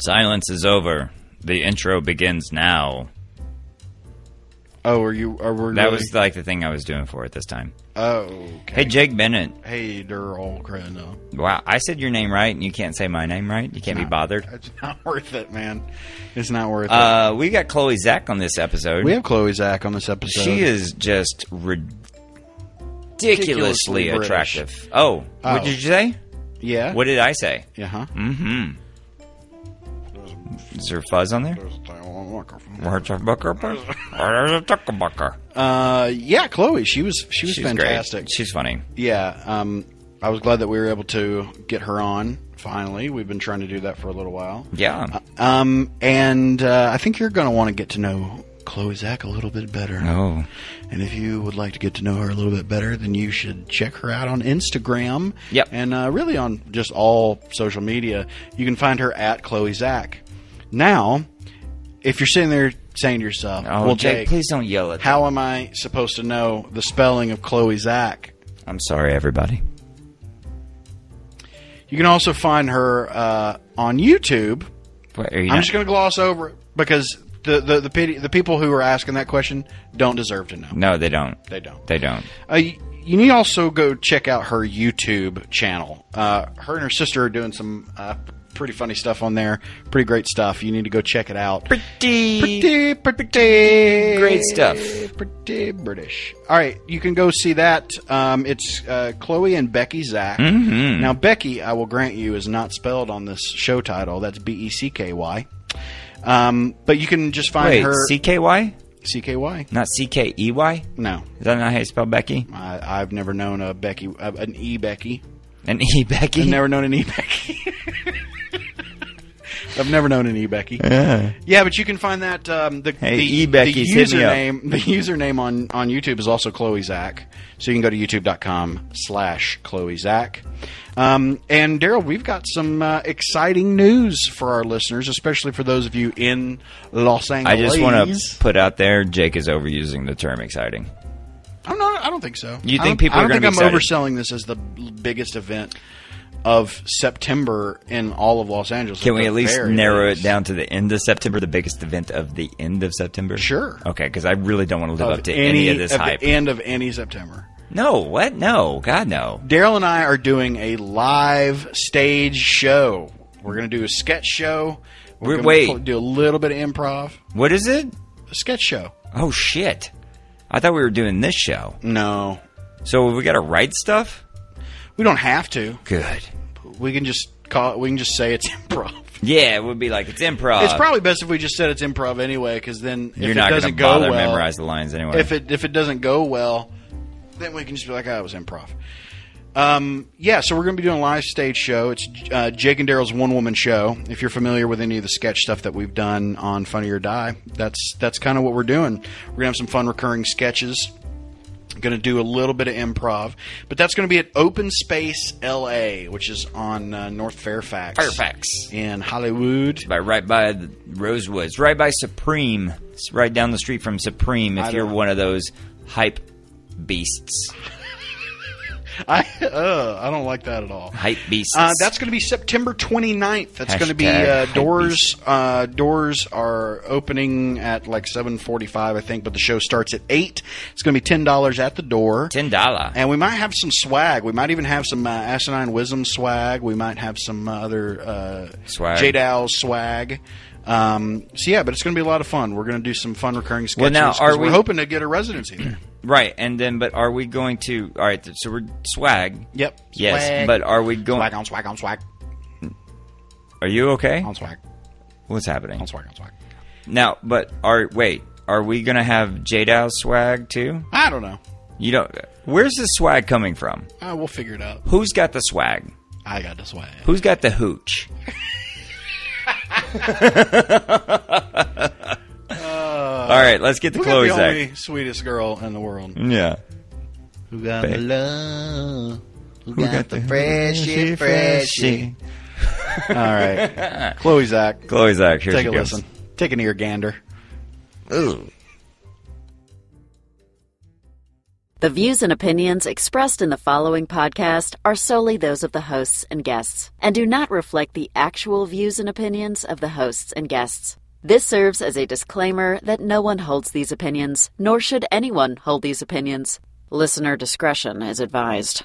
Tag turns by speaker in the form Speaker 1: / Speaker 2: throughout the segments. Speaker 1: Silence is over. The intro begins now.
Speaker 2: Oh, are you? Are we
Speaker 1: That
Speaker 2: really-
Speaker 1: was like the thing I was doing for it this time.
Speaker 2: Oh, okay.
Speaker 1: Hey, Jake Bennett.
Speaker 2: Hey, Der Olgren.
Speaker 1: Wow, I said your name right, and you can't say my name right. You can't be bothered.
Speaker 2: It's not worth it, man. It's not worth
Speaker 1: Uh, we got Chloe Zach on this episode.
Speaker 2: it. We have Chloe Zach on this episode.
Speaker 1: she is just ridiculously
Speaker 2: Ridiculously British.
Speaker 1: attractive. Oh, what
Speaker 2: Oh.
Speaker 1: did you say?
Speaker 2: Yeah.
Speaker 1: What did I say?
Speaker 2: Yeah. Huh.
Speaker 1: Mm-hmm. Is there fuzz on there? Where's a bucker? Where's a tucker bucker?
Speaker 2: Uh, yeah, Chloe. She was she was
Speaker 1: She's
Speaker 2: fantastic.
Speaker 1: great. She's funny.
Speaker 2: Yeah. Um, I was glad that we were able to get her on. Finally, we've been trying to do that for a little while.
Speaker 1: Yeah.
Speaker 2: Um, and uh, I think you're going to want to get to know Chloe Zach a little bit better.
Speaker 1: oh.
Speaker 2: And if you would like to get to know her a little bit better, then you should check her out on Instagram.
Speaker 1: Yep.
Speaker 2: And uh, really on just all social media. You can find her at Chloe Zach. Now, if you're sitting there saying to yourself,
Speaker 1: Oh,
Speaker 2: well,
Speaker 1: Jake,
Speaker 2: Jake,
Speaker 1: please don't yell at.
Speaker 2: how am I supposed to know the spelling of Chloe Zach?
Speaker 1: I'm sorry, everybody.
Speaker 2: You can also find her uh, on YouTube.
Speaker 1: What, are you
Speaker 2: I'm
Speaker 1: not-
Speaker 2: just going to gloss over it because the, the, the, pity, the people who are asking that question don't deserve to know.
Speaker 1: no, they don't.
Speaker 2: They don't.
Speaker 1: They don't.
Speaker 2: Uh, y- you need to also go check out her YouTube channel. Uh, her and her sister are doing some uh, pretty funny stuff on there. Pretty great stuff. You need to go check it out.
Speaker 1: Pretty.
Speaker 2: Pretty, pretty
Speaker 1: great stuff.
Speaker 2: Pretty British. All right, you can go see that. Um, it's uh, Chloe and Becky Zach.
Speaker 1: Mhm.
Speaker 2: Now, Becky, I will grant you, is not spelled on this show title. That's B E C K Y. Um, but you can just find
Speaker 1: Wait,
Speaker 2: her
Speaker 1: C K Y,
Speaker 2: C K Y.
Speaker 1: not C K E Y.
Speaker 2: No,
Speaker 1: Is that not how you spell Becky?
Speaker 2: I, I've never known a Becky, uh, an E Becky.
Speaker 1: An E Becky.
Speaker 2: I've never known an eBecky. I've never known an eBecky.
Speaker 1: Yeah.
Speaker 2: Yeah, but you can find that um, the,
Speaker 1: Hey,
Speaker 2: the,
Speaker 1: eBecky's,
Speaker 2: the
Speaker 1: hit me up.
Speaker 2: username the username on on YouTube is also Chloe Zach. So you can go to youtube.com slash Chloe Zach. Um, and Daryl, we've got some uh, exciting news for our listeners, especially for those of you in Los
Speaker 1: I
Speaker 2: Angeles.
Speaker 1: just want to put out there, Jake is overusing the term exciting.
Speaker 2: I'm not. I don't think so.
Speaker 1: You think
Speaker 2: I don't-
Speaker 1: people
Speaker 2: I
Speaker 1: are
Speaker 2: don't
Speaker 1: gonna
Speaker 2: think
Speaker 1: be
Speaker 2: I'm overselling this as the biggest event of September in all of Los Angeles.
Speaker 1: Can we
Speaker 2: the
Speaker 1: at least
Speaker 2: very
Speaker 1: narrow it
Speaker 2: least.
Speaker 1: down to the end of September, the biggest event of the end of September?
Speaker 2: Sure.
Speaker 1: Okay, because I really don't want to live
Speaker 2: Of
Speaker 1: up to any, of this
Speaker 2: at the
Speaker 1: hype.
Speaker 2: end of any September.
Speaker 1: no, what? No, God, no.
Speaker 2: Daryl and I are doing a live stage show. We're going to do a sketch show.
Speaker 1: We're-
Speaker 2: We're gonna
Speaker 1: wait.
Speaker 2: pl- do a little bit of improv.
Speaker 1: What is it?
Speaker 2: A sketch show.
Speaker 1: Oh shit! I thought we were doing this show.
Speaker 2: No,
Speaker 1: So we got to write stuff.
Speaker 2: we don't have to.
Speaker 1: Good.
Speaker 2: We can just call. It, we can just say it's improv.
Speaker 1: Yeah, it would be like it's improv.
Speaker 2: it's probably best if we just said it's improv anyway, because then
Speaker 1: Uh,
Speaker 2: if
Speaker 1: you're
Speaker 2: it
Speaker 1: not going to
Speaker 2: doesn't go
Speaker 1: bother
Speaker 2: well,
Speaker 1: memorize the lines anyway.
Speaker 2: if it if it doesn't go well, then we can just be like, oh, it was improv. Um, yeah, so we're going to be doing a live stage show. It's uh, Jake and Daryl's one woman show. If you're familiar with any of the sketch stuff that we've done on Funny or Die, that's that's kind of what we're doing. We're gonna have some fun recurring sketches. Going to do a little bit of improv, but that's going to be at Open Space LA, which is on uh, North Fairfax,
Speaker 1: Fairfax.
Speaker 2: in Hollywood.
Speaker 1: by right by the Rosewoods, right by Supreme, it's right down the street from Supreme. If
Speaker 2: I
Speaker 1: you're
Speaker 2: don't-
Speaker 1: one of those hype beasts,
Speaker 2: I uh, I don't like that at all.
Speaker 1: hype beasts.
Speaker 2: Uh, that's going to be September 29th. That's going to be uh,
Speaker 1: Hashtag
Speaker 2: doors. Uh, doors are opening at like 7:45, I think, but the show starts at eight. It's going to be ten dollars at the door,
Speaker 1: ten dollar.
Speaker 2: and we might have some swag. We might even have some uh, asinine wisdom swag. We might have some uh, other uh,
Speaker 1: Swag.
Speaker 2: JDAO swag. Um, so yeah, but it's going to be a lot of fun. We're going to do some fun recurring sketches.
Speaker 1: now,
Speaker 2: 'cause
Speaker 1: are
Speaker 2: we're
Speaker 1: we-
Speaker 2: hoping to get a residency there?
Speaker 1: Right, and then but are we going to? All right, so we're swag.
Speaker 2: yep.
Speaker 1: Yes,
Speaker 2: Swag.
Speaker 1: but are we going?
Speaker 2: swag on swag on swag
Speaker 1: Are you okay?
Speaker 2: on swag
Speaker 1: What's happening
Speaker 2: on swag on swag.
Speaker 1: now? But are wait, are we gonna have JDAO swag too?
Speaker 2: I don't know.
Speaker 1: You don't. Where's the swag coming from?
Speaker 2: Uh, we'll figure it out.
Speaker 1: Who's got the swag?
Speaker 2: I got this way.
Speaker 1: Who's got the hooch? All right, let's get to
Speaker 2: Look at
Speaker 1: Chloe
Speaker 2: Uh, the
Speaker 1: Zach.
Speaker 2: only sweetest girl in the world.
Speaker 1: Yeah.
Speaker 2: Who got
Speaker 1: Babe. the
Speaker 2: love? Who,
Speaker 1: got got the the freshie, freshie?
Speaker 2: All right, Chloe Zach,
Speaker 1: Chloe Zach, here
Speaker 2: take
Speaker 1: she
Speaker 2: a
Speaker 1: goes.
Speaker 2: listen. Take an ear gander.
Speaker 1: Ooh.
Speaker 3: The views and opinions expressed in the following podcast are solely those of the hosts and guests and do not reflect the actual views and opinions of the hosts and guests. This serves as a disclaimer that no one holds these opinions, nor should anyone hold these opinions. Listener discretion is advised.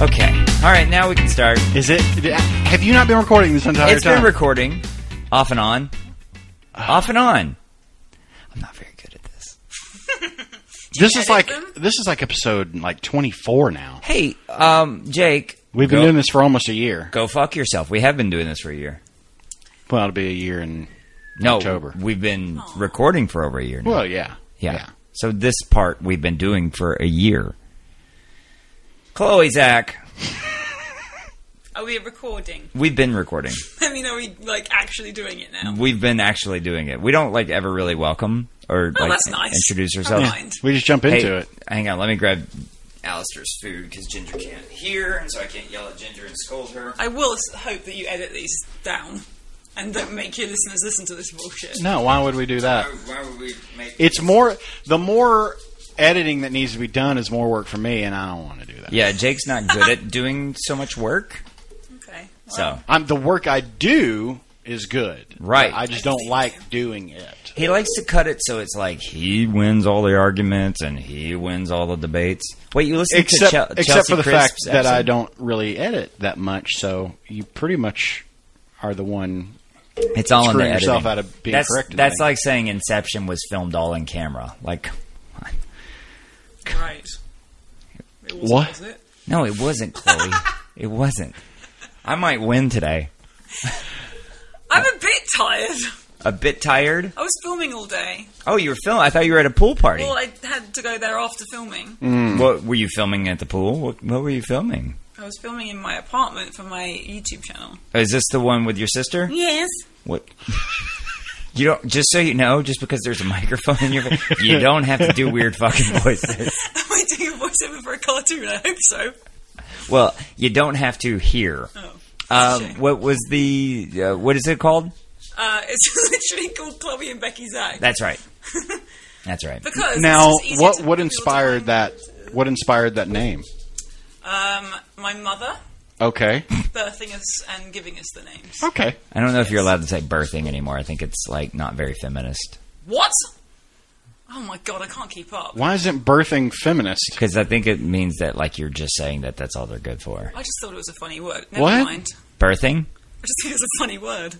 Speaker 1: Okay. All right, now we can start.
Speaker 2: Is it? Have you not been recording this entire
Speaker 1: It's
Speaker 2: time?
Speaker 1: been recording off and on. Off and on. I'm not very good at this.
Speaker 2: this is
Speaker 4: edit
Speaker 2: like
Speaker 4: them?
Speaker 2: this is like episode like twenty four now.
Speaker 1: Hey, um, Jake.
Speaker 2: We've been
Speaker 1: go,
Speaker 2: doing this for almost a year.
Speaker 1: Go fuck yourself. We have been doing this for a year.
Speaker 2: Well, it'll be a year and
Speaker 1: No,
Speaker 2: October.
Speaker 1: we've been recording for over a year now.
Speaker 2: well, yeah,
Speaker 1: yeah. So this part we've been doing for a year. Chloe, Zach,
Speaker 4: Are we recording?
Speaker 1: we've been recording.
Speaker 4: I mean, are we like actually doing it
Speaker 2: Mm-hmm.
Speaker 4: now?
Speaker 1: We've been actually doing it. We don't like ever really welcome or
Speaker 4: Oh,
Speaker 1: like
Speaker 4: that's nice.
Speaker 1: introduce
Speaker 4: Never
Speaker 1: ourselves.
Speaker 4: mind.
Speaker 2: We just jump
Speaker 1: Hey,
Speaker 2: into it.
Speaker 1: Hang on, let me grab Alistair's food because Ginger can't hear, and so I can't yell at Ginger and scold her.
Speaker 4: I will s- hope that you edit these down and don't make your listeners listen to this bullshit.
Speaker 2: No, why would we do
Speaker 4: Uh,
Speaker 2: that?
Speaker 1: Why- Why would we make
Speaker 2: It's more the more editing that needs to be done is more work for me, and I don't want to do that.
Speaker 1: Yeah, Jake's not good at doing so much work.
Speaker 4: Okay.
Speaker 1: So
Speaker 2: I'm the work I do is good.
Speaker 1: Right.
Speaker 2: I just don't like doing it.
Speaker 1: he likes to cut it so it's like he wins all the arguments and he wins all the debates. Wait, you listen to
Speaker 2: Except
Speaker 1: Chel-
Speaker 2: except
Speaker 1: Chelsea
Speaker 2: for the fact
Speaker 1: Crisp's
Speaker 2: that I
Speaker 1: episode?
Speaker 2: don't really edit that much, so you pretty much are the one
Speaker 1: It's all in the
Speaker 2: screwing
Speaker 1: editing.
Speaker 2: yourself out of being
Speaker 1: that's
Speaker 2: corrected.
Speaker 1: that's
Speaker 2: I
Speaker 1: like saying Inception was filmed all in camera. Like,
Speaker 4: Right. It wasn't,
Speaker 2: What?
Speaker 4: Was it?
Speaker 1: no, it wasn't, Chloe. it wasn't. I might win today.
Speaker 4: I'm a bit tired.
Speaker 1: A bit tired.
Speaker 4: I was filming all day.
Speaker 1: Oh, you were filming. I thought you were at a pool party.
Speaker 4: Well, I had to go there after filming.
Speaker 2: Mm.
Speaker 1: What were you filming at the pool? What, what were you filming?
Speaker 4: I was filming in my apartment for my YouTube channel.
Speaker 1: Is this the one with your sister?
Speaker 4: Yes.
Speaker 1: What? You don't. Just so you know, just because there's a microphone in your, face, you don't have to do weird fucking voices.
Speaker 4: Am I doing a voiceover for a cartoon? I hope so.
Speaker 1: Well, you don't have to hear.
Speaker 4: Oh.
Speaker 1: Um,
Speaker 4: shame.
Speaker 1: what was the? Uh, what is it called?
Speaker 4: Uh, it's literally called Chloe and Becky Zach.
Speaker 1: That's right. That's right.
Speaker 4: because it's
Speaker 2: now,
Speaker 4: just easier
Speaker 2: what
Speaker 4: to
Speaker 2: what
Speaker 4: fill
Speaker 2: inspired
Speaker 4: time.
Speaker 2: that? What inspired that name?
Speaker 4: Um, my mother
Speaker 2: Okay,
Speaker 4: birthing us and giving us the names.
Speaker 2: okay.
Speaker 1: I don't know if you're allowed to say birthing anymore. I think it's like not very feminist
Speaker 4: What? Oh my god, I can't keep up.
Speaker 2: Why isn't birthing feminist?
Speaker 1: because I think it means that like you're just saying that that's all they're good for.
Speaker 4: I just thought it was a funny word. Never
Speaker 2: What?
Speaker 4: mind.
Speaker 1: Birthing.
Speaker 4: I just think it's a funny word.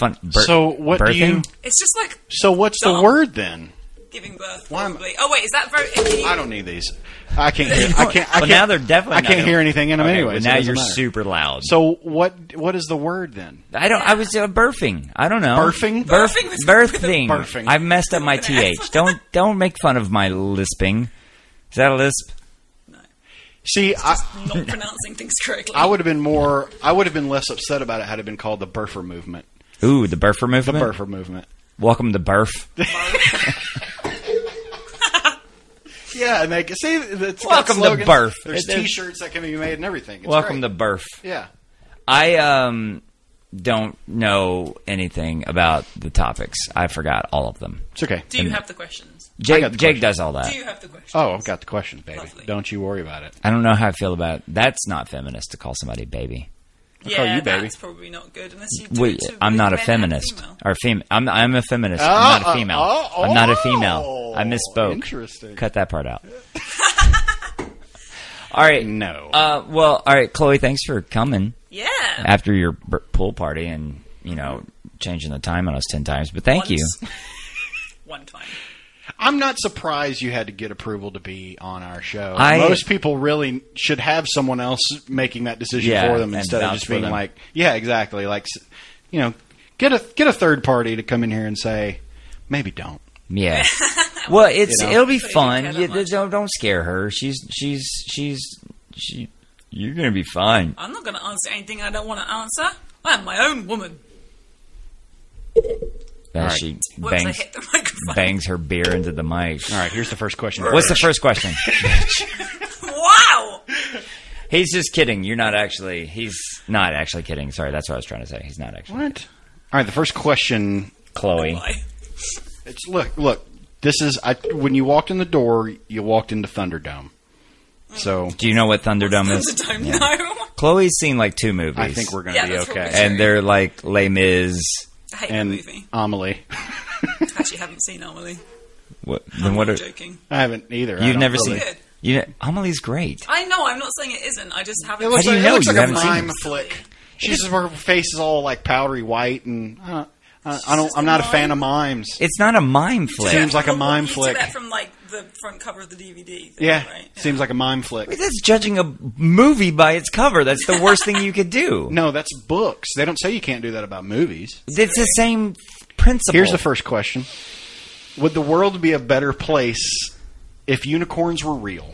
Speaker 1: Fun. bir-
Speaker 2: so what do you?
Speaker 1: birthing?
Speaker 4: It's just like
Speaker 2: So what's the
Speaker 4: Dumb.
Speaker 2: word then?
Speaker 4: giving birth.
Speaker 2: Why am-
Speaker 4: Probably. Oh wait, is that very?
Speaker 2: I don't need these. I can't hear. I can't.
Speaker 1: well,
Speaker 2: I can't
Speaker 1: now they're definitely.
Speaker 2: I
Speaker 1: not
Speaker 2: can't
Speaker 1: gonna-
Speaker 2: hear anything in them
Speaker 1: Okay,
Speaker 2: anyway.
Speaker 1: well,
Speaker 2: so it
Speaker 1: now
Speaker 2: doesn't
Speaker 1: you're
Speaker 2: matter.
Speaker 1: super loud.
Speaker 2: So what? What is the word then?
Speaker 1: I don't. I was uh, birthing. I don't know.
Speaker 2: Burfing?
Speaker 1: Birth,
Speaker 4: Burfing was-
Speaker 1: birthing.
Speaker 2: Burfing.
Speaker 1: I messed up my
Speaker 4: With an F.
Speaker 1: th. Don't don't make fun of my lisping. Is that a lisp?
Speaker 2: See, I,
Speaker 4: Not pronouncing things correctly.
Speaker 2: I would have been more. I would have been less upset about it had it been called the Burfer movement.
Speaker 1: Ooh, the burfer
Speaker 2: The
Speaker 1: movement.
Speaker 2: Burfer movement.
Speaker 1: Welcome to burf.
Speaker 2: Yeah, and they can see it's got
Speaker 1: Welcome to
Speaker 2: slogans.
Speaker 1: Burf.
Speaker 2: There's
Speaker 1: It is-
Speaker 2: T-shirts that can be made and everything. It's
Speaker 1: Welcome
Speaker 2: great.
Speaker 1: to burf.
Speaker 2: yeah.
Speaker 1: I um don't know anything about the topics. I forgot all of them.
Speaker 2: It's okay.
Speaker 4: Do you have the questions?
Speaker 1: Jake
Speaker 2: got the
Speaker 1: Jake
Speaker 2: question.
Speaker 1: does all that.
Speaker 4: Do you have the questions?
Speaker 2: Oh, I've got the questions, baby.
Speaker 4: Lovely.
Speaker 2: Don't you worry about it.
Speaker 1: I don't know how I feel about. That's not feminist to call somebody baby.
Speaker 4: yeah,
Speaker 2: call oh, you baby.
Speaker 4: that's probably not good unless you. Do
Speaker 1: Wait,
Speaker 4: it to
Speaker 1: I'm
Speaker 4: both
Speaker 1: not a
Speaker 4: men and
Speaker 1: feminist
Speaker 4: female.
Speaker 1: or fem. I'm I'm a feminist. I'm
Speaker 2: Oh,
Speaker 1: not a female.
Speaker 2: oh, oh,
Speaker 1: I'm not a female. I misspoke.
Speaker 2: interesting.
Speaker 1: Cut that part out. all right.
Speaker 2: No.
Speaker 1: Uh, well, all right, Chloe. Thanks for coming
Speaker 4: Yeah.
Speaker 1: after your b- pool party and you know changing the time on us ten times. But thank you.
Speaker 4: Once. One time.
Speaker 2: I'm not surprised you had to get approval to be on our show.
Speaker 1: I-
Speaker 2: Most people really should have someone else making that decision
Speaker 1: Yeah,
Speaker 2: for them
Speaker 1: and
Speaker 2: instead of
Speaker 1: vouch
Speaker 2: just
Speaker 1: for
Speaker 2: being
Speaker 1: them.
Speaker 2: like, yeah, exactly. Like, s- you know, get a get a third party to come in here and say, maybe don't.
Speaker 1: Yeah. well, it's
Speaker 2: You know?
Speaker 1: it'll be
Speaker 4: So you
Speaker 1: fun.
Speaker 4: don't
Speaker 1: You
Speaker 4: care that much.
Speaker 1: don't don't scare her. She's she's she's she. You're gonna be fine.
Speaker 4: I'm not going to answer anything I don't want to answer. I'm my own woman.
Speaker 1: Uh,
Speaker 2: right.
Speaker 1: She
Speaker 4: Once I
Speaker 1: bangs,
Speaker 4: hit the microphone.
Speaker 1: bangs her beer into the mic.
Speaker 2: All right, here's the first question.
Speaker 1: What's the first question?
Speaker 4: Wow!
Speaker 1: he's just kidding. You're not actually. He's not actually kidding. Sorry, that's what I was trying to say. He's not actually.
Speaker 2: What? All right, the first question.
Speaker 1: Chloe.
Speaker 4: Boy.
Speaker 2: It's look, look. This is I when you walked in the door, you walked into Thunderdome. So
Speaker 1: Do you know what Thunderdome
Speaker 4: That's
Speaker 1: is?
Speaker 4: the time
Speaker 1: Yeah.
Speaker 4: now.
Speaker 1: Chloe's seen like two movies.
Speaker 2: I think we're gonna
Speaker 4: Yeah,
Speaker 2: be
Speaker 4: that's what
Speaker 2: okay.
Speaker 4: we're doing.
Speaker 1: And they're like Les Mis.
Speaker 4: I hate
Speaker 2: and
Speaker 4: that movie.
Speaker 2: Amelie.
Speaker 4: Actually, haven't seen Amelie.
Speaker 1: What,
Speaker 4: I'm
Speaker 1: then what
Speaker 4: not
Speaker 1: are
Speaker 4: joking.
Speaker 2: I haven't either. I
Speaker 1: you've
Speaker 2: don't
Speaker 1: never
Speaker 2: really.
Speaker 1: seen?
Speaker 4: Good.
Speaker 1: You know, Amelie's great.
Speaker 4: I know, I'm not saying it isn't. I just haven't
Speaker 2: It looks
Speaker 1: How do
Speaker 2: like,
Speaker 1: you
Speaker 2: it
Speaker 1: know
Speaker 2: looks
Speaker 1: you
Speaker 2: like a
Speaker 1: haven't seen
Speaker 2: mime
Speaker 1: it?
Speaker 2: flick. She's her face is all like powdery white, and uh, uh, I don't. I'm not a fan of mimes.
Speaker 1: It's not a mime flick.
Speaker 2: Seems like a
Speaker 4: Well,
Speaker 2: mime
Speaker 4: you
Speaker 2: flick.
Speaker 4: Took that from like the front cover of the DVD. Thing,
Speaker 2: yeah,
Speaker 4: right?
Speaker 2: seems like a mime flick.
Speaker 1: That's judging a movie by its cover. That's the worst thing you could do.
Speaker 2: No, that's books. They don't say you can't do that about movies.
Speaker 1: It's the same principle.
Speaker 2: Here's the first question: Would the world be a better place if unicorns were real?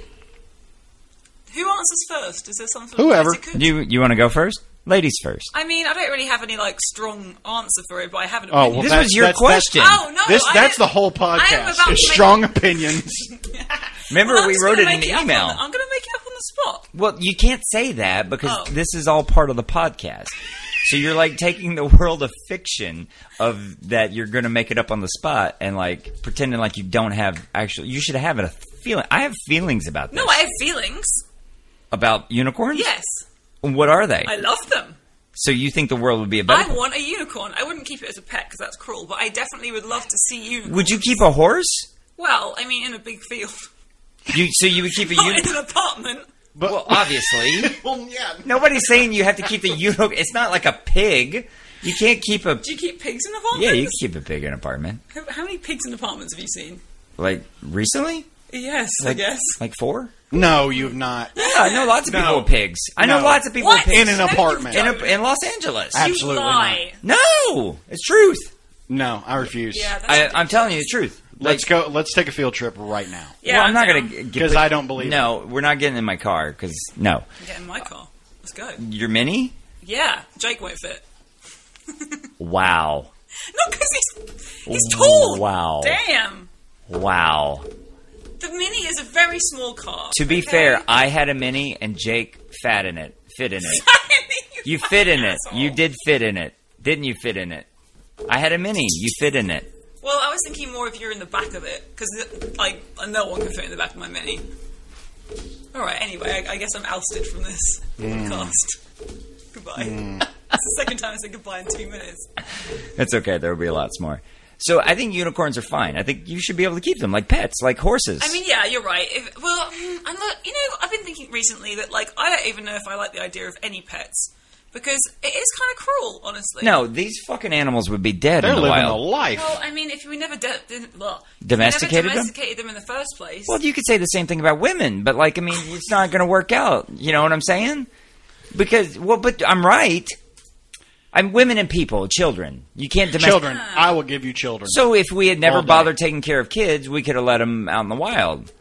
Speaker 4: Who answers first? Is there something?
Speaker 2: Whoever.
Speaker 1: You you want to go first? Ladies first.
Speaker 4: I mean, I don't really have any like strong answer for it, but I have an.
Speaker 2: Oh,
Speaker 4: opinion.
Speaker 2: well,
Speaker 1: This
Speaker 2: that's,
Speaker 1: was your
Speaker 2: that's-
Speaker 1: question.
Speaker 4: Oh no!
Speaker 2: That's, this
Speaker 4: I
Speaker 2: that's the
Speaker 4: don't-
Speaker 2: whole
Speaker 4: I am
Speaker 2: podcast.
Speaker 4: about to
Speaker 2: It's
Speaker 4: make-
Speaker 2: strong opinions.
Speaker 1: Remember,
Speaker 4: Well, I'm
Speaker 1: we
Speaker 4: just
Speaker 1: wrote
Speaker 4: gonna
Speaker 1: it in
Speaker 4: make
Speaker 1: an
Speaker 4: up on
Speaker 1: email.
Speaker 4: the- I'm going to make it up on the spot.
Speaker 1: Well, you can't say that because
Speaker 4: Oh.
Speaker 1: this is all part of the podcast. So you're like taking the world of fiction of that you're going to make it up on the spot and like pretending like you don't have actually. You should have a feeling. I have feelings about this
Speaker 4: No, I have feelings.
Speaker 1: about unicorns.
Speaker 4: Yes,
Speaker 1: What are they?
Speaker 4: I love them.
Speaker 1: so you think the world would be a better?
Speaker 4: I want a unicorn. I wouldn't keep it as a pet because that's cruel, but I definitely would love to see you.
Speaker 1: would you keep a horse?
Speaker 4: Well, I mean, in a big field,
Speaker 1: You so you would keep a
Speaker 4: not in
Speaker 1: unicorn?
Speaker 4: an apartment.
Speaker 2: But
Speaker 1: Well, obviously.
Speaker 2: well, yeah.
Speaker 1: Nobody's saying you have to keep the unicorn. It's not like a pig. You can't keep a.
Speaker 4: Do you keep pigs in apartments?
Speaker 1: Yeah, you can keep a pig in an apartment.
Speaker 4: How, how many pigs in apartments have you seen?
Speaker 1: Like recently,
Speaker 4: Yes, I
Speaker 1: like
Speaker 4: guess.
Speaker 1: like four.
Speaker 2: No, you have not.
Speaker 1: Yeah, I know lots of
Speaker 2: No.
Speaker 1: people with pigs. I know
Speaker 2: No.
Speaker 1: lots of people
Speaker 4: What?
Speaker 1: with
Speaker 2: In
Speaker 1: pigs
Speaker 2: an
Speaker 4: No, you
Speaker 2: apartment.
Speaker 4: don't.
Speaker 1: in, a, in Los Angeles.
Speaker 2: I-
Speaker 4: You
Speaker 2: Absolutely
Speaker 4: lie.
Speaker 1: no, it's truth.
Speaker 2: No, I refuse.
Speaker 4: Yeah, that's
Speaker 1: I, I'm telling you the truth.
Speaker 2: Let's
Speaker 1: Like,
Speaker 2: go. Let's take a field trip right now.
Speaker 4: Yeah,
Speaker 1: well, I'm not
Speaker 4: down.
Speaker 1: gonna get
Speaker 2: Because I don't believe
Speaker 1: No, we're not getting in my car because no,
Speaker 4: Get in my car. Let's go.
Speaker 1: your mini.
Speaker 4: Yeah, Jake won't fit.
Speaker 1: Wow,
Speaker 4: No, because he's he's tall.
Speaker 1: Wow.
Speaker 4: Damn.
Speaker 1: wow.
Speaker 4: The Mini is a very small car.
Speaker 1: To be
Speaker 4: okay?
Speaker 1: fair, I had a mini and Jake fat in it, fit in it. You fit in it. You did fit in it, didn't you? Fit in it. I had a mini. You fit in it.
Speaker 4: Well, I was thinking more if you're in the back of it, because like no one can fit in the back of my Mini. All right. Anyway, I, I guess I'm ousted from this
Speaker 1: Mm.
Speaker 4: podcast. Goodbye. That's the second time I said goodbye in two minutes.
Speaker 1: That's okay. There will be lots more. So I think unicorns are fine. I think you should be able to keep them like pets, like horses.
Speaker 4: I mean, yeah, you're right. If, well, mm, and look, you know, I've been thinking recently that like I don't even know if I like the idea of any pets because it is kind of cruel, honestly.
Speaker 1: no, these fucking animals would be dead
Speaker 2: They're
Speaker 1: in the
Speaker 2: living
Speaker 1: wild.
Speaker 2: a life.
Speaker 4: Well, I mean, if we never de- didn't, well, if we
Speaker 1: Domesticated them?
Speaker 4: never domesticated them? in the first place.
Speaker 1: well, you could say the same thing about women, but like, I mean, it's not going to work out. You know what I'm saying? Because well, but I'm right. I'm women and people, children. You can't domesticate.
Speaker 2: children. I will give you children.
Speaker 1: So if we had never
Speaker 2: All day.
Speaker 1: bothered taking care of kids, we could have let them out in the wild,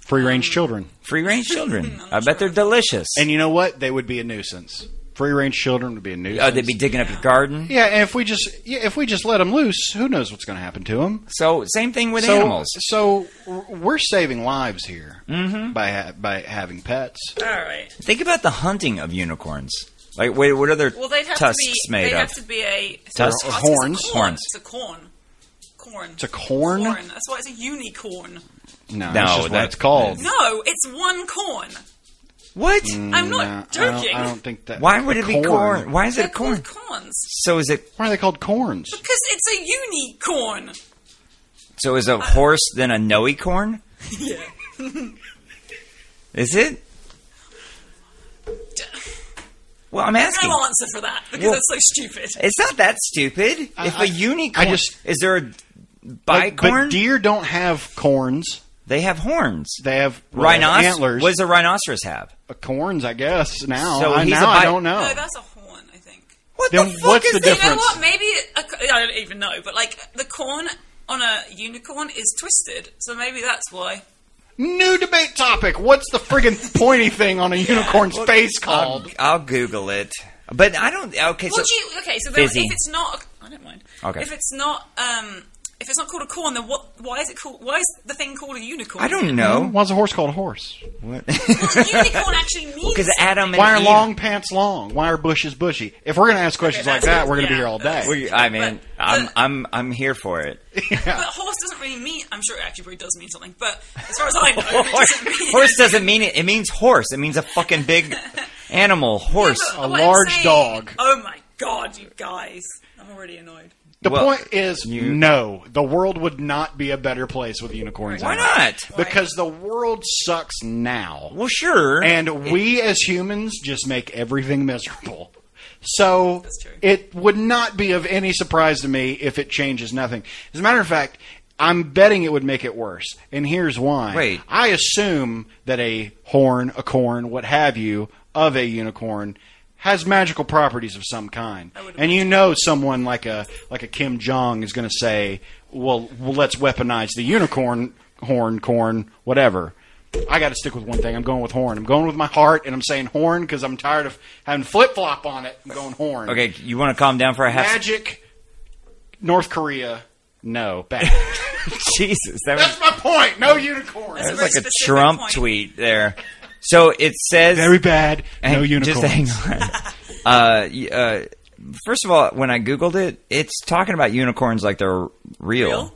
Speaker 2: Free range children.
Speaker 1: free range children. I bet they're delicious.
Speaker 2: And you know what? They would be a nuisance. Free range children would be a nuisance.
Speaker 1: oh, they'd be digging up your garden.
Speaker 2: Yeah, and if we just yeah, if we just let them loose, who knows what's going to happen to them?
Speaker 1: So same thing with
Speaker 2: so,
Speaker 1: animals.
Speaker 2: So we're saving lives here
Speaker 1: Mm-hmm.
Speaker 2: by ha- by having pets.
Speaker 4: all right.
Speaker 1: Think about the hunting of unicorns. Like, wait, what are their
Speaker 4: Well, they'd have
Speaker 1: tusks
Speaker 4: to be.
Speaker 1: made
Speaker 4: they'd
Speaker 1: of?
Speaker 4: have to be a
Speaker 1: Tusks?
Speaker 4: It's a
Speaker 2: Horns?
Speaker 4: corn.
Speaker 1: Horns.
Speaker 4: It's a corn. Corn.
Speaker 2: It's a corn.
Speaker 4: Corn. That's why it's a unicorn.
Speaker 2: No,
Speaker 1: No,
Speaker 2: that's just what
Speaker 1: that-
Speaker 2: it's called.
Speaker 4: No, it's one corn.
Speaker 1: What?
Speaker 4: I'm
Speaker 2: No,
Speaker 4: not
Speaker 2: I don't-
Speaker 4: joking.
Speaker 2: I don't think that.
Speaker 1: Why would it be corn? Why is
Speaker 4: They're
Speaker 1: it corn?
Speaker 4: called corns
Speaker 1: So is it?
Speaker 2: Why are they called corns?
Speaker 4: because it's a unicorn.
Speaker 1: So is a horse then a noe corn?
Speaker 4: Uh, yeah.
Speaker 1: Is it? Well, I'm asking.
Speaker 4: No answer for that because
Speaker 1: Well-
Speaker 4: that's so stupid.
Speaker 1: It's not that stupid.
Speaker 2: I-
Speaker 1: if a
Speaker 2: I-
Speaker 1: unicorn,
Speaker 2: I just-
Speaker 1: is there a
Speaker 2: But, but
Speaker 1: bicorn?
Speaker 2: deer don't have corns.
Speaker 1: they have horns.
Speaker 2: They have well, they have
Speaker 1: Rhinos-
Speaker 2: antlers.
Speaker 1: What does a rhinoceros have?
Speaker 2: Uh, corns, I guess. Now,
Speaker 1: So
Speaker 2: I,
Speaker 1: he's
Speaker 2: now
Speaker 1: a
Speaker 2: I
Speaker 1: bi-
Speaker 2: don't know.
Speaker 4: No, that's a horn. I think.
Speaker 1: What
Speaker 2: Then
Speaker 1: the fuck
Speaker 2: what's
Speaker 1: is
Speaker 2: the
Speaker 1: that?
Speaker 2: difference?
Speaker 4: You know what? Maybe a, I don't even know, but like the corn on a unicorn is twisted, so maybe that's why.
Speaker 2: New debate topic. What's the friggin' pointy thing on a unicorn's face
Speaker 1: I'll,
Speaker 2: called?
Speaker 1: I'll Google it. But I don't. Okay,
Speaker 4: Well,
Speaker 1: so
Speaker 4: do you, okay, so then
Speaker 1: Fizzy.
Speaker 4: if it's not, I don't mind.
Speaker 1: Okay.
Speaker 4: If it's not, um, if it's not called a corn, then what? Why is it called? Why is the thing called a unicorn?
Speaker 1: I don't know.
Speaker 2: Hmm, Why's a horse called a horse?
Speaker 1: What?
Speaker 4: Well, unicorn actually means.
Speaker 1: Because Adam and
Speaker 2: Why are
Speaker 1: Eve-
Speaker 2: long pants long? Why are bushes bushy? If we're gonna ask questions
Speaker 4: Okay,
Speaker 2: like
Speaker 4: that's-
Speaker 2: that, we're gonna be
Speaker 4: yeah,
Speaker 2: here all day.
Speaker 4: that's-
Speaker 1: Well, you- I mean,
Speaker 4: But-
Speaker 1: I'm
Speaker 4: but-
Speaker 1: I'm I'm here for it.
Speaker 4: But horse doesn't really mean. I'm sure it actually probably does mean something. But as far as I know, it doesn't mean.
Speaker 1: horse doesn't mean it. It means horse. It means a fucking big animal horse.
Speaker 4: Yeah, but
Speaker 2: a
Speaker 4: what I'm
Speaker 2: large
Speaker 4: saying-
Speaker 2: dog.
Speaker 4: Oh my god, you guys! I'm already annoyed.
Speaker 2: The
Speaker 1: Well,
Speaker 2: point is,
Speaker 1: you-
Speaker 2: no, the world would not be a better place with unicorns.
Speaker 1: Why
Speaker 2: in it.
Speaker 1: not?
Speaker 2: Because the world sucks now.
Speaker 1: Well, sure.
Speaker 2: And we as humans just make everything miserable. So
Speaker 4: That's true.
Speaker 2: it would not be of any surprise to me if it changes nothing. As a matter of fact, I'm betting it would make it worse. And here's why.
Speaker 1: Wait.
Speaker 2: I assume that a horn, a corn, what have you, of a unicorn has magical properties of some kind.
Speaker 4: would
Speaker 2: And you know someone like a like a Kim Jong is going to say, well, well, let's weaponize the unicorn horn corn whatever." I got to stick with one thing. I'm going with horn. I'm going with my heart and I'm saying horn cuz I'm tired of having flip-flop on it. I'm going horn.
Speaker 1: okay, you want to calm down for a half?
Speaker 2: Magic North Korea. No, bad.
Speaker 1: Jesus, that was
Speaker 2: That's my point. No unicorn.
Speaker 4: That's
Speaker 1: that was
Speaker 4: a
Speaker 1: like
Speaker 4: very
Speaker 1: a
Speaker 4: specific
Speaker 1: Trump
Speaker 4: point.
Speaker 1: tweet there. So it says
Speaker 2: Very bad. No
Speaker 1: Hang- Just
Speaker 2: unicorn.
Speaker 1: hang on. uh, y- uh, first of all, when I googled it, it's talking about unicorns like they're real.
Speaker 4: Real?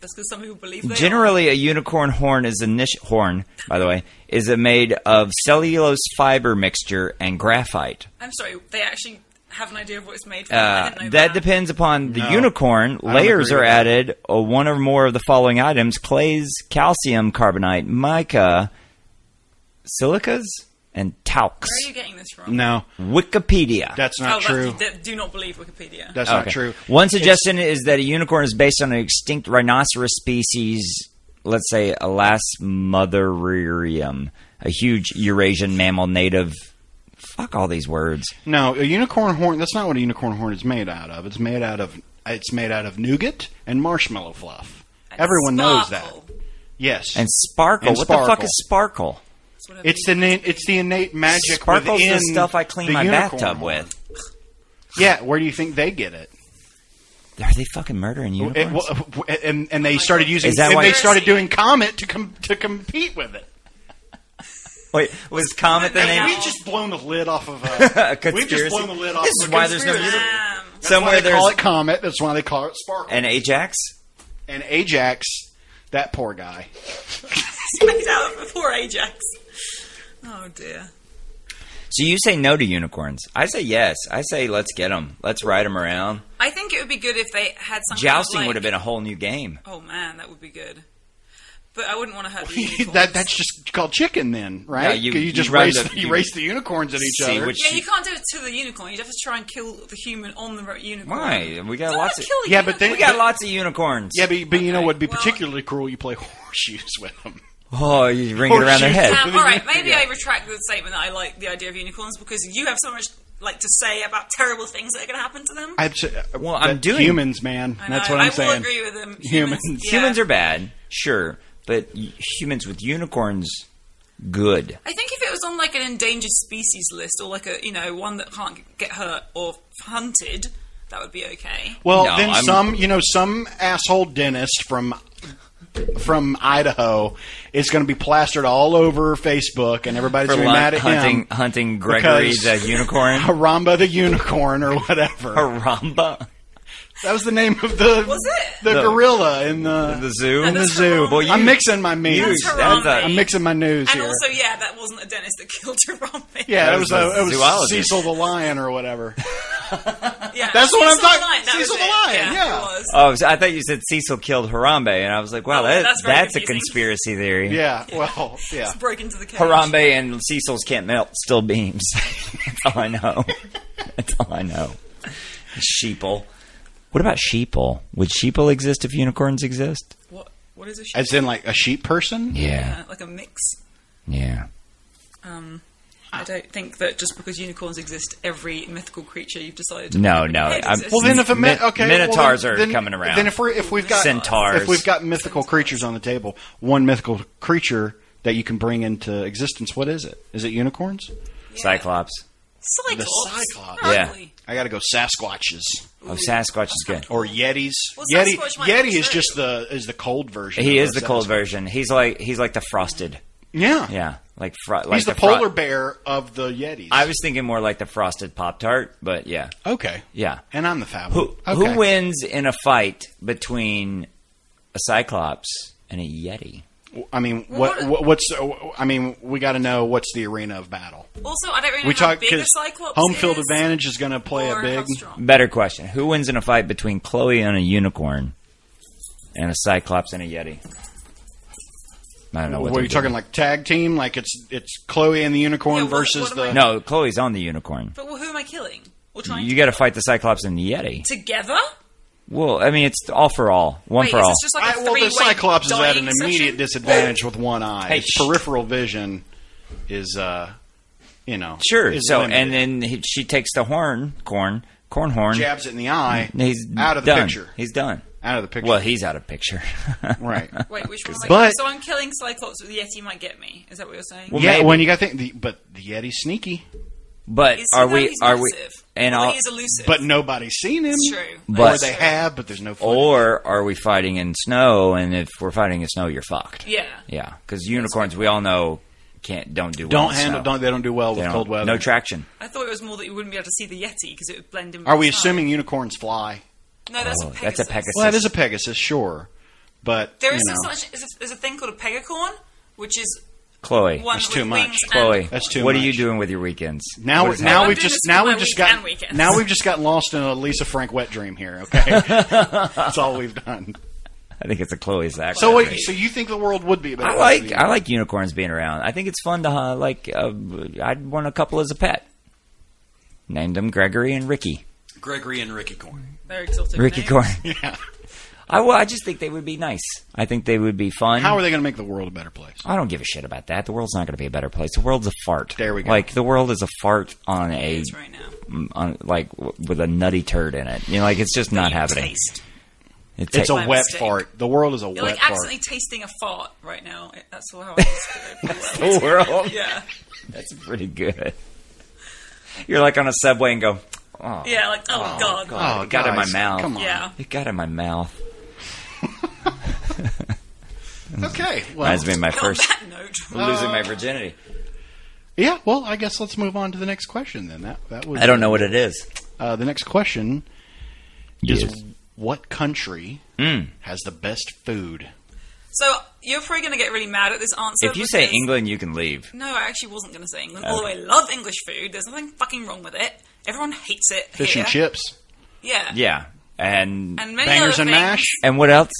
Speaker 4: That's because some people believe they
Speaker 1: Generally, a unicorn horn is a niche horn. By the way, is a made of cellulose fiber mixture and graphite.
Speaker 4: Are. I'm sorry, they actually have an idea of what it's made from. I
Speaker 1: Uh,
Speaker 4: didn't know
Speaker 1: that depends upon the
Speaker 2: No.
Speaker 1: unicorn.
Speaker 2: don't
Speaker 1: Layers
Speaker 2: agree
Speaker 1: are
Speaker 2: with that.
Speaker 1: added, uh, one or more of the following items clays, calcium carbonate, mica, silicas, and talcs.
Speaker 4: Where are you getting this from?
Speaker 2: No,
Speaker 1: Wikipedia.
Speaker 2: that's
Speaker 4: Oh,
Speaker 2: not true.
Speaker 4: that's- d- do not believe Wikipedia.
Speaker 2: That's not
Speaker 1: Okay.
Speaker 2: true.
Speaker 1: One suggestion is that a unicorn is based on an extinct rhinoceros species, let's say Elasmotherium, a huge Eurasian mammal native. Fuck all these words.
Speaker 2: No, a unicorn horn. That's not what a unicorn horn is made out of. It's made out of it's made out of nougat and marshmallow fluff.
Speaker 4: And
Speaker 2: Everyone knows that.
Speaker 4: sparkle.
Speaker 2: Yes,
Speaker 1: And sparkle.
Speaker 2: And
Speaker 1: what the
Speaker 2: sparkle.
Speaker 1: fuck is sparkle?
Speaker 4: That's what I
Speaker 2: it's the
Speaker 4: believe.
Speaker 2: innate, it's the innate magic
Speaker 1: Sparkle's
Speaker 2: within
Speaker 1: the stuff I clean
Speaker 2: the
Speaker 1: my
Speaker 2: unicorn
Speaker 1: bathtub
Speaker 2: horn.
Speaker 1: with.
Speaker 2: Yeah, where do you think they get it?
Speaker 1: Are they fucking murdering unicorns?
Speaker 2: It- well, uh, w- and and they started using.
Speaker 1: Is that
Speaker 2: and
Speaker 1: why-
Speaker 2: they started doing comet to com- to compete with it?
Speaker 1: Wait, was Comet the
Speaker 4: And
Speaker 1: name?
Speaker 4: Now-
Speaker 2: We've just blown the lid off of a,
Speaker 1: A
Speaker 2: We've just blown
Speaker 1: conspiracy?
Speaker 2: the lid off.
Speaker 1: This
Speaker 2: of
Speaker 1: is
Speaker 2: a
Speaker 1: why there's no
Speaker 2: conspiracy.
Speaker 1: unicorn.
Speaker 4: Damn.
Speaker 2: That's
Speaker 1: Somewhere
Speaker 2: why they
Speaker 1: there's
Speaker 2: call it comet. That's why they call it sparkle.
Speaker 1: an Ajax.
Speaker 2: and Ajax, that poor guy.
Speaker 4: It's made out of before Ajax. Oh dear.
Speaker 1: So you say no to unicorns. I say yes. I say let's get them. Let's ride them around.
Speaker 4: I think it would be good if they had some.
Speaker 1: Jousting
Speaker 4: kind of, like-
Speaker 1: would have been a whole new game.
Speaker 4: Oh man, that would be good. But I wouldn't want to hurt the unicorns.
Speaker 2: that that's just called chicken, then, right?
Speaker 1: Yeah, you-
Speaker 2: 'Cause
Speaker 1: you
Speaker 2: just
Speaker 1: run
Speaker 2: race
Speaker 1: the-
Speaker 2: you,
Speaker 1: you
Speaker 2: race the unicorns at each
Speaker 1: see
Speaker 2: other.
Speaker 1: which-
Speaker 4: Yeah, you can't do it to the unicorn. You'd have to try and kill the human on the ro- unicorn.
Speaker 1: Why? We got
Speaker 4: Don't
Speaker 1: lots
Speaker 4: wanna
Speaker 1: of
Speaker 4: kill the
Speaker 2: Yeah, but then-
Speaker 1: we
Speaker 4: unicorn.
Speaker 1: got lots of unicorns.
Speaker 2: yeah, but, but you know
Speaker 4: Okay,
Speaker 2: what'd be
Speaker 4: well-
Speaker 2: particularly cruel? You play horseshoes with them.
Speaker 1: Oh, you ring it around their head.
Speaker 4: Um, all right, maybe I retract the statement that I like the idea of unicorns because you have so much like to say about terrible things that are going to happen to them.
Speaker 2: I'd say,
Speaker 1: Well, I'm
Speaker 2: that-
Speaker 1: doing-
Speaker 2: humans, man.
Speaker 4: I
Speaker 2: That's
Speaker 4: know,
Speaker 2: what I'm
Speaker 4: I
Speaker 2: saying.
Speaker 4: will agree with them.
Speaker 2: Humans.
Speaker 4: yeah.
Speaker 1: Humans are bad, sure, but y- humans with unicorns, good.
Speaker 4: I think if it was on like an endangered species list or like a you know one that can't get hurt or hunted, that would be okay.
Speaker 2: Well,
Speaker 1: No,
Speaker 2: then
Speaker 1: I'm-
Speaker 2: some, you know, some asshole dentist from from Idaho is going to be plastered all over Facebook, and everybody's
Speaker 1: For
Speaker 2: going to
Speaker 1: lun-
Speaker 2: be mad at
Speaker 1: hunting,
Speaker 2: him.
Speaker 1: hunting Gregory
Speaker 2: because-
Speaker 1: the unicorn,
Speaker 2: Haramba the unicorn, or whatever.
Speaker 1: Haramba,
Speaker 2: that was the name of the
Speaker 4: Was it?
Speaker 2: the
Speaker 1: The-
Speaker 2: gorilla in the
Speaker 1: the zoo,
Speaker 4: And
Speaker 2: in the
Speaker 4: That's
Speaker 2: zoo.
Speaker 4: Harambe. Well,
Speaker 2: I'm
Speaker 1: you-
Speaker 2: mixing my memes.
Speaker 4: That's
Speaker 1: that's a-
Speaker 4: Harambe.
Speaker 2: I'm mixing my news
Speaker 4: and
Speaker 2: here.
Speaker 4: also, yeah, that wasn't a dentist that killed Harambe.
Speaker 2: yeah,
Speaker 1: That
Speaker 2: it was,
Speaker 1: was
Speaker 2: a,
Speaker 1: a
Speaker 2: it was
Speaker 1: zoologist.
Speaker 2: Cecil the lion or whatever.
Speaker 4: yeah.
Speaker 2: That's what I'm
Speaker 4: Cecil
Speaker 2: talking-
Speaker 4: the Lion, that was
Speaker 2: Cecil the
Speaker 4: it.
Speaker 2: Lion, yeah.
Speaker 4: it was.
Speaker 1: Oh, so I thought you said Cecil killed Harambe, and I was like, wow,
Speaker 4: Oh,
Speaker 1: that, that's,
Speaker 4: that's very
Speaker 1: a
Speaker 4: confusing.
Speaker 1: conspiracy theory.
Speaker 2: Yeah, well, yeah.
Speaker 4: It's broken to the cage.
Speaker 1: Harambe and Cecil's can't melt still beams. that's all I know. that's all I know. Sheeple. What about sheeple? Would sheeple exist if unicorns exist?
Speaker 4: What? What is a sheep?
Speaker 2: As in, like a sheep person.
Speaker 1: Yeah.
Speaker 4: like a mix.
Speaker 1: Yeah.
Speaker 4: Um,
Speaker 2: Ah.
Speaker 4: I don't think that just because unicorns exist, every mythical creature you've decided to
Speaker 1: No,
Speaker 4: make
Speaker 1: no,
Speaker 4: exists.
Speaker 1: I'm-
Speaker 2: Well, then if a
Speaker 1: Min-
Speaker 2: mi- okay,
Speaker 1: minotaurs
Speaker 2: well,
Speaker 1: are
Speaker 2: then-
Speaker 1: coming around.
Speaker 2: Then if we if we've got
Speaker 1: Centaurs.
Speaker 2: if we've got mythical creatures on the table, one mythical creature that you can bring into existence, what is it? Is it unicorns?
Speaker 4: Yeah.
Speaker 1: Cyclops.
Speaker 4: Cyclops.
Speaker 2: The Cyclops.
Speaker 1: Yeah.
Speaker 4: Ugly.
Speaker 2: I got to go Sasquatches.
Speaker 1: Oh, Sasquatch is good.
Speaker 2: or Yetis.
Speaker 4: Well,
Speaker 2: Yeti
Speaker 4: Sasquatch might
Speaker 2: Yeti
Speaker 4: be
Speaker 2: is
Speaker 4: true.
Speaker 2: just the is the cold version.
Speaker 1: He
Speaker 2: of
Speaker 1: is the cold
Speaker 2: Sasquatch.
Speaker 1: version. He's like he's like the frosted.
Speaker 2: Yeah,
Speaker 1: Yeah, like fro- like
Speaker 2: He's the,
Speaker 1: fro-
Speaker 2: polar bear of the Yetis.
Speaker 1: I was thinking more like the frosted pop tart, but yeah,
Speaker 2: okay,
Speaker 1: yeah.
Speaker 2: and I'm the fat one.
Speaker 1: Who
Speaker 2: okay.
Speaker 1: who wins in a fight between a cyclops and a yeti?
Speaker 2: I mean, what,
Speaker 4: Well,
Speaker 2: what what's? I mean, we got to know what's the arena of battle.
Speaker 4: Also, I don't really know
Speaker 2: We
Speaker 4: how
Speaker 2: talk
Speaker 4: big a
Speaker 2: because
Speaker 4: Cyclops
Speaker 2: home field
Speaker 4: is,
Speaker 2: advantage is going to play
Speaker 4: or
Speaker 2: a big.
Speaker 4: how strong.
Speaker 1: Better question: Who wins in a fight between Chloe and a unicorn and a cyclops and a yeti? I don't know what
Speaker 2: What are
Speaker 1: they're
Speaker 2: you talking
Speaker 1: doing.
Speaker 2: like tag team? Like it's it's Chloe and the unicorn
Speaker 4: Yeah, what-
Speaker 2: versus
Speaker 4: what
Speaker 2: the.
Speaker 4: am I-
Speaker 1: No, Chloe's on the unicorn.
Speaker 4: But well, who am I killing? Or trying
Speaker 1: You
Speaker 4: to
Speaker 1: got to fight the cyclops and the yeti.
Speaker 4: together?
Speaker 1: Well, I mean, it's all for all, one
Speaker 4: Wait,
Speaker 1: for
Speaker 4: is
Speaker 1: all.
Speaker 4: this just like
Speaker 2: I,
Speaker 4: a
Speaker 2: well,
Speaker 4: three-way
Speaker 2: the Cyclops is at an
Speaker 4: dying
Speaker 2: immediate
Speaker 4: session?
Speaker 2: disadvantage with one eye.
Speaker 1: Hey,
Speaker 2: His
Speaker 1: shh.
Speaker 2: peripheral vision is, uh, you know,
Speaker 1: Sure.
Speaker 2: is
Speaker 1: so,
Speaker 2: limited.
Speaker 1: and then he, she takes the horn, corn, corn horn.
Speaker 2: jabs it in the eye.
Speaker 1: and He's
Speaker 2: out of the
Speaker 1: done.
Speaker 2: picture.
Speaker 1: He's done.
Speaker 2: Out of the picture.
Speaker 1: Well, he's out of picture.
Speaker 2: right.
Speaker 4: Wait, which one? am I-
Speaker 2: But-
Speaker 4: so I'm killing Cyclops, but the Yeti might get me. Is that what you're saying?
Speaker 1: Well,
Speaker 2: yeah,
Speaker 1: maybe.
Speaker 2: when you got to think, the, but the Yeti's sneaky,
Speaker 1: But
Speaker 4: Is-
Speaker 1: are
Speaker 4: no,
Speaker 1: we?
Speaker 4: He's
Speaker 1: Are we?
Speaker 4: elusive.
Speaker 1: And
Speaker 4: Well,
Speaker 1: all,
Speaker 4: he's elusive.
Speaker 2: but nobody's seen him.
Speaker 4: It's true.
Speaker 1: But-
Speaker 2: or they have, but there's no. footage.
Speaker 1: or are we fighting in snow? And if we're fighting in snow, you're fucked.
Speaker 4: yeah.
Speaker 1: Yeah, because unicorns, we all know, can't don't do. well
Speaker 2: don't
Speaker 1: in
Speaker 2: handle.
Speaker 1: snow.
Speaker 2: Don't they don't do well
Speaker 1: They
Speaker 2: with
Speaker 1: don't-
Speaker 2: cold weather.
Speaker 1: No traction.
Speaker 4: I thought it was more that you wouldn't be able to see the Yeti because it would blend in. with
Speaker 2: Are we
Speaker 4: the sun.
Speaker 2: assuming unicorns fly?
Speaker 4: No, that's
Speaker 1: Oh,
Speaker 4: a
Speaker 1: that's
Speaker 4: Pegasus.
Speaker 1: a Pegasus.
Speaker 2: Well, that is a Pegasus, sure, but
Speaker 4: There
Speaker 2: you
Speaker 4: is
Speaker 2: know,
Speaker 4: such there's a, there's a thing called a Pegacorn, which is
Speaker 1: Chloe,
Speaker 4: one
Speaker 2: That's
Speaker 4: with
Speaker 2: too much.
Speaker 4: wings and-
Speaker 1: Chloe,
Speaker 2: That's too
Speaker 1: What are
Speaker 2: much.
Speaker 1: you doing with your weekends? What
Speaker 2: now we're-
Speaker 1: is
Speaker 2: now
Speaker 1: happening?
Speaker 2: we've
Speaker 4: doing
Speaker 2: just
Speaker 4: this
Speaker 2: now
Speaker 4: for
Speaker 2: we've
Speaker 4: my
Speaker 2: just
Speaker 4: week
Speaker 2: got
Speaker 4: and weekends.
Speaker 2: now we've just gotten lost in a Lisa Frank wet dream here. Okay, that's all we've done.
Speaker 1: I think it's a Chloe's act.
Speaker 2: So wait, so you think the world would be a better?
Speaker 1: I
Speaker 2: place to
Speaker 1: like
Speaker 2: be?
Speaker 1: I like unicorns being around. I think it's fun to uh, like. Uh, I'd want a couple as a pet. Named them Gregory and Ricky.
Speaker 2: Gregory and Ricky Corn.
Speaker 4: They're exotic.
Speaker 1: Ricky
Speaker 4: names.
Speaker 1: Corn.
Speaker 2: Yeah.
Speaker 1: I well, I just think they would be nice. I think they would be fun.
Speaker 2: How are they going to make the world a better place?
Speaker 1: I don't give a shit about that. The world's not going to be a better place. The world's a fart.
Speaker 2: There we go.
Speaker 1: Like the world is a fart on a
Speaker 4: It's right now.
Speaker 1: on like w- with a nutty turd in it. You know, like it's just not
Speaker 4: You
Speaker 1: happening.
Speaker 4: Taste.
Speaker 1: It
Speaker 2: It's a
Speaker 1: ta-
Speaker 4: My
Speaker 2: wet
Speaker 4: mistake.
Speaker 2: fart. The world is a
Speaker 4: You're
Speaker 2: wet
Speaker 4: like
Speaker 2: fart.
Speaker 4: accidentally tasting a fart right now. It- That's all how I describe
Speaker 1: the world.
Speaker 4: Yeah.
Speaker 1: That's pretty good. You're like on a subway and go, oh,
Speaker 4: Yeah, like, oh, God.
Speaker 1: Oh, it got in my
Speaker 2: guys,
Speaker 1: mouth.
Speaker 2: Come on.
Speaker 4: Yeah.
Speaker 1: "Oh, it got in my mouth.
Speaker 2: Okay. Well,
Speaker 1: Reminds me of my
Speaker 4: On
Speaker 1: first
Speaker 4: that note,
Speaker 1: losing my virginity.
Speaker 2: yeah. Well, I guess let's move on to the next question then. That that was.
Speaker 1: I don't know what it is.
Speaker 2: Uh, the next question
Speaker 1: Yes. Hmm.
Speaker 2: is what country has the best food?
Speaker 4: so you're probably going to get really mad at this answer.
Speaker 1: If you say Oh,
Speaker 4: because-
Speaker 1: England, you can leave.
Speaker 4: No, I actually wasn't going to say England. Although I love English food, there's nothing fucking wrong with it. Everyone hates it.
Speaker 2: Fish
Speaker 4: here.
Speaker 2: and chips,
Speaker 4: Yeah.
Speaker 1: Yeah, and
Speaker 4: And many
Speaker 2: bangers
Speaker 4: other
Speaker 2: and
Speaker 4: things.
Speaker 2: mash.
Speaker 1: and what else?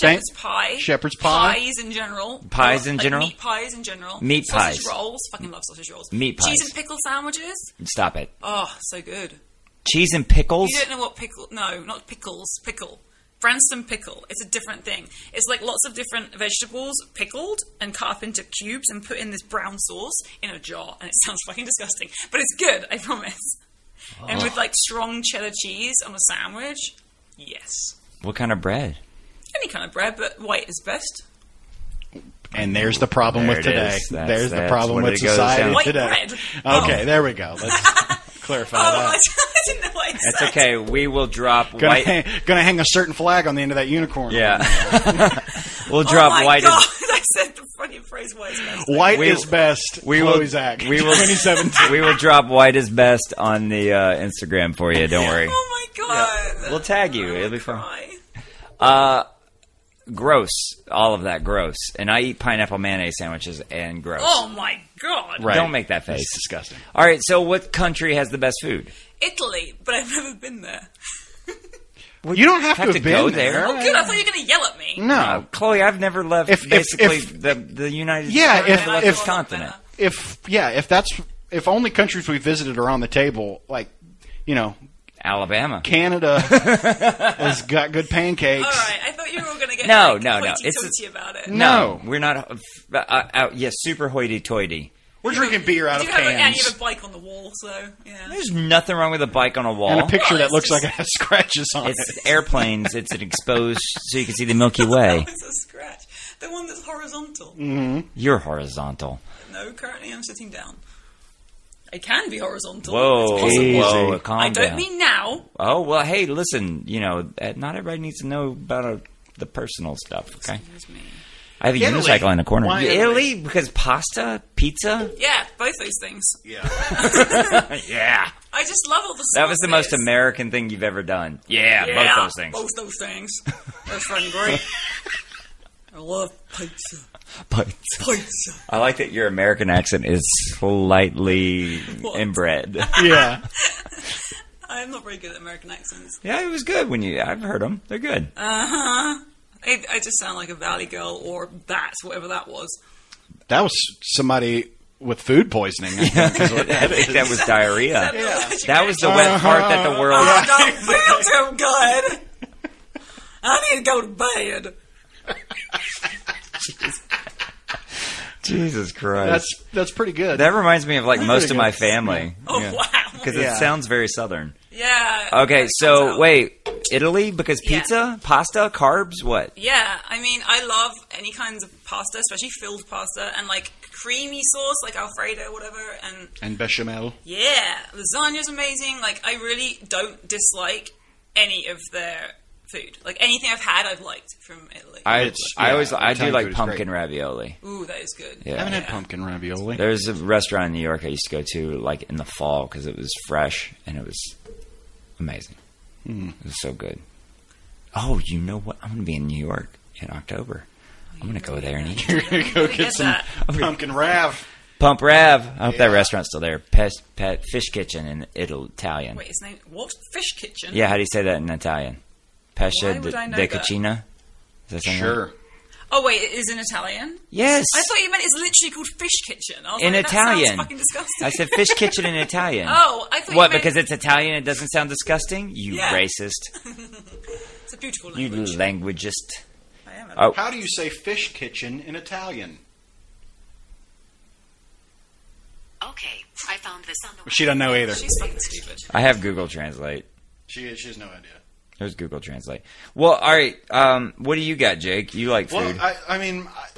Speaker 4: Shepherd's pie.
Speaker 2: Shepherd's pie.
Speaker 4: Pies in general.
Speaker 1: Pies in
Speaker 4: Like
Speaker 1: general?
Speaker 4: Meat pies in general.
Speaker 1: Meat
Speaker 4: sausage
Speaker 1: pies.
Speaker 4: rolls. Fucking love sausage rolls.
Speaker 1: Meat pies.
Speaker 4: Cheese and pickle sandwiches.
Speaker 1: Stop it.
Speaker 4: Oh, so good.
Speaker 1: Cheese and pickles.
Speaker 4: You don't know what pickle? No, not pickles. Pickle. Branston pickle. It's a different thing. It's like lots of different vegetables pickled and cut up into cubes and put in this brown sauce in a jar, and it sounds fucking disgusting, but it's good. I promise. And with like strong cheddar cheese on a sandwich. Yes.
Speaker 1: What kind of bread?
Speaker 4: Any kind of bread, but white is best.
Speaker 2: and there's the problem
Speaker 1: There
Speaker 2: with
Speaker 1: it
Speaker 2: today.
Speaker 1: is. That's-
Speaker 2: There's the
Speaker 1: that's
Speaker 2: problem
Speaker 1: what
Speaker 2: with
Speaker 1: it goes down. Oh.
Speaker 2: society
Speaker 4: White
Speaker 2: today.
Speaker 4: bread.
Speaker 2: Okay, there we go. Let's clarify
Speaker 4: Oh, I
Speaker 2: that.
Speaker 4: didn't know what I
Speaker 1: That's
Speaker 4: said.
Speaker 1: okay. We will drop
Speaker 2: Gonna,
Speaker 1: white.
Speaker 2: hang, gonna hang a certain flag on the end of that unicorn.
Speaker 1: Yeah, we'll
Speaker 4: Oh
Speaker 1: drop
Speaker 4: my
Speaker 1: white.
Speaker 4: God,
Speaker 1: As,
Speaker 4: I said the fucking phrase white is best.
Speaker 2: White
Speaker 1: We-
Speaker 2: is best.
Speaker 1: we will.
Speaker 2: Chloe's act.
Speaker 1: We will.
Speaker 2: 2017.
Speaker 1: We will drop white as best on the uh, Instagram for you. Don't worry.
Speaker 4: Oh my god. Oh
Speaker 1: We'll tag you. It'll be fun.
Speaker 4: Cry.
Speaker 1: Gross. All of that gross. And I eat pineapple mayonnaise sandwiches and gross.
Speaker 4: Oh my god.
Speaker 2: Right.
Speaker 1: Don't make that face.
Speaker 2: It's disgusting.
Speaker 1: All right. So, what country has the best food?
Speaker 4: Italy, but I've never been there.
Speaker 2: you don't have,
Speaker 1: have to
Speaker 2: been
Speaker 1: go there.
Speaker 4: Oh, good. I thought you were going to yell at
Speaker 2: Mm.
Speaker 4: me.
Speaker 1: Uh,
Speaker 2: No.
Speaker 1: Chloe, I've never left
Speaker 2: If- if-
Speaker 1: basically
Speaker 2: if-
Speaker 1: the the United
Speaker 2: Yeah,
Speaker 1: I've never
Speaker 2: if-
Speaker 1: left
Speaker 2: if-
Speaker 1: this continent.
Speaker 2: If yeah, if that's if only countries we visited are on the table, like you know,
Speaker 1: Alabama.
Speaker 2: Canada has got good pancakes.
Speaker 4: All right. I thought you were all going to get
Speaker 1: No,
Speaker 4: like,
Speaker 1: no, no.
Speaker 4: hoity-toity
Speaker 1: It's a-
Speaker 4: about it.
Speaker 1: No,
Speaker 2: No.
Speaker 1: we're not. Uh, uh, uh, yeah, super hoity-toity.
Speaker 2: We're drinking beer out
Speaker 4: Do
Speaker 2: of
Speaker 4: you have, a, and you
Speaker 2: cans.
Speaker 4: have a bike on the wall, so yeah.
Speaker 1: There's nothing wrong with a bike on a wall.
Speaker 2: and a picture
Speaker 4: Oh,
Speaker 2: that
Speaker 4: it's
Speaker 2: looks
Speaker 4: just-
Speaker 2: like it has scratches on it.
Speaker 1: it's airplanes. It's an exposed, so you can see the Milky Way. Mm.
Speaker 4: It's a scratch. The one that's horizontal.
Speaker 1: You're horizontal.
Speaker 4: No, currently I'm sitting down. It can be horizontal.
Speaker 1: Whoa,
Speaker 4: It's possible.
Speaker 1: whoa,
Speaker 2: Easy.
Speaker 1: calm
Speaker 4: I don't
Speaker 1: down.
Speaker 4: mean now.
Speaker 1: oh well, hey, listen, you know, uh, not everybody needs to know about uh the personal stuff. Okay,
Speaker 4: Excuse me.
Speaker 1: I have a
Speaker 2: Italy.
Speaker 1: unicycle in the corner.
Speaker 2: Why
Speaker 1: Italy?
Speaker 2: Italy?
Speaker 1: because pasta, pizza.
Speaker 4: Yeah, both those things.
Speaker 2: Yeah.
Speaker 1: Yeah,
Speaker 4: I just love all the
Speaker 1: that was the most
Speaker 4: sauces.
Speaker 1: American thing you've ever done. Yeah,
Speaker 4: Yeah,
Speaker 1: both those things.
Speaker 4: Both those things. That's fucking great. I love pizza.
Speaker 1: But-
Speaker 4: Pizza.
Speaker 1: I like that your American accent is slightly
Speaker 4: What?
Speaker 1: inbred.
Speaker 2: yeah.
Speaker 4: I'm not very good at American accents.
Speaker 1: yeah, it was good when you. I've heard them; they're good.
Speaker 4: Uh huh. I, I just sound like a valley girl or that, whatever that was.
Speaker 2: That was somebody with food poisoning. I think, is what
Speaker 1: I
Speaker 2: that
Speaker 1: think
Speaker 2: is.
Speaker 1: that was diarrhea.
Speaker 4: Is that the-
Speaker 1: That was the wet part that the world.
Speaker 4: Oh, I don't feel too good. I need to go to bed.
Speaker 1: Jesus Christ.
Speaker 2: That's that's pretty good.
Speaker 1: that reminds me of like most of
Speaker 2: pretty
Speaker 1: my
Speaker 2: good.
Speaker 1: family.
Speaker 4: Oh wow.
Speaker 1: Because
Speaker 2: Yeah.
Speaker 1: it sounds very southern.
Speaker 4: Yeah.
Speaker 1: Okay,
Speaker 4: comes
Speaker 1: so
Speaker 4: out.
Speaker 1: wait, Italy because
Speaker 4: Yeah.
Speaker 1: pizza, pasta, carbs, what?
Speaker 4: Yeah, I mean, I love any kinds of pasta, especially filled pasta and like creamy sauce, like Alfredo, whatever. And
Speaker 2: and bechamel.
Speaker 4: yeah, lasagna's amazing. Like, I really don't dislike any of their food. Like, anything I've had, I've liked from Italy.
Speaker 1: I
Speaker 2: It's-
Speaker 1: I
Speaker 2: yeah,
Speaker 1: always I do
Speaker 2: Italian
Speaker 1: like
Speaker 2: food is
Speaker 1: pumpkin
Speaker 2: great.
Speaker 1: ravioli.
Speaker 4: Ooh, that is good.
Speaker 1: Yeah.
Speaker 2: I haven't had pumpkin ravioli.
Speaker 1: There's a restaurant in New York I used to go to like in the fall because it was fresh and it was amazing. It was so good. Oh, you know what? I'm going to be in New York in October. I'm going to go there and eat.
Speaker 2: You're gonna go get
Speaker 4: Get
Speaker 2: some
Speaker 4: that.
Speaker 2: pumpkin rav.
Speaker 1: Pump Rav. I hope that restaurant's still there. Pet, pet Fish Kitchen in Ital- Italian.
Speaker 4: Wait, his name? What? Fish Kitchen?
Speaker 1: Yeah, how do you say that in Italian? Pesce
Speaker 4: Why would I know
Speaker 1: de
Speaker 4: that?
Speaker 1: cucina? Is that something?
Speaker 2: Sure.
Speaker 4: Oh, wait, it is in Italian?
Speaker 1: Yes.
Speaker 4: I thought you meant it's literally called Fish Kitchen. I was
Speaker 1: in
Speaker 4: like, That
Speaker 1: Italian.
Speaker 4: sounds fucking disgusting.
Speaker 1: I said fish kitchen in Italian.
Speaker 4: Oh, I thought
Speaker 1: What,
Speaker 4: you meant
Speaker 1: because it's Italian, it doesn't sound disgusting? You
Speaker 4: Yeah.
Speaker 1: racist.
Speaker 4: it's a beautiful
Speaker 1: You
Speaker 4: language.
Speaker 1: languageist.
Speaker 4: I am.
Speaker 1: Oh.
Speaker 2: How do you say fish kitchen in Italian?
Speaker 5: Okay, I found this on the
Speaker 2: She doesn't know either.
Speaker 4: She's fucking stupid.
Speaker 1: I have Google Translate.
Speaker 2: She she has no idea.
Speaker 1: There's Google Translate. Well, all right. Um, what do you got, Jake? You like food.
Speaker 2: Well, I, I mean, I,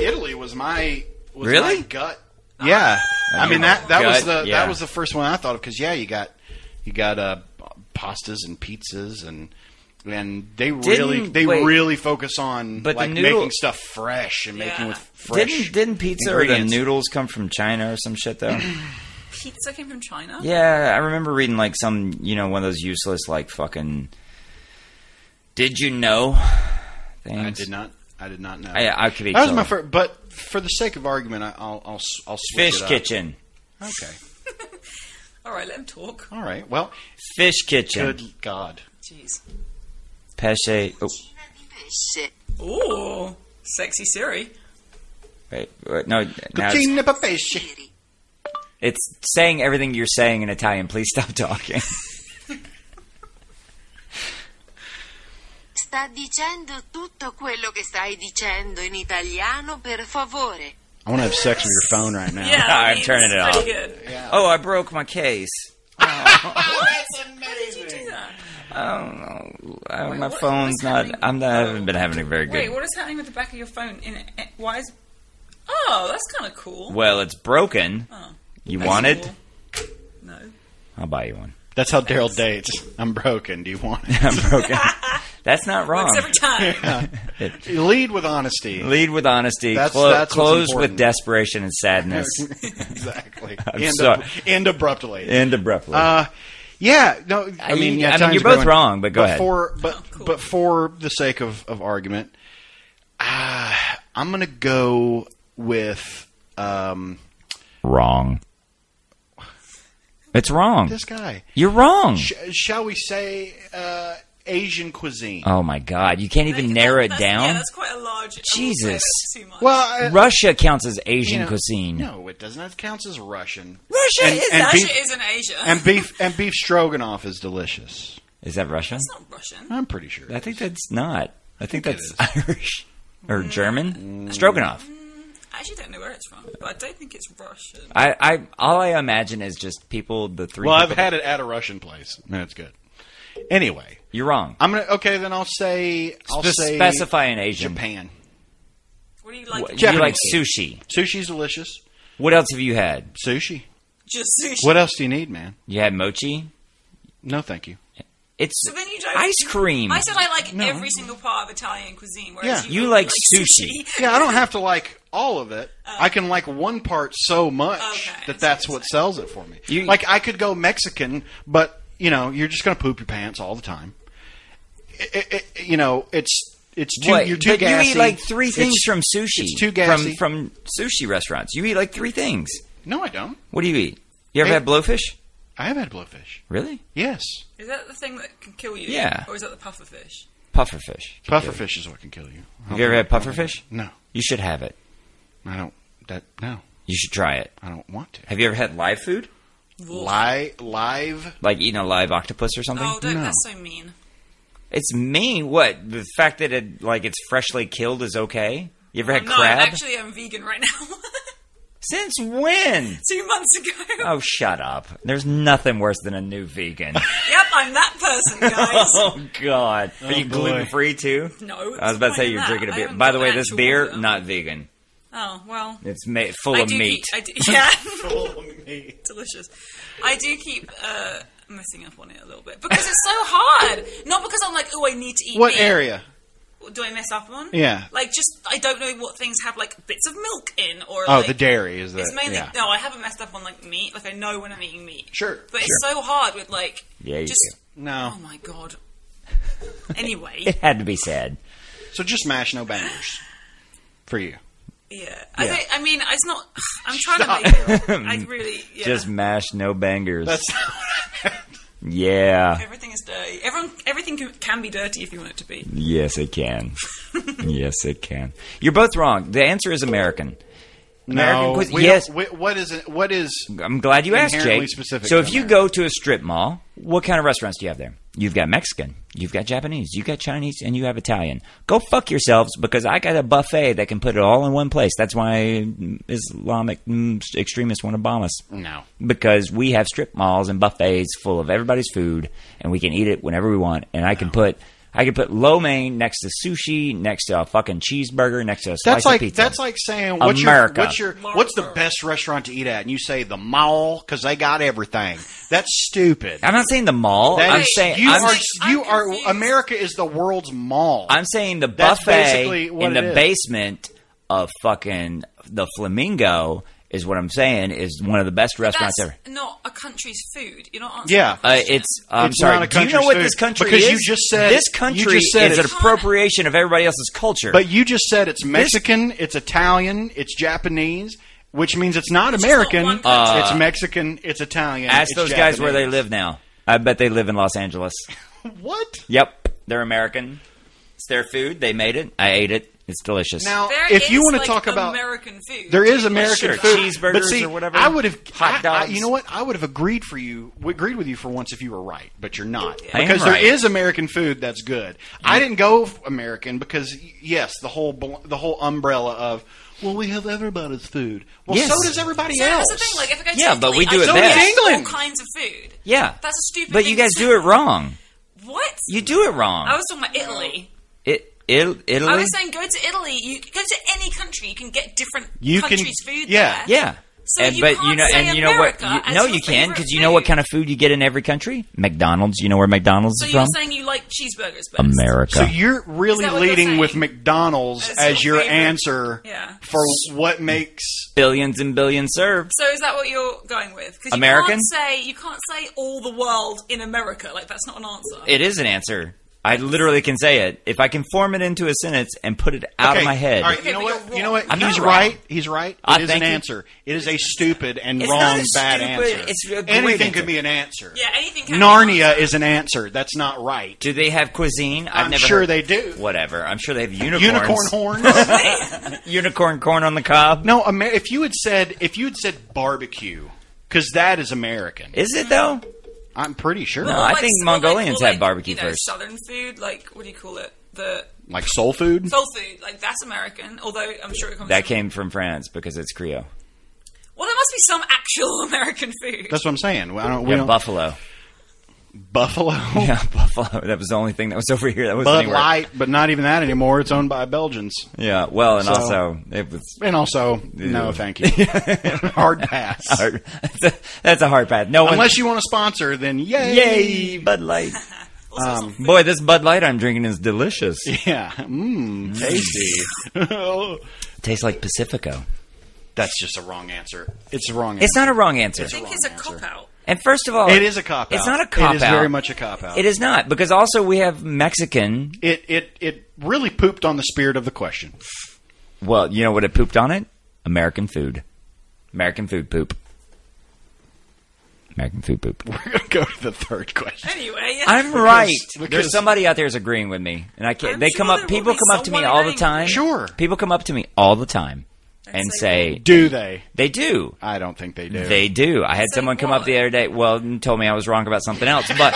Speaker 2: Italy was my was
Speaker 1: Really?
Speaker 2: my gut. Yeah, I mean that that was
Speaker 1: Gut,
Speaker 2: the
Speaker 1: yeah.
Speaker 2: that was the first one I thought of because yeah, you got you got uh, pastas and pizzas and and they really they
Speaker 1: wait.
Speaker 2: really focus on
Speaker 1: But the
Speaker 2: like
Speaker 1: noodle-
Speaker 2: making stuff fresh and making
Speaker 4: Yeah.
Speaker 2: with fresh.
Speaker 1: didn't didn't pizza or the
Speaker 2: ingredients.
Speaker 1: noodles come from China or some shit though?
Speaker 4: Pizza came from China?
Speaker 1: yeah, I remember reading like some you know one of those useless like fucking. Did you know? Things.
Speaker 2: I did not. I did not know.
Speaker 1: I, I could eat
Speaker 2: that was my
Speaker 1: some.
Speaker 2: first, but for the sake of argument, I, I'll I'll s- I'll switch
Speaker 1: fish
Speaker 2: it up.
Speaker 1: kitchen.
Speaker 2: Okay,
Speaker 4: All right, let him talk.
Speaker 2: all right. Well,
Speaker 1: Fish kitchen.
Speaker 2: good God,
Speaker 4: Jeez.
Speaker 1: Pesce. Oh,
Speaker 4: Ooh, sexy Siri.
Speaker 1: wait, wait, no, now it's,
Speaker 2: Cucina per pesce.
Speaker 1: it's saying everything you're saying in Italian. Please stop talking.
Speaker 5: Sta dicendo tutto quello che stai dicendo in italiano, per favore.
Speaker 2: I want to have sex with your phone right now.
Speaker 4: Yeah,
Speaker 1: I'm
Speaker 4: I mean,
Speaker 1: turning
Speaker 4: this
Speaker 1: it
Speaker 4: is
Speaker 1: off.
Speaker 4: pretty Good.
Speaker 1: oh, I broke my case. I don't know. I, my
Speaker 4: what-
Speaker 1: phone's
Speaker 4: what's
Speaker 1: not.
Speaker 4: happening?
Speaker 1: I'm not. I haven't been having a very good.
Speaker 4: Wait, what is happening with the back of your phone? In eh, why is? Oh, that's kind of cool.
Speaker 1: Well, it's broken.
Speaker 4: Oh,
Speaker 1: You
Speaker 4: that's
Speaker 1: want it?
Speaker 4: cool. No.
Speaker 1: I'll buy you one.
Speaker 2: That's how Daryl dates. I'm broken. Do you want it?
Speaker 1: I'm broken. That's not wrong.
Speaker 4: Works every time.
Speaker 2: Lead with honesty.
Speaker 1: Lead with honesty.
Speaker 2: That's-
Speaker 1: clo-
Speaker 2: that's what's
Speaker 1: close with
Speaker 2: important.
Speaker 1: desperation and sadness.
Speaker 2: exactly.
Speaker 1: I'm
Speaker 2: end,
Speaker 1: sorry.
Speaker 2: end abruptly.
Speaker 1: End abruptly.
Speaker 2: Uh, yeah. No. I
Speaker 1: I-
Speaker 2: mean, yeah,
Speaker 1: I mean,
Speaker 2: time's
Speaker 1: you're both
Speaker 2: growing.
Speaker 1: wrong, but go
Speaker 2: But
Speaker 1: ahead.
Speaker 2: For, but
Speaker 4: Oh, cool.
Speaker 2: but for the sake of of argument, uh, I'm gonna go with um,
Speaker 1: wrong. It's wrong.
Speaker 2: this guy.
Speaker 1: You're wrong.
Speaker 2: Sh- shall we say uh, Asian cuisine?
Speaker 1: oh my god, you can't even
Speaker 4: That-
Speaker 1: narrow it
Speaker 4: that's- Yeah,
Speaker 1: down.
Speaker 4: that's quite a large. I wouldn't say
Speaker 1: Jesus.
Speaker 4: that's Too much.
Speaker 2: well, uh, I,
Speaker 1: Russia counts as Asian
Speaker 2: you know,
Speaker 1: cuisine.
Speaker 2: No, it doesn't. That counts as Russian.
Speaker 1: Russia
Speaker 2: And-
Speaker 1: is
Speaker 2: and
Speaker 4: Russia
Speaker 2: beef-
Speaker 4: is in Asia.
Speaker 2: and beef and beef stroganoff is delicious.
Speaker 1: Is that Russian?
Speaker 4: it's not Russian. Mm.
Speaker 2: I'm pretty sure.
Speaker 1: I think that's not. I think
Speaker 2: think it
Speaker 1: that's Irish or German. Stroganoff.
Speaker 4: I actually don't know where it's from, but I don't think it's Russian.
Speaker 1: I, I all I imagine is just people. The three.
Speaker 2: well, I've
Speaker 1: people-
Speaker 2: had it at a Russian place. That's good. Anyway,
Speaker 1: You're wrong.
Speaker 2: I'm gonna okay. Then I'll say I'll
Speaker 1: Just
Speaker 2: say
Speaker 1: specify an Asian.
Speaker 2: Japan.
Speaker 4: What do you like?
Speaker 1: What-
Speaker 4: Japanese.
Speaker 1: You like sushi.
Speaker 2: Sushi's delicious.
Speaker 1: What else have you had?
Speaker 2: Sushi.
Speaker 4: Just sushi.
Speaker 2: What else do you need, man?
Speaker 1: You had mochi.
Speaker 2: No, thank you.
Speaker 1: It's
Speaker 4: So then you don't-
Speaker 1: ice cream.
Speaker 4: I said I like every single part of Italian cuisine. Whereas
Speaker 2: Yeah.
Speaker 4: you,
Speaker 1: You
Speaker 4: only
Speaker 1: like sushi.
Speaker 2: Yeah, I don't have to like all of it. I can like one part so much
Speaker 4: Okay, I see
Speaker 2: that that's
Speaker 4: what
Speaker 2: what sells it for me.
Speaker 1: You-
Speaker 2: like I could go Mexican, but you know, you're just going to poop your pants all the time. I- I- I- you know, it's it's too
Speaker 1: What?
Speaker 2: you're too
Speaker 1: but
Speaker 2: gassy.
Speaker 1: you eat like three things
Speaker 2: It's-
Speaker 1: from sushi.
Speaker 2: It's too gassy.
Speaker 1: from from sushi restaurants. You eat like three things.
Speaker 2: no, I don't.
Speaker 1: What do you eat? You ever
Speaker 2: Hey.
Speaker 1: had blowfish?
Speaker 2: I have had blowfish.
Speaker 1: Really?
Speaker 2: Yes,
Speaker 4: Is that the thing that can kill you?
Speaker 1: Yeah.
Speaker 4: Or is that the pufferfish?
Speaker 1: Pufferfish.
Speaker 2: pufferfish is what can kill you.
Speaker 1: Have you ever had pufferfish?
Speaker 2: No,
Speaker 1: You should have it.
Speaker 2: I don't. That no,
Speaker 1: You should try it.
Speaker 2: I don't want to.
Speaker 1: Have you ever had live food?
Speaker 2: Live, live.
Speaker 1: Like eating a live octopus or something?
Speaker 4: Oh, don't,
Speaker 2: No.
Speaker 4: that's so mean.
Speaker 1: It's mean. What? The fact that it like it's freshly killed is okay? You ever had
Speaker 4: no,
Speaker 1: crab?
Speaker 4: actually, I'm vegan right now.
Speaker 1: Since when?
Speaker 4: Two months ago.
Speaker 1: Oh, shut up. There's nothing worse than a new vegan.
Speaker 4: Yep, I'm that person, guys.
Speaker 1: oh, God. Are you
Speaker 2: boy.
Speaker 1: gluten free too?
Speaker 4: No,
Speaker 1: I was about to say
Speaker 4: why
Speaker 1: you're
Speaker 4: not?
Speaker 1: drinking a
Speaker 4: I
Speaker 1: beer.
Speaker 4: haven't
Speaker 1: By the
Speaker 4: got
Speaker 1: way, this
Speaker 4: actual
Speaker 1: beer,
Speaker 4: water.
Speaker 1: not vegan.
Speaker 4: Oh well,
Speaker 1: It's ma- full
Speaker 4: I
Speaker 1: of
Speaker 4: do
Speaker 1: meat.
Speaker 4: Keep, I do, yeah, delicious. I do keep uh, messing up on it a little bit because it's so hard. Not because I'm like, oh, I need to eat.
Speaker 2: What
Speaker 4: meat.
Speaker 2: area?
Speaker 4: do I mess up on?
Speaker 2: Yeah.
Speaker 4: like just I don't know what things have like bits of milk in or.
Speaker 2: Oh,
Speaker 4: like,
Speaker 2: the dairy is that.
Speaker 4: It's mainly
Speaker 2: yeah.
Speaker 4: no. I haven't messed up on like meat. Like I know when I'm eating meat.
Speaker 2: Sure,
Speaker 4: but it's so hard with like.
Speaker 1: Yeah, you
Speaker 4: just
Speaker 2: No.
Speaker 4: oh my god. Anyway,
Speaker 1: It had to be said.
Speaker 2: So just mash, no bangers. For you.
Speaker 4: yeah. I,
Speaker 2: Yeah.
Speaker 4: think, I mean, it's not. I'm trying to make. I really yeah.
Speaker 1: Just mash, no bangers.
Speaker 2: That's
Speaker 1: yeah.
Speaker 4: Everything is dirty. Everyone, everything can, can be dirty if you want it to be.
Speaker 1: Yes, it can. yes, it can. You're both wrong. The answer is American. American cuisine-
Speaker 2: we
Speaker 1: yes. Um,
Speaker 2: don't- we- what is it? What is?
Speaker 1: I'm glad you asked,
Speaker 2: Inherently
Speaker 1: Jake.
Speaker 2: specific
Speaker 1: so
Speaker 2: to
Speaker 1: if you
Speaker 2: America.
Speaker 1: go to a strip mall, what kind of restaurants do you have there? You've got Mexican, you've got Japanese, you've got Chinese, and you have Italian. Go fuck yourselves because I got a buffet that can put it all in one place. That's why mm, Islamic mm, extremists want to bomb us.
Speaker 2: No.
Speaker 1: Because we have strip malls and buffets full of everybody's food, and we can eat it whenever we want. And I can put I can put lo mein next to sushi, next to a fucking cheeseburger, next to a slice
Speaker 2: That's like
Speaker 1: of pizza.
Speaker 2: that's like saying what's
Speaker 1: America.
Speaker 2: your what's your what's the best restaurant to eat at? And you say the mall because they got everything. That's stupid.
Speaker 1: I'm not saying the mall.
Speaker 2: That
Speaker 1: I'm
Speaker 2: is-
Speaker 1: saying
Speaker 2: you
Speaker 1: I'm
Speaker 2: are
Speaker 4: I'm
Speaker 2: you
Speaker 4: confused.
Speaker 2: are America is the world's mall.
Speaker 1: I'm saying the
Speaker 2: That's
Speaker 1: buffet
Speaker 2: basically what
Speaker 1: in
Speaker 2: it
Speaker 1: the
Speaker 2: is.
Speaker 1: basement of fucking the Flamingo is what I'm saying is one of the best restaurants
Speaker 4: That's
Speaker 1: ever.
Speaker 4: not a country's food. You're not answering.
Speaker 2: yeah.
Speaker 4: the
Speaker 1: Uh,
Speaker 4: question.
Speaker 1: it's I'm
Speaker 2: It's
Speaker 1: sorry.
Speaker 2: not a
Speaker 1: Do you know
Speaker 2: country's
Speaker 1: what
Speaker 2: food.
Speaker 1: this country
Speaker 2: Because
Speaker 1: is?
Speaker 2: you just said-
Speaker 1: this
Speaker 2: you
Speaker 1: country
Speaker 2: just said
Speaker 1: is an
Speaker 2: it's-
Speaker 1: appropriation of everybody else's culture.
Speaker 2: But you just said it's Mexican, it's Italian, it's Japanese, which means it's not
Speaker 4: just not
Speaker 2: American.
Speaker 4: one country.
Speaker 2: it's Mexican, it's Italian.
Speaker 1: ask
Speaker 2: it's
Speaker 1: those guys where they live now. I bet they live in Los Angeles.
Speaker 2: Japanese. What?
Speaker 1: Yep, they're American. It's their food. They made it. I ate it. It's delicious.
Speaker 2: Now,
Speaker 4: There
Speaker 2: if you
Speaker 4: is,
Speaker 2: want to
Speaker 4: like,
Speaker 2: talk about
Speaker 4: American food,
Speaker 2: There is American
Speaker 1: Sure,
Speaker 2: food,
Speaker 1: cheeseburgers
Speaker 2: but see,
Speaker 1: or whatever,
Speaker 2: I would have
Speaker 1: hot
Speaker 2: I- I-
Speaker 1: dogs.
Speaker 2: you know what? I would have agreed for you, agreed with you for once if you were right, but you're not
Speaker 1: I am
Speaker 2: because there
Speaker 1: right.
Speaker 2: is American food that's good. I didn't go f- American because y- yes, the whole bl- the whole umbrella of well, we have everybody's food. Well,
Speaker 1: Yes.
Speaker 2: so does everybody
Speaker 4: So
Speaker 2: else.
Speaker 4: that's the thing. Like, if I go to
Speaker 1: Yeah, but
Speaker 4: Italy,
Speaker 1: we do
Speaker 4: I
Speaker 1: it
Speaker 4: can
Speaker 1: best.
Speaker 4: get
Speaker 2: So does England.
Speaker 4: All kinds of food.
Speaker 1: yeah,
Speaker 4: that's a stupid.
Speaker 1: But
Speaker 4: thing
Speaker 1: you guys
Speaker 4: to
Speaker 1: do
Speaker 4: say.
Speaker 1: it wrong.
Speaker 4: What?
Speaker 1: You do it wrong.
Speaker 4: I was talking about Italy.
Speaker 1: it, it, Italy.
Speaker 4: I was saying go to Italy. You go to any country, you can get different
Speaker 2: You can-
Speaker 4: countries' food.
Speaker 2: yeah.
Speaker 4: there.
Speaker 1: Yeah.
Speaker 4: So
Speaker 1: and
Speaker 4: you
Speaker 1: but
Speaker 4: can't
Speaker 1: you know
Speaker 4: say
Speaker 1: and you know what
Speaker 4: America
Speaker 1: you,
Speaker 4: as
Speaker 1: no
Speaker 4: your
Speaker 1: you can
Speaker 4: favorite
Speaker 1: because you know what
Speaker 4: food.
Speaker 1: kind of food you get in every country mcdonald's you know where mcdonald's
Speaker 4: So
Speaker 1: is
Speaker 4: you're
Speaker 1: from
Speaker 4: saying you like cheeseburgers best?
Speaker 1: america
Speaker 2: So you're really
Speaker 4: Is that what you're
Speaker 2: leading with
Speaker 4: saying?
Speaker 2: McDonald's
Speaker 4: As
Speaker 2: as
Speaker 4: your
Speaker 2: your
Speaker 4: favorite-
Speaker 2: answer
Speaker 4: Yeah.
Speaker 2: for what makes
Speaker 1: billions and billions served
Speaker 4: So is that what you're going with? 'Cause you
Speaker 1: American?
Speaker 4: Can't say you can't say all the world in America. Like that's not an answer.
Speaker 1: it is an answer i literally can say it if i can form it into a sentence and put it out
Speaker 2: Okay,
Speaker 1: of my head
Speaker 2: All right,
Speaker 4: Okay,
Speaker 2: you know
Speaker 4: but
Speaker 2: what?
Speaker 4: you're
Speaker 2: You know
Speaker 4: wrong.
Speaker 2: what?
Speaker 1: I'm not
Speaker 2: He's
Speaker 1: wrong.
Speaker 2: right. He's right.
Speaker 1: I
Speaker 2: It is an
Speaker 1: thank you.
Speaker 2: answer. It is a stupid and
Speaker 1: It's
Speaker 2: wrong
Speaker 1: not a
Speaker 2: bad
Speaker 1: stupid-
Speaker 2: answer.
Speaker 1: it's a great
Speaker 2: Anything
Speaker 1: answer.
Speaker 2: could be an answer.
Speaker 4: yeah, anything. Can Be an
Speaker 2: Narnia
Speaker 4: answer.
Speaker 2: is an answer. That's not right.
Speaker 1: do they have cuisine i've
Speaker 2: I'm
Speaker 1: never
Speaker 2: sure
Speaker 1: heard-
Speaker 2: they do.
Speaker 1: whatever i'm sure they have unicorns
Speaker 2: Unicorn horns.
Speaker 1: unicorn corn on the cob
Speaker 2: no, Amer- if you had said if you had said barbecue, because that is American.
Speaker 1: is it though
Speaker 2: I'm pretty sure.
Speaker 1: No, I
Speaker 4: Like-
Speaker 1: think
Speaker 4: or
Speaker 1: Mongolians
Speaker 4: like, or
Speaker 1: had
Speaker 4: like,
Speaker 1: barbecue
Speaker 4: you know,
Speaker 1: first.
Speaker 4: Southern food, like what do you call it? The
Speaker 2: Like soul food.
Speaker 4: soul food, like that's American. Although I'm sure it comes.
Speaker 1: That
Speaker 4: from-
Speaker 1: came from France because it's Creole.
Speaker 4: Well, there must be some actual American food.
Speaker 2: That's what I'm saying. I don't, we
Speaker 1: Yeah,
Speaker 2: don't-
Speaker 1: buffalo.
Speaker 2: Buffalo.
Speaker 1: Yeah, Buffalo. That was the only thing that was over here. That was
Speaker 2: Bud
Speaker 1: anywhere.
Speaker 2: Light, but not even that anymore. It's owned by Belgians.
Speaker 1: Yeah. Well, and
Speaker 2: So-
Speaker 1: also it was.
Speaker 2: And also, no, thank you. Hard pass.
Speaker 1: Hard, that's, a, that's a hard path. No one.
Speaker 2: Unless you want to sponsor, then yay.
Speaker 1: Yay, Bud Light. Um,
Speaker 4: Also, some fake-
Speaker 1: Boy, this Bud Light I'm drinking is delicious.
Speaker 2: Yeah. Mmm, tasty.
Speaker 1: tastes like Pacifico.
Speaker 2: That's just a wrong answer. It's a wrong answer.
Speaker 1: It's not a wrong answer.
Speaker 4: I think it's a cop out.
Speaker 1: And first of all,
Speaker 2: It is a cop-out.
Speaker 1: It's not a
Speaker 2: It is
Speaker 1: cop out.
Speaker 2: very much a cop-out.
Speaker 1: It is not because also we have Mexican.
Speaker 2: it, it, it really pooped on the spirit of the question.
Speaker 1: Well, you know what it pooped on it? American food. American food poop. American food poop.
Speaker 2: We're going to go to the third question.
Speaker 4: Anyway, yeah.
Speaker 1: I'm right.
Speaker 2: because-
Speaker 1: There's somebody out there is agreeing with me, and I can't.
Speaker 4: I'm
Speaker 1: they
Speaker 4: sure
Speaker 1: come
Speaker 4: there
Speaker 1: up.
Speaker 4: will
Speaker 1: People
Speaker 4: be
Speaker 1: come up to me
Speaker 4: someone
Speaker 1: all the
Speaker 4: angry.
Speaker 1: time.
Speaker 2: Sure.
Speaker 1: People come up to me all the time and, say
Speaker 4: say-
Speaker 2: Do they?
Speaker 1: they do.
Speaker 2: I don't think they do.
Speaker 1: They do. I had
Speaker 4: Say
Speaker 1: someone come up
Speaker 4: what?
Speaker 1: the other day. Well, and told me I was wrong about something else, but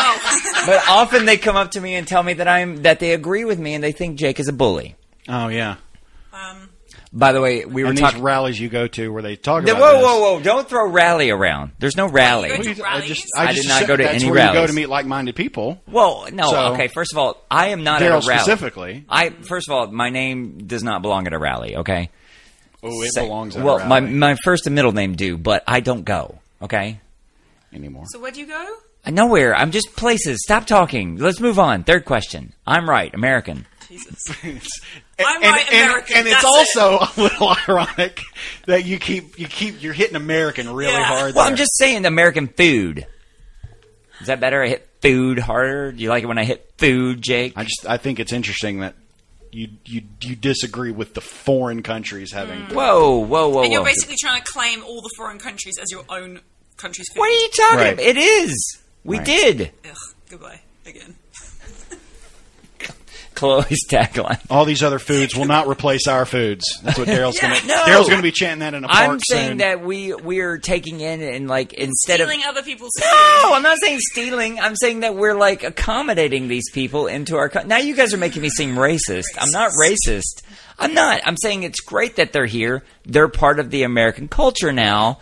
Speaker 1: but often they come up to me and tell me that I'm that they agree with me and they think Jake is a bully.
Speaker 2: oh, yeah.
Speaker 4: Um,
Speaker 1: By the way, we were
Speaker 2: And these
Speaker 1: talking.
Speaker 2: rallies you go to where they talk
Speaker 1: Whoa,
Speaker 2: about
Speaker 1: whoa,
Speaker 2: this.
Speaker 1: whoa, Don't throw rally around. There's no
Speaker 4: Well,
Speaker 1: rally.
Speaker 4: you-
Speaker 2: I just, I,
Speaker 1: I
Speaker 2: just
Speaker 1: did not
Speaker 2: said
Speaker 1: go to
Speaker 2: that's
Speaker 1: any
Speaker 2: where You go
Speaker 1: rallies.
Speaker 2: to meet like-minded people.
Speaker 1: Well, no.
Speaker 2: So-
Speaker 1: okay, first of all, I am not at a
Speaker 2: Daryl
Speaker 1: rally.
Speaker 2: specifically.
Speaker 1: I first of all, my name does not belong at a rally. Okay.
Speaker 2: Oh, it
Speaker 1: Sec-
Speaker 2: belongs. At
Speaker 1: well,
Speaker 2: a
Speaker 1: my
Speaker 2: rally
Speaker 1: my first and middle name do, but I don't go. Okay.
Speaker 2: anymore.
Speaker 4: so where do you go?
Speaker 1: Nowhere. I'm just places. Stop talking. Let's move on. Third question. I'm right. American.
Speaker 4: Jesus.
Speaker 2: And-
Speaker 4: I'm right,
Speaker 2: and, and-
Speaker 4: American,
Speaker 2: and it's
Speaker 4: that's it.
Speaker 2: also a little ironic that you keep you keep you're hitting American really
Speaker 4: Yeah.
Speaker 2: hard.
Speaker 1: Well,
Speaker 2: there.
Speaker 1: I'm just saying American food. Is that better? I hit food harder. Do you like it when I hit food, Jake?
Speaker 2: I just I think it's interesting that you you you disagree with the foreign countries having.
Speaker 4: Hmm.
Speaker 1: whoa, whoa, whoa,
Speaker 4: And you're
Speaker 1: whoa.
Speaker 4: basically trying to claim all the foreign countries as your own country's food.
Speaker 1: What are you talking
Speaker 2: Right.
Speaker 1: about? It is. We
Speaker 2: Right.
Speaker 1: did.
Speaker 4: Ugh, goodbye again.
Speaker 1: Chloe's tagline.
Speaker 2: All these other foods will not replace our foods. That's what Daryl's
Speaker 4: Yeah,
Speaker 2: gonna
Speaker 1: no.
Speaker 2: Daryl's gonna be chanting that in a park
Speaker 1: I'm saying
Speaker 2: soon.
Speaker 1: that we we're taking in and like instead of
Speaker 4: Stealing other people's
Speaker 1: No, I'm not saying stealing. I'm saying that we're like accommodating these people into our. Co- now you guys are making me seem racist. I'm not racist. I'm not. I'm saying it's great that they're here. They're part of the American culture now,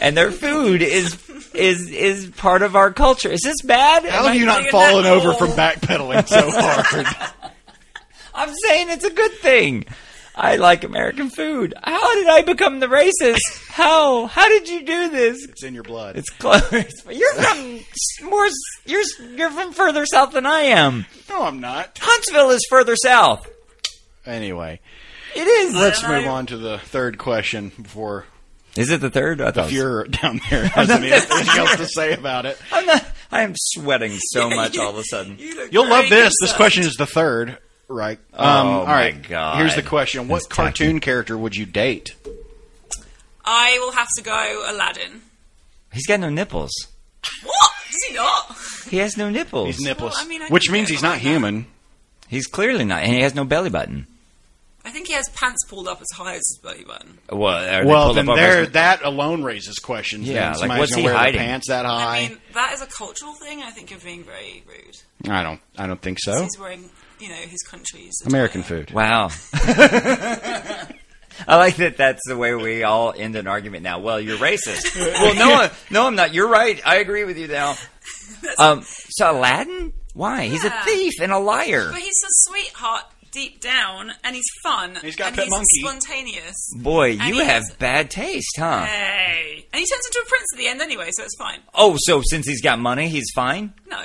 Speaker 1: and their food is is is part of our culture. Is this bad?
Speaker 2: How
Speaker 1: Am
Speaker 2: have
Speaker 1: I-
Speaker 2: you not
Speaker 4: You're
Speaker 2: fallen
Speaker 4: not
Speaker 2: over
Speaker 4: old.
Speaker 2: from backpedaling so hard?
Speaker 1: I'm saying it's a good thing. I like American food. How did I become the racist? How? How did you do this?
Speaker 2: it's in your blood.
Speaker 1: It's close. You're from more. You're you're from further south than I am.
Speaker 2: no, I'm not.
Speaker 1: Huntsville is further south.
Speaker 2: Anyway,
Speaker 1: It is.
Speaker 2: let's
Speaker 4: don't know.
Speaker 2: move on to the third question before
Speaker 1: Is it the third? I thought. it was-
Speaker 2: Fuhrer down there has anything else to say about it.
Speaker 1: I'm not. I am sweating so much all of a sudden.
Speaker 4: You look
Speaker 2: You'll love
Speaker 4: very
Speaker 2: this. This
Speaker 4: concerned.
Speaker 2: question is the third, right? Um,
Speaker 1: Oh,
Speaker 2: all
Speaker 1: my
Speaker 2: right.
Speaker 1: God.
Speaker 2: Here's the question: What
Speaker 1: That's tacky.
Speaker 2: cartoon character would you date?
Speaker 4: I will have to go Aladdin.
Speaker 1: He's got no nipples.
Speaker 4: What? Is he not?
Speaker 1: He has no nipples.
Speaker 2: He's nipless,
Speaker 4: Well, I mean, I
Speaker 2: which
Speaker 4: could
Speaker 2: means
Speaker 4: get
Speaker 2: he's not
Speaker 4: behind that.
Speaker 2: human.
Speaker 1: He's clearly not, and he has no belly button.
Speaker 4: I think he has pants pulled up as high as his belly button.
Speaker 1: Well,
Speaker 2: Well, then there, that alone raises questions.
Speaker 1: Yeah,
Speaker 2: then.
Speaker 1: like,
Speaker 2: Somebody's
Speaker 1: what's
Speaker 2: gonna
Speaker 1: he
Speaker 2: wear their
Speaker 1: hiding?
Speaker 2: Pants that high?
Speaker 4: I mean, that is a cultural thing. I think you're being very rude.
Speaker 2: I don't. I don't think so.
Speaker 4: He's wearing, you know, his country's
Speaker 2: Oh. American
Speaker 4: attire.
Speaker 2: food.
Speaker 1: Wow. I like that. That's the way we all end an argument now. Well, you're racist. well, no, I- no, I'm not. You're right. I agree with you now. Um, so Aladdin? Why? He's a
Speaker 4: Yeah.
Speaker 1: thief and a liar.
Speaker 4: But he's a sweetheart deep down, and he's fun.
Speaker 2: He's got
Speaker 4: and
Speaker 2: pet
Speaker 4: he's
Speaker 2: monkey.
Speaker 4: Spontaneous.
Speaker 1: Boy,
Speaker 4: And
Speaker 1: you
Speaker 4: he
Speaker 1: have
Speaker 4: has-
Speaker 1: bad taste, huh?
Speaker 4: Hey, and he turns into a prince at the end anyway, so it's fine.
Speaker 1: Oh, so since he's got money, he's fine?
Speaker 4: No,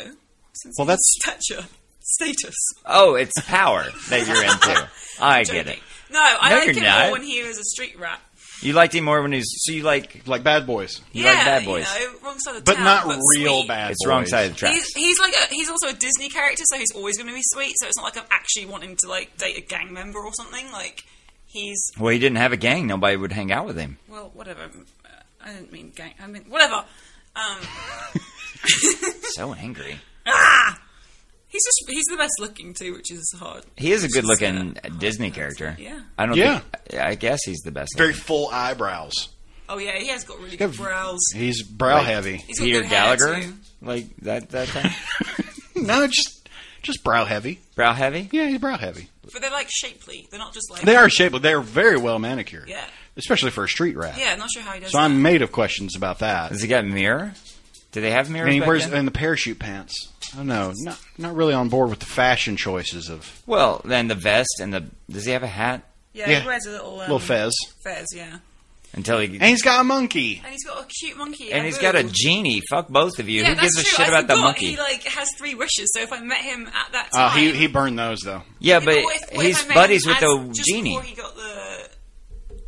Speaker 4: since
Speaker 2: Well,
Speaker 4: he's
Speaker 2: that's-
Speaker 4: stature, status.
Speaker 1: Oh, it's power that you're into. I get it.
Speaker 4: Joking. No, I
Speaker 1: No,
Speaker 4: like
Speaker 1: you're
Speaker 4: him
Speaker 1: not.
Speaker 4: more when he was a street rat.
Speaker 1: You liked him more when he's so you like
Speaker 2: Like Bad Boys,
Speaker 1: you
Speaker 4: yeah,
Speaker 1: like bad boys.
Speaker 4: you know, wrong side of
Speaker 2: but
Speaker 4: town,
Speaker 2: not
Speaker 4: but
Speaker 2: real
Speaker 4: sweet.
Speaker 2: Bad.
Speaker 1: It's
Speaker 2: Boys.
Speaker 1: wrong side of the tracks.
Speaker 4: He's, he's like a, he's also a Disney character, so he's always going to be sweet. So it's not like I'm actually wanting to like date a gang member or something. Like he's
Speaker 1: Well, he didn't have a gang. Nobody would hang out with him.
Speaker 4: well, whatever. Uh, I didn't mean gang. I mean whatever. Um,
Speaker 1: So angry.
Speaker 4: he's just he's the best looking too, which is hard.
Speaker 1: He is a
Speaker 4: Which
Speaker 1: good looking
Speaker 4: uh,
Speaker 1: Disney character.
Speaker 4: Yeah.
Speaker 1: I don't
Speaker 2: Yeah.
Speaker 1: think I guess he's the best.
Speaker 2: Very full eyebrows.
Speaker 4: Oh yeah, he has got really good
Speaker 2: got-
Speaker 4: brows.
Speaker 2: He's brow heavy.
Speaker 4: He's got
Speaker 1: Peter
Speaker 4: good hair,
Speaker 1: Gallagher?
Speaker 4: too.
Speaker 1: Like that that thing?
Speaker 2: No, just just brow heavy.
Speaker 1: Brow heavy?
Speaker 2: Yeah, he's brow heavy.
Speaker 4: But they're like shapely. They're not just like
Speaker 2: They are shaped, but they are very well manicured.
Speaker 4: Yeah.
Speaker 2: especially for a street rat.
Speaker 4: Yeah, not sure how he does.
Speaker 2: So I'm made of questions about that.
Speaker 1: Has he got a mirror? Do they have
Speaker 2: And
Speaker 1: mirrors?
Speaker 2: he
Speaker 1: back
Speaker 2: wears
Speaker 1: then?
Speaker 2: in the parachute pants. I don't know. Not not really on board with the fashion choices of
Speaker 1: well, then the vest and the does he have a hat
Speaker 4: Yeah,
Speaker 2: Yeah.
Speaker 4: he wears a little um,
Speaker 2: little Fez.
Speaker 4: fez, yeah.
Speaker 1: until he
Speaker 2: And he's got a monkey.
Speaker 4: And he's got a cute monkey.
Speaker 1: and
Speaker 4: a
Speaker 1: he's got a
Speaker 4: boo.
Speaker 1: genie? Fuck both of you.
Speaker 4: Yeah,
Speaker 1: Who gives
Speaker 4: that's
Speaker 1: a
Speaker 4: true.
Speaker 1: shit
Speaker 4: I
Speaker 1: about the
Speaker 4: forgot
Speaker 1: monkey?
Speaker 4: He like has three wishes, so if I met him at that
Speaker 2: Uh,
Speaker 4: time,
Speaker 2: he he burned those though.
Speaker 1: yeah, but
Speaker 4: what if- what if
Speaker 1: he's
Speaker 4: I met
Speaker 1: buddies
Speaker 4: him
Speaker 1: with
Speaker 4: as-
Speaker 1: the
Speaker 4: just
Speaker 1: genie.
Speaker 4: Before he got the,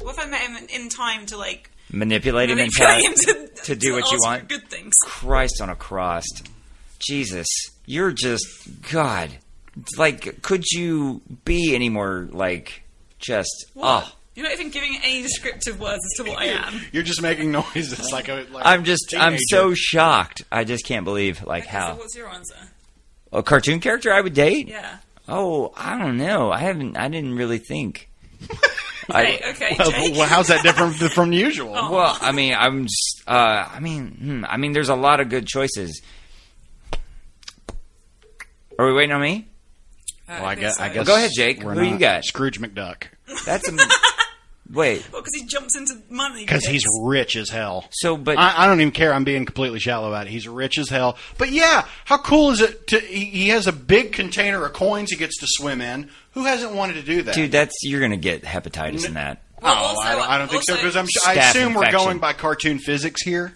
Speaker 4: what if I met him in, in time to like
Speaker 1: Manipulate him and tell
Speaker 4: manipulate him to,
Speaker 1: to do what you
Speaker 4: ask for
Speaker 1: want.
Speaker 4: Good things.
Speaker 1: Christ on a cross. Jesus, you're just God. It's Like, could you be any more like just
Speaker 4: What?
Speaker 1: oh?
Speaker 4: You're not even giving any descriptive words as to what I am.
Speaker 2: You're just making noises like a. Like
Speaker 1: I'm just I'm so
Speaker 2: teenager.
Speaker 1: shocked. I just can't believe like
Speaker 4: Okay, So
Speaker 1: how
Speaker 4: what's your answer?
Speaker 1: a cartoon character I would date.
Speaker 4: Yeah.
Speaker 1: Oh, I don't know. I haven't. I didn't really think.
Speaker 4: Hey,
Speaker 1: I,
Speaker 4: okay.
Speaker 2: Well,
Speaker 4: Jake.
Speaker 2: well, how's that different th- from usual?
Speaker 1: well, I mean, I'm just. Uh, I mean, hmm, I mean, there's a lot of good choices. Are we waiting on me?
Speaker 4: Uh,
Speaker 2: Well, I
Speaker 4: think
Speaker 2: guess.
Speaker 4: so.
Speaker 2: I guess
Speaker 1: go ahead, Jake.
Speaker 2: we're
Speaker 1: Who you
Speaker 2: not
Speaker 1: got?
Speaker 2: Scrooge McDuck.
Speaker 1: That's a, wait.
Speaker 4: Well, because he jumps into money.
Speaker 2: Because he's
Speaker 4: It's-
Speaker 2: rich as hell.
Speaker 1: So, but
Speaker 2: I, I don't even care. I'm being completely shallow about it. He's rich as hell. But yeah, how cool is it? To, he, he has a big container of coins he gets to swim in. Who hasn't wanted to do that?
Speaker 1: dude, that's you're gonna get hepatitis in that.
Speaker 2: oh,
Speaker 4: Well, also-
Speaker 2: I, don't, I don't think so
Speaker 4: also-
Speaker 2: because I'm. sh- I
Speaker 1: Staph
Speaker 2: assume we're
Speaker 1: infection.
Speaker 2: going by cartoon physics here.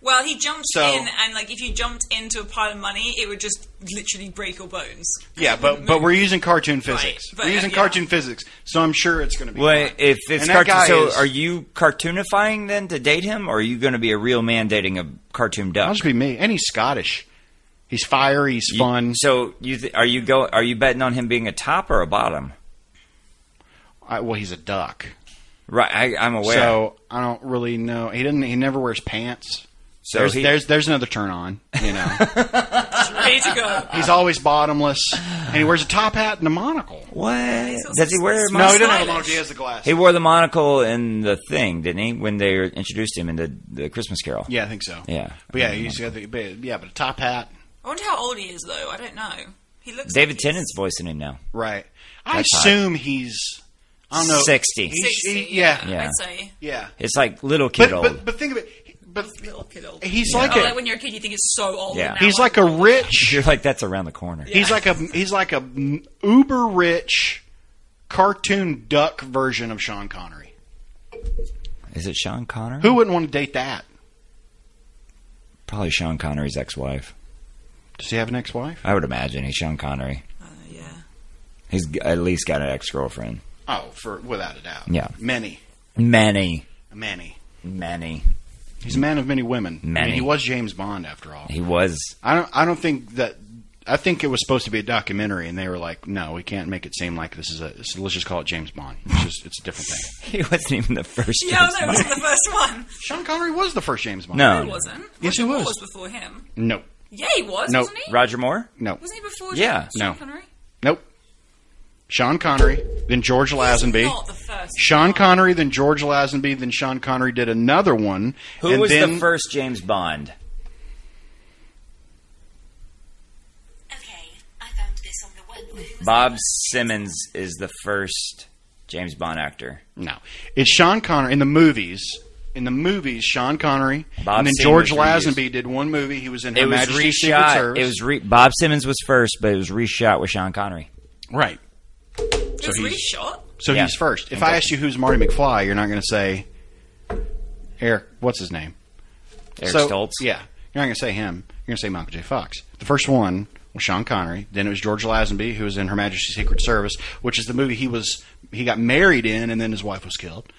Speaker 4: Well, he jumped
Speaker 2: So-
Speaker 4: in, and like if you jumped into a pile of money, it would just literally break your bones.
Speaker 2: Yeah, but but we're using cartoon physics.
Speaker 4: but,
Speaker 2: we're using
Speaker 4: yeah.
Speaker 2: cartoon physics, so I'm sure it's going to be.
Speaker 1: Well,
Speaker 2: fine.
Speaker 1: if it's
Speaker 2: And that
Speaker 1: cartoon,
Speaker 2: guy
Speaker 1: so
Speaker 2: is-
Speaker 1: are you cartoonifying then to date him, or are you gonna be a real man dating a cartoon duck?
Speaker 2: I'll just be me, and he's Scottish. He's fiery. He's
Speaker 1: You-
Speaker 2: fun.
Speaker 1: So you th- are you go? Are you betting on him being a top or a bottom?
Speaker 2: I, well, he's a duck,
Speaker 1: Right, I, I'm aware.
Speaker 2: so I don't really know. He didn't. He never wears pants.
Speaker 1: So
Speaker 2: there's,
Speaker 1: he-
Speaker 2: there's there's another turn on. You know,
Speaker 4: It's ready to go.
Speaker 2: he's always bottomless, and he wears a top hat and a monocle.
Speaker 1: what
Speaker 4: so
Speaker 1: does he wear? A
Speaker 4: smart.
Speaker 1: monocle?
Speaker 2: No, he doesn't have a
Speaker 4: Stylish.
Speaker 2: monocle. He has the glasses.
Speaker 1: He wore the monocle in the thing, didn't he? When they introduced him in the, the Christmas Carol.
Speaker 2: yeah, I think so.
Speaker 1: Yeah.
Speaker 2: but yeah, he's got the but, yeah, but a top hat.
Speaker 4: I wonder how old he is, though. I don't know. He looks.
Speaker 1: David
Speaker 4: like he's-
Speaker 1: Tennant's voicing him now.
Speaker 2: Right. I
Speaker 1: That's hot.
Speaker 2: assume he's. I don't know.
Speaker 1: 60.
Speaker 2: He's-
Speaker 4: 60,
Speaker 2: he- yeah.
Speaker 1: Yeah.
Speaker 4: I'd say.
Speaker 2: Yeah.
Speaker 1: It's like little kid
Speaker 2: But,
Speaker 1: old.
Speaker 2: but but think of it. he- But
Speaker 4: Little kid old.
Speaker 2: he's
Speaker 1: Yeah.
Speaker 2: like
Speaker 4: Oh,
Speaker 2: a
Speaker 4: like when you're a kid, you think it's so old.
Speaker 1: Yeah.
Speaker 4: and now
Speaker 2: he's
Speaker 4: I-
Speaker 2: like a rich.
Speaker 1: You're like that's around the corner.
Speaker 2: He's like a he's like a uber rich cartoon duck version of Sean Connery.
Speaker 1: Is it Sean Connery?
Speaker 2: Who wouldn't want to date that?
Speaker 1: Probably Sean Connery's ex-wife.
Speaker 2: Does he have an ex-wife?
Speaker 1: I would imagine he's Sean Connery.
Speaker 4: Uh, yeah.
Speaker 1: He's g- at least got an ex-girlfriend.
Speaker 2: Oh, for without a doubt.
Speaker 1: Yeah.
Speaker 2: many,
Speaker 1: Many,
Speaker 2: many.
Speaker 1: many.
Speaker 2: He's a man of many women. I mean,
Speaker 1: Many.
Speaker 2: he was James Bond after all.
Speaker 1: He was.
Speaker 2: I don't. I don't think that. I think it was supposed to be a documentary, and they were like, "No, we can't make it seem like this is a. so let's just call it James Bond. It's just it's a different thing."
Speaker 1: He wasn't even the first.
Speaker 4: Yeah,
Speaker 1: James
Speaker 4: no, it
Speaker 1: Bond.
Speaker 4: wasn't the first one.
Speaker 2: Sean Connery was the first James Bond.
Speaker 1: No.
Speaker 4: It wasn't.
Speaker 2: Yes, he
Speaker 4: Roger Moore
Speaker 2: was.
Speaker 4: before him.
Speaker 2: no,
Speaker 4: Yeah, he was,
Speaker 2: No.
Speaker 4: wasn't he?
Speaker 1: Roger Moore.
Speaker 2: no,
Speaker 4: Wasn't he before
Speaker 1: Yeah.
Speaker 4: Sean
Speaker 2: No.
Speaker 4: Connery?
Speaker 2: nope. Sean Connery, then George Lazenby.
Speaker 4: Not the first.
Speaker 2: Sean
Speaker 4: one.
Speaker 2: Connery, then George Lazenby, then Sean Connery did another one.
Speaker 1: Who
Speaker 2: and
Speaker 1: was
Speaker 2: then,
Speaker 1: the first James Bond?
Speaker 5: Okay, I found this on the web.
Speaker 1: Bob Simmons is the first James Bond actor.
Speaker 2: No, it's Sean Connery in the movies. In the movies, Sean Connery,
Speaker 1: Bob
Speaker 2: and then
Speaker 1: Seaman
Speaker 2: George
Speaker 1: was reused.
Speaker 2: Lazenby did one movie. He was in
Speaker 1: It
Speaker 2: Her
Speaker 1: was
Speaker 2: Majesty's Secret
Speaker 1: reshot.
Speaker 2: Service.
Speaker 1: It was re- Bob Simmons was first, but it was reshot with Sean Connery.
Speaker 2: right.
Speaker 4: It
Speaker 2: So
Speaker 4: was
Speaker 2: he's-
Speaker 4: reshot.
Speaker 2: So
Speaker 1: Yeah.
Speaker 2: he's first. If I
Speaker 1: Exactly.
Speaker 2: ask you who's Marty McFly, you're not going to say Eric. What's his name?
Speaker 1: Eric
Speaker 2: so,
Speaker 1: Stoltz.
Speaker 2: Yeah, you're not going to say him. You're going to say Michael J. Fox. The first one was Sean Connery. Then it was George Lazenby, who was in Her Majesty's Secret Service, which is the movie he was he got married in, and then his wife was killed.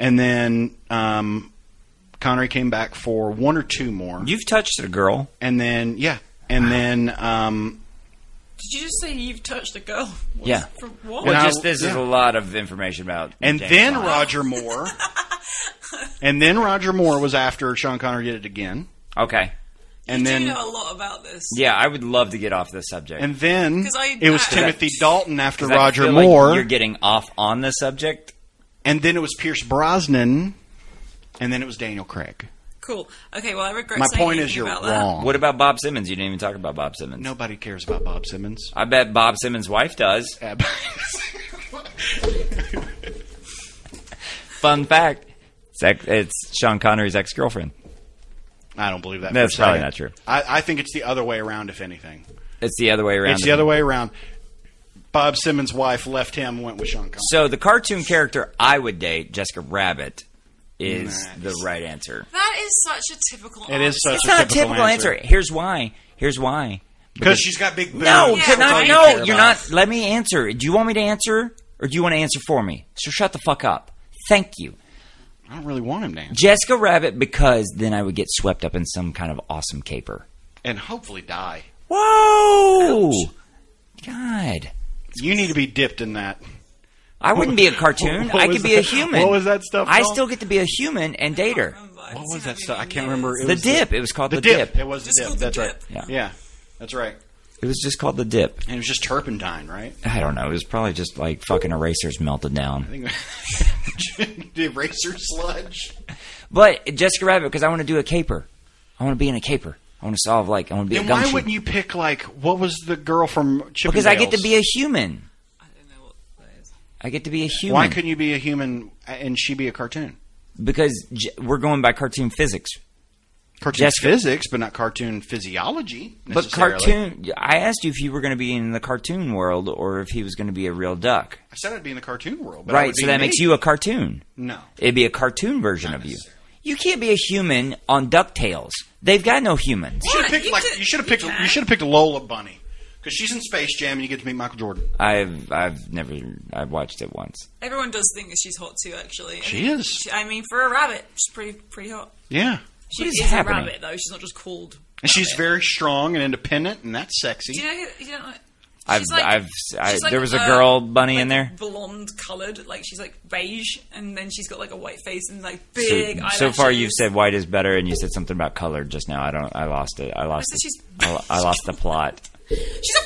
Speaker 2: And then um, Connery came back for one or two more,
Speaker 1: You've touched a girl.
Speaker 2: and then yeah, and then um,
Speaker 4: Did you just say you've touched a girl? What's-
Speaker 1: Yeah.
Speaker 4: From what?
Speaker 1: Well,
Speaker 2: I-
Speaker 1: just this is
Speaker 2: yeah.
Speaker 1: a lot of information about.
Speaker 2: and
Speaker 1: James
Speaker 2: then
Speaker 1: Bond.
Speaker 2: Roger Moore, and then Roger Moore was after Sean Connery did it again,
Speaker 1: Okay.
Speaker 2: and
Speaker 4: you
Speaker 2: then.
Speaker 4: do know a lot about this.
Speaker 1: Yeah, I would love to get off this subject.
Speaker 2: and then
Speaker 4: 'Cause I-
Speaker 2: it was
Speaker 4: I-
Speaker 2: Timothy Dalton after
Speaker 1: 'Cause I
Speaker 2: Roger
Speaker 1: feel like
Speaker 2: Moore.
Speaker 1: you're getting off on the subject.
Speaker 2: and then it was Pierce Brosnan, and then it was Daniel Craig.
Speaker 4: Cool. Okay, well, I regret
Speaker 2: My
Speaker 4: saying
Speaker 2: point is,
Speaker 4: anything
Speaker 2: you're
Speaker 4: about
Speaker 2: wrong.
Speaker 1: What about Bob Simmons? You didn't even talk about Bob Simmons.
Speaker 2: Nobody cares about Bob Simmons.
Speaker 1: I bet Bob Simmons' wife does.
Speaker 2: Uh,
Speaker 1: Fun fact: it's, ex- it's Sean Connery's ex-girlfriend.
Speaker 2: I don't believe that.
Speaker 1: That's
Speaker 2: for a
Speaker 1: probably
Speaker 2: second.
Speaker 1: not true.
Speaker 2: I, I think it's the other way around, if anything.
Speaker 1: It's the other way around.
Speaker 2: It's the other way around. Bob Simmons' wife left him, went with Sean Connery.
Speaker 1: So the cartoon character I would date, Jessica Rabbit, is
Speaker 2: Nice.
Speaker 1: the right answer.
Speaker 4: That is such a typical.
Speaker 2: It is
Speaker 4: answer.
Speaker 2: such
Speaker 1: It's not a
Speaker 2: typical
Speaker 1: typical answer.
Speaker 2: answer.
Speaker 1: Here's why. Here's why.
Speaker 2: Because she's got big boobs.
Speaker 1: No,
Speaker 4: Yeah,
Speaker 1: can
Speaker 4: that's all
Speaker 1: I,
Speaker 4: you
Speaker 1: no,
Speaker 4: care
Speaker 1: you're
Speaker 4: about.
Speaker 1: not. Let me answer. Do you want me to answer, or do you want to answer for me? So shut the fuck up. Thank you,
Speaker 2: I don't really want him to answer.
Speaker 1: Jessica Rabbit, because then I would get swept up in some kind of awesome caper.
Speaker 2: And hopefully die.
Speaker 1: Whoa, God,
Speaker 2: You need to be dipped in that.
Speaker 1: I wouldn't be a cartoon.
Speaker 2: What
Speaker 1: I
Speaker 2: was
Speaker 1: could be a
Speaker 2: that-
Speaker 1: human.
Speaker 2: what was that stuff
Speaker 1: I
Speaker 2: called?
Speaker 1: still get to be a human and date her.
Speaker 2: What was that stuff? I can't remember. It
Speaker 1: The
Speaker 2: was
Speaker 1: dip. It was called
Speaker 2: The,
Speaker 1: the,
Speaker 2: dip.
Speaker 1: dip.
Speaker 2: It was the
Speaker 4: Just
Speaker 2: dip.
Speaker 4: called The
Speaker 2: That's
Speaker 4: Dip.
Speaker 1: Yeah.
Speaker 2: right. Yeah, that's right.
Speaker 1: It was just called the dip.
Speaker 2: And it was just turpentine, right?
Speaker 1: I don't know. It was probably just like fucking erasers melted
Speaker 2: I
Speaker 1: down.
Speaker 2: think the eraser sludge.
Speaker 1: But Jessica Rabbit, because I want to do a caper. I want to be in a caper. I want to solve like I want to be
Speaker 2: Then
Speaker 1: a
Speaker 2: why
Speaker 1: gumshoe.
Speaker 2: wouldn't you pick like what was the girl from Chip?
Speaker 1: because I get to be a human.
Speaker 4: I don't know what that is.
Speaker 1: I get to be a human.
Speaker 2: Why couldn't you be a human and she be a cartoon?
Speaker 1: Because j- we're going by cartoon physics.
Speaker 2: Cartoon
Speaker 1: Jessica-
Speaker 2: physics, but not cartoon physiology.
Speaker 1: But
Speaker 2: necessarily.
Speaker 1: cartoon. I asked you if you were going to be in the cartoon world or if he was going to be a real duck.
Speaker 2: I said I'd be in the cartoon world, but I
Speaker 1: right.
Speaker 2: would
Speaker 1: So
Speaker 2: be
Speaker 1: that
Speaker 2: me.
Speaker 1: makes you a cartoon.
Speaker 2: no.
Speaker 1: It'd be a cartoon version
Speaker 2: Not
Speaker 1: of you.
Speaker 2: necessarily.
Speaker 1: You can't be a human on Ducktales. They've got no humans.
Speaker 2: You should have
Speaker 4: What?
Speaker 2: picked
Speaker 4: You
Speaker 2: like
Speaker 4: could-
Speaker 2: you should have
Speaker 4: you
Speaker 2: picked you
Speaker 4: can.
Speaker 2: should have picked Lola Bunny because she's in Space Jam and you get to meet Michael Jordan.
Speaker 1: I've I've never I've watched it once.
Speaker 4: Everyone does think that she's hot too. Actually, I
Speaker 2: She
Speaker 4: mean,
Speaker 2: is.
Speaker 4: she- I mean, for a rabbit, she's pretty pretty hot.
Speaker 2: Yeah,
Speaker 4: She
Speaker 1: is
Speaker 4: a
Speaker 1: happening?
Speaker 4: rabbit though. She's not just called.
Speaker 2: and she's very strong and independent, and that's sexy.
Speaker 4: Do you know? who- You know like-
Speaker 1: I've-
Speaker 4: she's like-
Speaker 1: I've- I-
Speaker 4: she's like,
Speaker 1: there was a
Speaker 4: uh,
Speaker 1: girl bunny in there.
Speaker 4: blonde coloured, like she's like beige, and then she's got like a white face and like big.
Speaker 1: so,
Speaker 4: eyelashes.
Speaker 1: so far, you've said white is better, and you said something about color just now. I don't. I lost it. I lost.
Speaker 4: said
Speaker 1: it.
Speaker 4: she's-
Speaker 1: I, lo- I lost the plot.
Speaker 4: she's a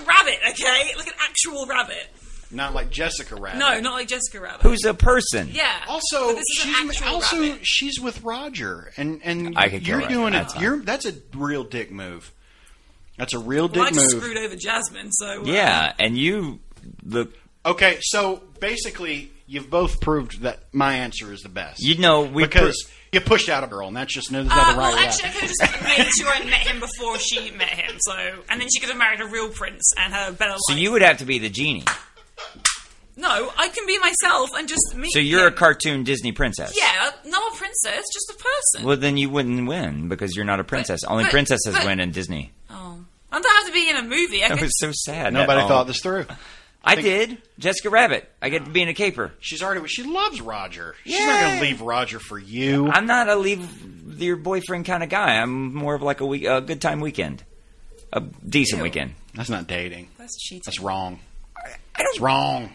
Speaker 4: freaking rabbit, okay? Like an actual rabbit.
Speaker 2: Not like Jessica Rabbit.
Speaker 4: No, not like Jessica Rabbit.
Speaker 1: Who's a person?
Speaker 4: yeah?
Speaker 2: Also,
Speaker 4: but this is an
Speaker 2: she's
Speaker 4: actual
Speaker 2: also
Speaker 4: rabbit.
Speaker 2: she's with Roger, and and
Speaker 1: I could
Speaker 2: you're
Speaker 1: care
Speaker 2: doing
Speaker 1: less.
Speaker 2: it. You're that's a real dick move. That's a real
Speaker 4: Well, I
Speaker 2: dick
Speaker 4: just
Speaker 2: move.
Speaker 4: screwed over Jasmine, so uh,
Speaker 1: Yeah, and you look.
Speaker 2: Okay, so basically, you've both proved that my answer is the best.
Speaker 1: You know, we
Speaker 2: because you pushed out a girl, and that's just no, there's
Speaker 4: Uh,
Speaker 2: nothing right
Speaker 4: well,
Speaker 2: with
Speaker 4: actually, I
Speaker 2: that.
Speaker 4: could have just made sure I met him before she met him. So, and then she could have married a real prince and her better life.
Speaker 1: So you would have to be the genie.
Speaker 4: No, I can be myself and just meet.
Speaker 1: So you're a
Speaker 4: him.
Speaker 1: cartoon Disney princess.
Speaker 4: Yeah, not a princess, just a person.
Speaker 1: Well, then you wouldn't win because you're not a princess. Only
Speaker 4: but-
Speaker 1: princesses
Speaker 4: but-
Speaker 1: win in Disney.
Speaker 4: Oh. I don't have to be in a movie. I
Speaker 1: That
Speaker 4: could
Speaker 1: was so sad.
Speaker 2: Nobody
Speaker 1: Oh.
Speaker 2: thought this through.
Speaker 1: I did. Jessica Rabbit. I get to be in a caper.
Speaker 2: She's already. She loves Roger. She's not going to
Speaker 1: Yay.
Speaker 2: leave Roger for you.
Speaker 1: I'm not a leave your boyfriend kind of guy. I'm more of like a week, a good time weekend, a decent weekend.
Speaker 2: That's not dating.
Speaker 4: That's cheating.
Speaker 2: That's wrong.
Speaker 1: I don't
Speaker 2: It's wrong.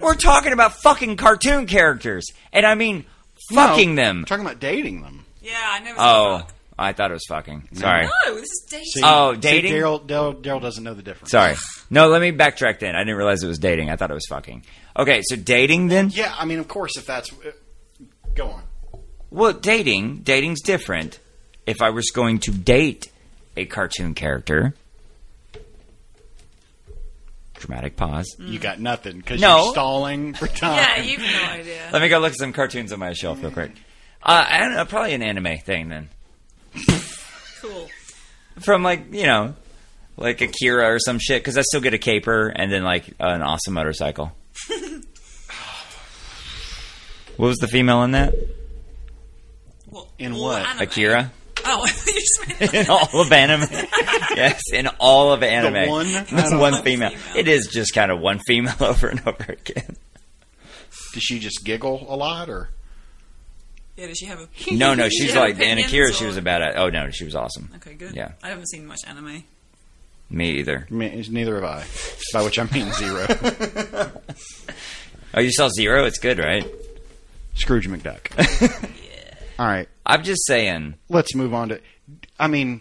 Speaker 1: We're talking about fucking cartoon characters, and I mean fucking
Speaker 2: No,
Speaker 1: them.
Speaker 2: I'm talking about dating them.
Speaker 4: yeah, I never. said
Speaker 1: oh,
Speaker 4: fuck.
Speaker 1: I thought it was fucking. Sorry,
Speaker 4: No, this is dating.
Speaker 1: Oh,
Speaker 2: See,
Speaker 1: dating?
Speaker 2: Daryl. Daryl Daryl doesn't know the difference.
Speaker 1: sorry. No, let me backtrack. Then I didn't realize it was dating. I thought it was fucking. Okay, so dating then.
Speaker 2: Yeah, I mean, of course, if that's. uh, Go on.
Speaker 1: Well, dating, dating's different. If I was going to date a cartoon character, dramatic pause.
Speaker 2: You got nothing because
Speaker 1: No.
Speaker 2: you're stalling for time.
Speaker 4: yeah, you've no idea.
Speaker 1: Let me go look at some cartoons on my shelf real quick. Uh, I don't know, probably an anime thing then.
Speaker 4: cool.
Speaker 1: from like you know like akira or some shit because i still get a caper and then like an awesome motorcycle what was the female in that
Speaker 4: What,
Speaker 2: In
Speaker 4: all
Speaker 2: what?
Speaker 4: anime?
Speaker 1: akira
Speaker 4: Oh, I thought you just meant
Speaker 1: in all of anime yes in all of anime
Speaker 2: The one?
Speaker 1: That's one female it is just kind of one female over and over again
Speaker 2: Does she just giggle a lot, or
Speaker 4: Yeah, does she have a?
Speaker 1: no no she's
Speaker 4: Yeah,
Speaker 1: like in
Speaker 4: opinions
Speaker 1: akira she
Speaker 4: or-
Speaker 1: was a badass oh no she was awesome
Speaker 4: Okay, good.
Speaker 1: Yeah.
Speaker 4: I haven't seen much anime.
Speaker 1: me either
Speaker 2: I mean, it's neither have I? By which I mean zero.
Speaker 1: oh you saw zero it's good right
Speaker 2: Scrooge McDuck. All right,
Speaker 1: i'm just saying
Speaker 2: let's move on to. I mean,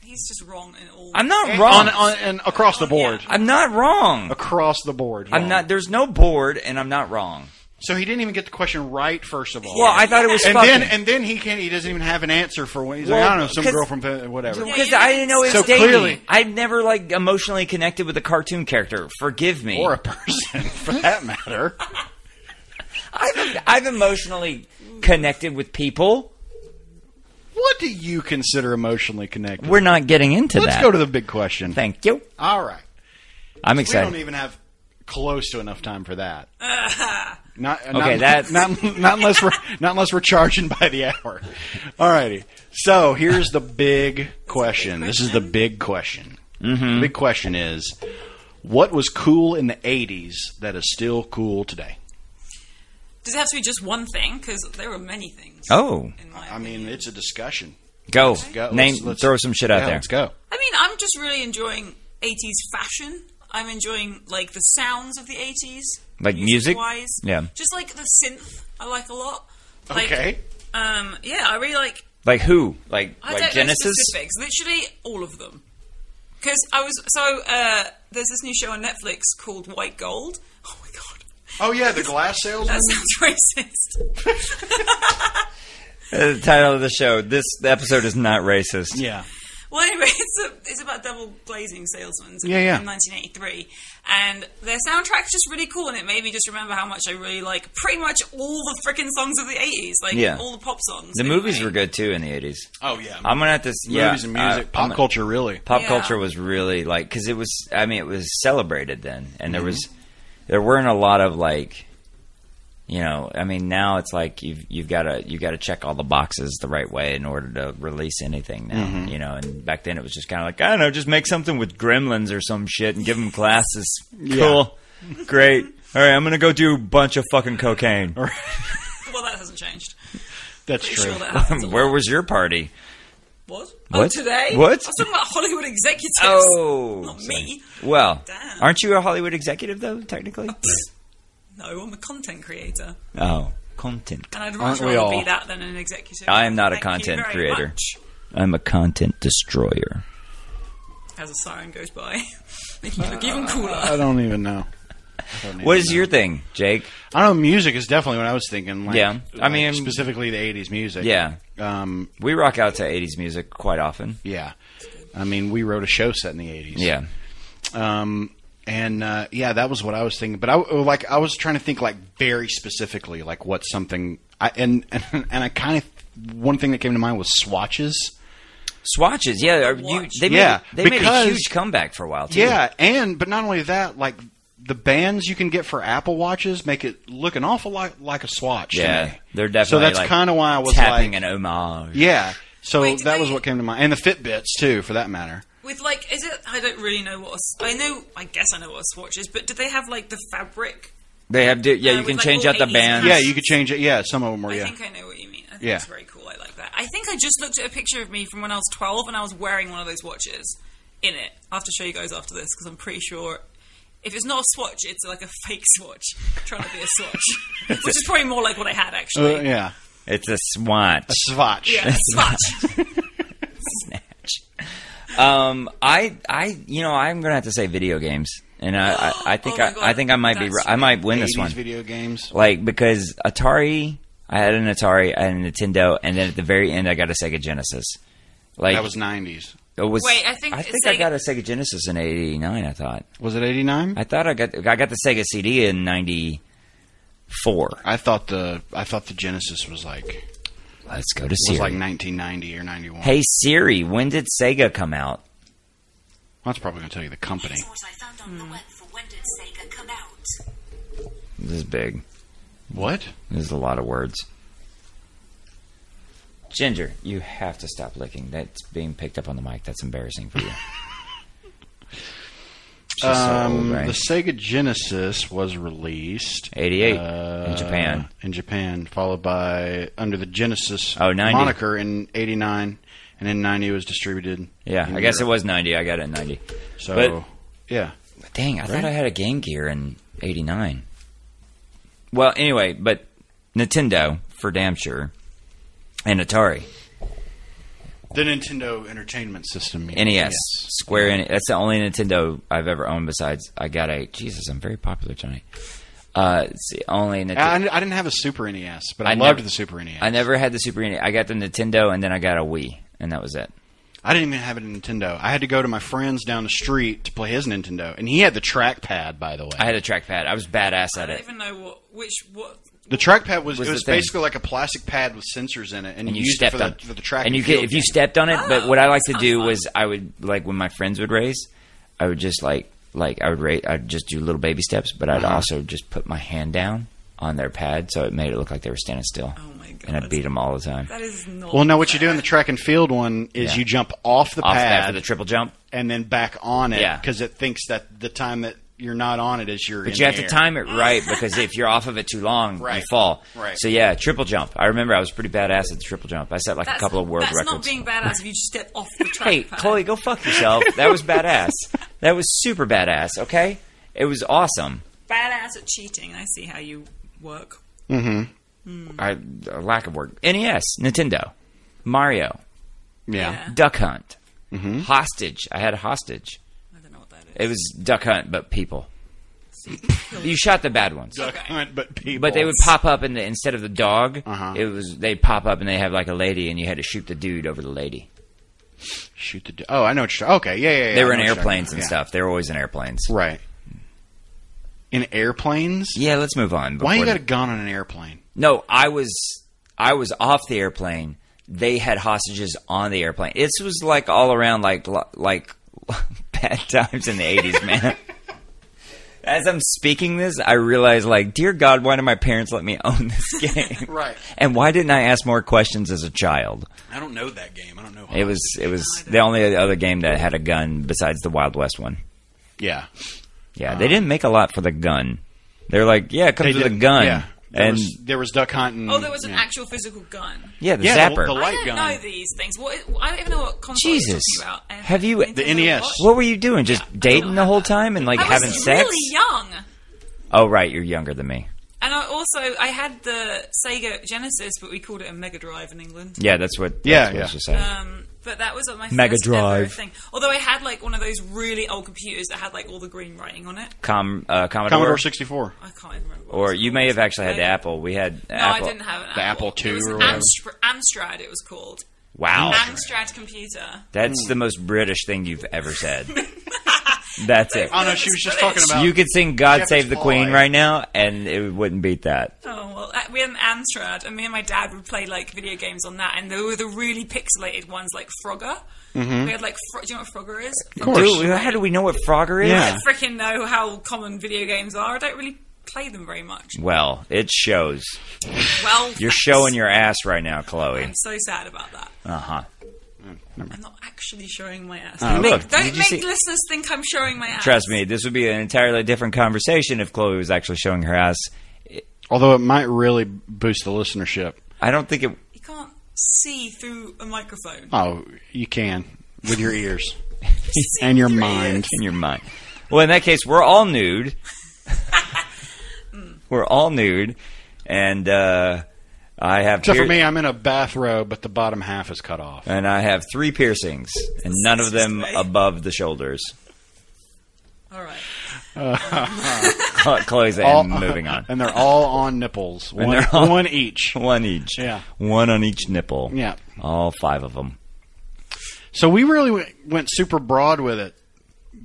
Speaker 4: He's just wrong in all.
Speaker 1: i'm not
Speaker 2: on,
Speaker 1: wrong
Speaker 2: on and across the board,
Speaker 1: i'm not wrong
Speaker 2: across the board.
Speaker 1: i'm
Speaker 2: wrong.
Speaker 1: not there's no board and i'm not wrong
Speaker 2: So he didn't even get the question right, first of all.
Speaker 1: Well, I thought it was
Speaker 2: and
Speaker 1: fucking.
Speaker 2: then and then he can not he doesn't even have an answer for when he's like
Speaker 1: Well,
Speaker 2: I don't know some
Speaker 1: 'cause-
Speaker 2: girl from Pe- whatever.
Speaker 1: because I didn't know it was
Speaker 2: So
Speaker 1: dating.
Speaker 2: clearly-
Speaker 1: I've never like emotionally connected with a cartoon character. Forgive me.
Speaker 2: or a person for that matter.
Speaker 1: I've, I've emotionally connected with people.
Speaker 2: What? do you consider emotionally connected?
Speaker 1: We're not getting into
Speaker 2: Let's
Speaker 1: that.
Speaker 2: go to the big question.
Speaker 1: Thank you.
Speaker 2: All right.
Speaker 1: I'm
Speaker 2: We
Speaker 1: excited.
Speaker 2: don't even have close to enough time for that. not, uh,
Speaker 1: Okay,
Speaker 2: not,
Speaker 1: that's-
Speaker 2: not, not unless we're not unless we're charging by the hour. Alrighty. So here's the big question. This is the big question.
Speaker 1: Mm-hmm.
Speaker 2: The big question is, what was cool in the '80s that is still cool today?
Speaker 4: Does it have to be just one thing? Because there were many things.
Speaker 1: oh,
Speaker 4: in my
Speaker 2: I mean, it's a discussion.
Speaker 1: go.
Speaker 2: Go.
Speaker 1: Name.
Speaker 2: Let's- let's-
Speaker 1: throw some shit out
Speaker 2: yeah,
Speaker 1: there.
Speaker 2: Let's go.
Speaker 4: I mean, I'm just really enjoying 80s fashion. I'm enjoying like the sounds of the 80s,
Speaker 1: Like music?
Speaker 4: wise.
Speaker 1: Yeah.
Speaker 4: just like the synth, I like a lot. Like,
Speaker 2: Okay.
Speaker 4: Um. Yeah, I really like.
Speaker 1: Like who? Like
Speaker 4: I
Speaker 1: like
Speaker 4: don't know
Speaker 1: Genesis?
Speaker 4: specifics. Literally all of them. Because I was so uh, there's this new show on Netflix called White Gold. Oh my god,
Speaker 2: Oh yeah, the glass salesman.
Speaker 4: that sounds racist.
Speaker 1: Uh, the title of the show. This episode is not racist.
Speaker 2: Yeah.
Speaker 4: Well, anyway, it's, a, it's about double glazing salesmen
Speaker 2: Yeah, yeah.
Speaker 4: in 1983. And their soundtrack's just really cool, and it made me just remember how much I really like pretty much all the freaking songs of the 80s, like
Speaker 1: Yeah.
Speaker 4: all the pop songs.
Speaker 1: The
Speaker 4: anyway.
Speaker 1: movies were good too in the eighties.
Speaker 2: Oh yeah.
Speaker 1: I'm gonna have to. s- Yeah,
Speaker 2: Movies and music,
Speaker 1: uh,
Speaker 2: pop
Speaker 1: I'm gonna-
Speaker 2: culture, really.
Speaker 1: Pop
Speaker 4: Yeah.
Speaker 1: culture was really like because it was. I mean, it was celebrated then, and there was there weren't a lot of like. You know, I mean, now it's like you've you've got to you've got to check all the boxes the right way in order to release anything now. You know, and back then it was just kind of like I don't know, just make something with gremlins or some shit and give them classes. Cool, great. All right, I'm gonna go do a bunch of fucking cocaine.
Speaker 4: Well, that hasn't changed.
Speaker 2: That's
Speaker 4: Pretty
Speaker 2: true.
Speaker 4: sure that happens. a lot.
Speaker 1: Where was your party?
Speaker 4: What? Oh,
Speaker 1: What?
Speaker 4: today?
Speaker 1: What?
Speaker 4: I was talking about Hollywood executives.
Speaker 1: Oh,
Speaker 4: Not
Speaker 1: sorry.
Speaker 4: me.
Speaker 1: Well,
Speaker 4: Damn.
Speaker 1: aren't you a Hollywood executive though? Technically,
Speaker 4: No, I'm a content creator.
Speaker 1: oh, content.
Speaker 4: And I'd
Speaker 2: Aren't
Speaker 4: much
Speaker 2: we
Speaker 4: rather
Speaker 2: all?
Speaker 4: be that than an executive.
Speaker 1: I am not a
Speaker 4: Thank
Speaker 1: content
Speaker 4: you very
Speaker 1: creator.
Speaker 4: much.
Speaker 1: I'm a content destroyer.
Speaker 4: As a siren goes by, making you look even cooler.
Speaker 2: I don't even know. I don't
Speaker 1: What
Speaker 2: even
Speaker 1: is
Speaker 2: know.
Speaker 1: your thing, Jake?
Speaker 2: I don't know. Music is definitely what I was thinking. Like,
Speaker 1: Yeah. I
Speaker 2: like,
Speaker 1: mean-
Speaker 2: specifically the '80s music.
Speaker 1: Yeah.
Speaker 2: Um.
Speaker 1: We rock out to 80s music quite often.
Speaker 2: Yeah. I mean, we wrote a show set in the '80s.
Speaker 1: Yeah.
Speaker 2: Um. And uh, yeah, that was what I was thinking. But I like I was trying to think like very specifically like what something I and and, and I kind of one thing that came to mind was swatches.
Speaker 1: Swatches, yeah. are You,
Speaker 4: Watch.
Speaker 1: they made,
Speaker 2: Yeah,
Speaker 1: they made a
Speaker 2: because-
Speaker 1: huge comeback for a while, too.
Speaker 2: Yeah, and but not only that, like the bands you can get for Apple watches make it look an awful lot like a swatch. to
Speaker 1: Yeah.
Speaker 2: me.
Speaker 1: They're definitely
Speaker 2: so that's
Speaker 1: like,
Speaker 2: kind of why I was
Speaker 1: tapping
Speaker 2: like,
Speaker 1: an homage.
Speaker 2: Yeah. So
Speaker 4: Wait, did
Speaker 2: that was
Speaker 4: they-
Speaker 2: what came to mind, and the Fitbits too, for that matter.
Speaker 4: With like, is it? I don't really know what. A, s- I know. I guess I know what a swatch is, but do they have like the fabric?
Speaker 1: They have, di- yeah,
Speaker 4: Uh,
Speaker 1: you
Speaker 4: with,
Speaker 1: can
Speaker 4: like,
Speaker 1: change
Speaker 4: all
Speaker 1: out the
Speaker 4: 80s
Speaker 1: bands.
Speaker 2: Yeah, you could change it. Yeah, some of them
Speaker 1: Oh,
Speaker 2: were.
Speaker 4: I
Speaker 2: Yeah.
Speaker 4: think I know what you mean. I think
Speaker 2: Yeah.
Speaker 4: it's very cool. I like that. I think I just looked at a picture of me from when I was twelve, and I was wearing one of those watches. In it, I have to show you guys after this because I'm pretty sure. If it's not a swatch, it's like a fake swatch, trying to be a swatch, which is probably more like what I had actually.
Speaker 1: Oh,
Speaker 2: Uh, yeah.
Speaker 1: It's a swatch.
Speaker 2: A swatch.
Speaker 4: Yeah, swatch.
Speaker 1: Um, I, I, you know, I'm gonna have to say video games, and I, I, I think
Speaker 4: Oh my
Speaker 1: I,
Speaker 4: God,
Speaker 1: I think I might be,
Speaker 4: that's
Speaker 1: I might win
Speaker 2: 80s
Speaker 1: this one.
Speaker 2: video games.
Speaker 1: like because Atari, I had an Atari, I had a Nintendo, and then at the very end, I got a Sega Genesis. Like
Speaker 2: That was nineties.
Speaker 1: it was.
Speaker 4: Wait, I think
Speaker 1: I
Speaker 4: it's
Speaker 1: think I
Speaker 4: Sega-
Speaker 1: got a Sega Genesis in '89. I thought.
Speaker 2: Was it eighty nine?
Speaker 1: I thought I got. I got the Sega CD in '94.
Speaker 2: I thought the I thought the Genesis was like
Speaker 1: Let's go to
Speaker 2: was
Speaker 1: Siri.
Speaker 2: like nineteen ninety or ninety one.
Speaker 1: hey Siri, when did Sega come out?
Speaker 2: That's probably gonna tell you the company.
Speaker 5: Source I found on the web for when did Sega come out.
Speaker 1: This is big.
Speaker 2: What?
Speaker 1: This is a lot of words. Ginger, you have to stop licking. That's being picked up on the mic. That's embarrassing for you. She's
Speaker 2: Um,
Speaker 1: so old, right?
Speaker 2: The Sega Genesis was released
Speaker 1: 88
Speaker 2: uh,
Speaker 1: in Japan.
Speaker 2: In Japan, followed by under the Genesis
Speaker 1: Oh, 90.
Speaker 2: moniker in eighty nine, and in ninety it was distributed.
Speaker 1: Yeah,
Speaker 2: in
Speaker 1: I guess it
Speaker 2: Europe.
Speaker 1: was 90. I got it in 90.
Speaker 2: So
Speaker 1: But-
Speaker 2: yeah,
Speaker 1: Dang, I
Speaker 2: Right?
Speaker 1: thought I had a Game Gear in 89. Well, anyway, but Nintendo, for damn sure, and Atari,
Speaker 2: the Nintendo Entertainment System yeah.
Speaker 1: NES,
Speaker 2: Yes.
Speaker 1: E Square Enix. That's the only Nintendo I've ever owned besides I got a. Jesus, I'm very popular tonight. Uh, it's the only Nintendo.
Speaker 2: I, I didn't have a Super NES, but I,
Speaker 1: I
Speaker 2: loved
Speaker 1: never-
Speaker 2: the Super E NES.
Speaker 1: I never had the Super Nintendo. I got the Nintendo, and then I got a Wii, and that was it.
Speaker 2: I didn't even have a Nintendo. I had to go to my friend's down the street to play his Nintendo, and he had the trackpad. By the way,
Speaker 1: I had a trackpad. I was badass
Speaker 4: I
Speaker 1: at
Speaker 4: don't
Speaker 1: it.
Speaker 4: even know what which what
Speaker 2: The trackpad was,
Speaker 1: Was
Speaker 2: it
Speaker 1: the
Speaker 2: was
Speaker 1: thing.
Speaker 2: basically like a plastic pad with sensors in it, and,
Speaker 1: and you
Speaker 2: used
Speaker 1: stepped
Speaker 2: it for
Speaker 1: on
Speaker 2: the, for the track
Speaker 1: and you
Speaker 2: field
Speaker 1: could, if you
Speaker 2: game.
Speaker 1: stepped on it. But what I like to
Speaker 4: Oh,
Speaker 1: do
Speaker 4: fun.
Speaker 1: was I would like when my friends would race, I would just like like I would rate I'd just do little baby steps, but I'd
Speaker 2: Uh-huh.
Speaker 1: also just put my hand down on their pad, so it made it look like they were standing still.
Speaker 4: Oh my god.
Speaker 1: and I beat them all the time.
Speaker 4: That is not.
Speaker 2: Well, no, what you do in the track and field one is
Speaker 1: Yeah.
Speaker 2: you jump off the
Speaker 1: Off
Speaker 2: pad
Speaker 1: after the triple jump,
Speaker 2: and then back on it
Speaker 1: Yeah.
Speaker 2: because it thinks that the time that you're not on it is you're.
Speaker 1: But
Speaker 2: in
Speaker 1: you have
Speaker 2: the
Speaker 1: to
Speaker 2: air.
Speaker 1: time it right because if you're off of it too long,
Speaker 2: Right.
Speaker 1: you fall.
Speaker 2: Right.
Speaker 1: So yeah, triple jump. I remember I was pretty badass at the triple jump. I set like a
Speaker 4: That's-
Speaker 1: couple of world
Speaker 4: that's
Speaker 1: records.
Speaker 4: not being badass if you just step off the track.
Speaker 1: hey, Chloe, go fuck yourself. That was badass. That was super badass. Okay, it was awesome.
Speaker 4: Badass at cheating. I see how you work.
Speaker 1: I a lack of work. NES, Nintendo, Mario,
Speaker 2: Yeah.
Speaker 4: Yeah.
Speaker 1: Duck Hunt,
Speaker 2: Mm-hmm.
Speaker 1: Hostage. I had a hostage.
Speaker 4: I don't know what that
Speaker 1: It
Speaker 4: is.
Speaker 1: was Duck Hunt, but people. You shot the bad ones.
Speaker 2: Duck
Speaker 4: Okay.
Speaker 2: hunt, but people.
Speaker 1: But they would pop up and the, instead of the dog,
Speaker 2: Uh-huh.
Speaker 1: it was they pop up and they have like a lady, and you had to shoot the dude over the lady.
Speaker 2: shoot the. d- Oh, I know. What you're, okay, yeah, yeah. yeah
Speaker 1: they
Speaker 2: I
Speaker 1: were
Speaker 2: know
Speaker 1: in
Speaker 2: what you're
Speaker 1: airplanes
Speaker 2: talking
Speaker 1: and
Speaker 2: about.
Speaker 1: stuff. They were always in airplanes.
Speaker 2: Yeah. Right. In airplanes.
Speaker 1: Yeah, let's move on.
Speaker 2: Why you
Speaker 1: before
Speaker 2: got
Speaker 1: the-
Speaker 2: a gun on an airplane?
Speaker 1: No, I was I was off the airplane. They had hostages on the airplane. This was like all around like like bad times in the eighties, man. As I'm speaking this, I realize like, dear God, why did my parents let me own this game?
Speaker 2: Right.
Speaker 1: And why didn't I ask more questions as a child?
Speaker 2: I don't know that game. I don't know.
Speaker 1: It was it was the only other game that had a gun besides the Wild West one.
Speaker 2: Yeah.
Speaker 1: Yeah, they didn't make a lot for the gun. They're like, yeah, it comes with a gun.
Speaker 2: Yeah. There
Speaker 1: and
Speaker 2: was, there was duck hunting.
Speaker 4: Oh, there was an
Speaker 2: yeah.
Speaker 4: actual physical gun.
Speaker 1: yeah, the
Speaker 2: Yeah, the-
Speaker 1: zapper.
Speaker 2: the light-
Speaker 4: I don't
Speaker 2: gun.
Speaker 4: know these things. What, I don't even know what console you're
Speaker 1: Jesus.
Speaker 4: talking about. Um,
Speaker 1: Have you- E
Speaker 2: The
Speaker 4: Nintendo
Speaker 2: NES.
Speaker 4: Watch?
Speaker 1: What were you doing? Just dating the whole time and like
Speaker 4: I
Speaker 1: having
Speaker 4: was
Speaker 1: sex?
Speaker 4: really young.
Speaker 1: Oh right, you're younger than me.
Speaker 4: And I also I had the Sega Genesis, but we called it a Mega Drive in England.
Speaker 1: Yeah, that's what. That's
Speaker 2: Yeah,
Speaker 1: what I
Speaker 2: yeah.
Speaker 1: was just saying.
Speaker 4: Um, but that was my
Speaker 1: Mega
Speaker 4: first ever
Speaker 1: Drive.
Speaker 4: thing. Although I had like one of those really old computers that had like all the green writing on it.
Speaker 1: Com, uh, Commodore,
Speaker 2: Commodore 64.
Speaker 4: I can't even remember. what it
Speaker 1: or
Speaker 4: was
Speaker 1: you
Speaker 4: called.
Speaker 1: may have actually had the
Speaker 4: Mega-
Speaker 1: Apple. We had
Speaker 4: No,
Speaker 1: Apple.
Speaker 4: I didn't have an
Speaker 2: The
Speaker 4: Apple.
Speaker 2: Apple II
Speaker 4: It was
Speaker 2: or
Speaker 4: an
Speaker 2: whatever.
Speaker 4: Amstr- Amstrad. It was called
Speaker 1: Wow,
Speaker 4: Amstrad computer.
Speaker 1: that's the most British thing you've ever said. that's it.
Speaker 2: Oh no, she was just talking about.
Speaker 1: You could sing "God
Speaker 2: Shepherd's
Speaker 1: Save the Queen"
Speaker 2: Pie.
Speaker 1: right now, and it wouldn't beat that.
Speaker 4: Oh well, uh, we had an Amstrad, and me and my dad would play like video games on that, and they were the really pixelated ones, like Frogger.
Speaker 1: Mm-hmm.
Speaker 4: We had like, Fro- do you know what Frogger is? Of
Speaker 2: course.
Speaker 1: Dude, how do we know what Frogger is?
Speaker 2: Yeah.
Speaker 4: I freaking know how common video games are. I don't really play them very much.
Speaker 1: Well, it shows.
Speaker 4: Well,
Speaker 1: You're
Speaker 4: thanks.
Speaker 1: showing your ass right now, Chloe.
Speaker 4: I'm so sad about that.
Speaker 1: Uh huh.
Speaker 4: I'm not actually showing my ass.
Speaker 2: Oh,
Speaker 4: Make-
Speaker 1: look,
Speaker 4: don't
Speaker 1: did you
Speaker 4: make
Speaker 1: see-
Speaker 4: listeners think I'm showing my ass.
Speaker 1: Trust me, this would be an entirely different conversation if Chloe was actually showing her ass.
Speaker 2: Although it might really boost the listenership.
Speaker 1: I don't think it.
Speaker 4: You can't see through a microphone.
Speaker 2: Oh, you can with your ears and your mind.
Speaker 1: in your mind. Well, in that case, we're all nude. we're all nude, and uh, I have
Speaker 2: Except for
Speaker 1: pier-
Speaker 2: me, I'm in a bathrobe, but the bottom half is cut off.
Speaker 1: and I have three piercings, and none of them
Speaker 4: Disgusting.
Speaker 1: above the shoulders.
Speaker 4: All right.
Speaker 1: Chloe's
Speaker 2: All-
Speaker 1: and moving on.
Speaker 2: and they're all on nipples, one,
Speaker 1: they're all-
Speaker 2: one each.
Speaker 1: One each.
Speaker 2: Yeah.
Speaker 1: One on each nipple.
Speaker 2: Yeah.
Speaker 1: All five of them.
Speaker 2: So we really w- went super broad with it: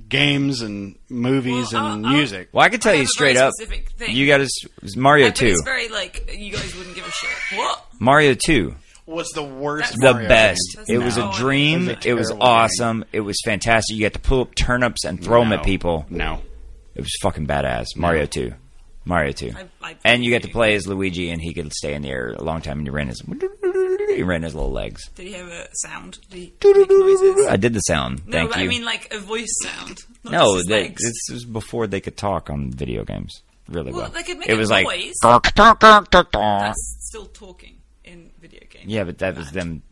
Speaker 2: games and movies
Speaker 4: Well,
Speaker 2: and
Speaker 4: I'll- I'll-
Speaker 2: music.
Speaker 1: Well, I can tell
Speaker 4: I
Speaker 1: you
Speaker 4: have a
Speaker 1: straight
Speaker 4: very
Speaker 1: up.
Speaker 4: specific thing.
Speaker 1: You got us Mario
Speaker 4: I think
Speaker 1: Two.
Speaker 4: it's very like you guys wouldn't give a shit. What?
Speaker 1: Mario Two.
Speaker 2: Was the worst.
Speaker 1: the
Speaker 2: Mario
Speaker 1: best.
Speaker 2: game.
Speaker 4: That's
Speaker 1: It was
Speaker 4: no
Speaker 1: a
Speaker 4: idea.
Speaker 1: dream.
Speaker 2: It
Speaker 1: It
Speaker 2: was
Speaker 1: was,
Speaker 2: a terrible
Speaker 1: awesome. It was fantastic. You got to pull up turnips and throw them
Speaker 2: No.
Speaker 1: at people.
Speaker 2: No.
Speaker 1: It was fucking badass. Mario 2. Mario 2.
Speaker 4: I- I-
Speaker 1: and you got to play as Luigi, and he could stay in the air a long time, and he ran his, he ran his little legs.
Speaker 4: Did he have a sound? Did he make noises?
Speaker 1: I did the sound.
Speaker 4: No,
Speaker 1: Thank
Speaker 4: but
Speaker 1: you.
Speaker 4: I mean like a voice sound. Not just
Speaker 1: no,
Speaker 4: his
Speaker 1: they,
Speaker 4: legs.
Speaker 1: this was before they could talk on video games. Really well.
Speaker 4: well, they could make
Speaker 1: it
Speaker 4: a
Speaker 1: was like,
Speaker 4: noise. That's still talking in video games.
Speaker 1: yeah, but that was them.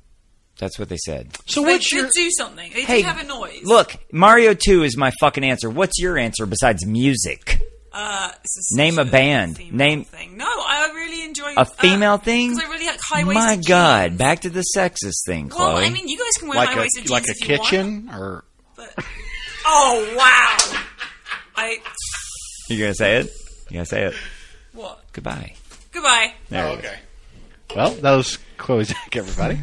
Speaker 1: That's what they said.
Speaker 2: So
Speaker 4: They
Speaker 2: what's
Speaker 4: did
Speaker 2: your?
Speaker 4: do something. They
Speaker 1: Hey,
Speaker 4: did have a noise.
Speaker 1: Look, Mario 2 is my fucking answer. What's your answer besides music?
Speaker 4: Uh, it's such
Speaker 1: Name a band.
Speaker 4: female
Speaker 1: Name-
Speaker 4: thing. No, I really enjoy
Speaker 1: A female thing?
Speaker 4: Because I really like high waisted.
Speaker 1: My God, back to the sexist thing, Chloe.
Speaker 4: Well, I mean, you guys can wear
Speaker 2: Like
Speaker 4: high waisted
Speaker 2: a
Speaker 4: jeans
Speaker 2: like a
Speaker 4: if you want,
Speaker 2: kitchen or
Speaker 4: but... Oh wow! I
Speaker 1: you gonna say it? You gonna say it?
Speaker 4: what?
Speaker 1: Goodbye.
Speaker 4: Goodbye.
Speaker 1: There it is.
Speaker 2: okay. Well, that was Chloe's Zach, everybody.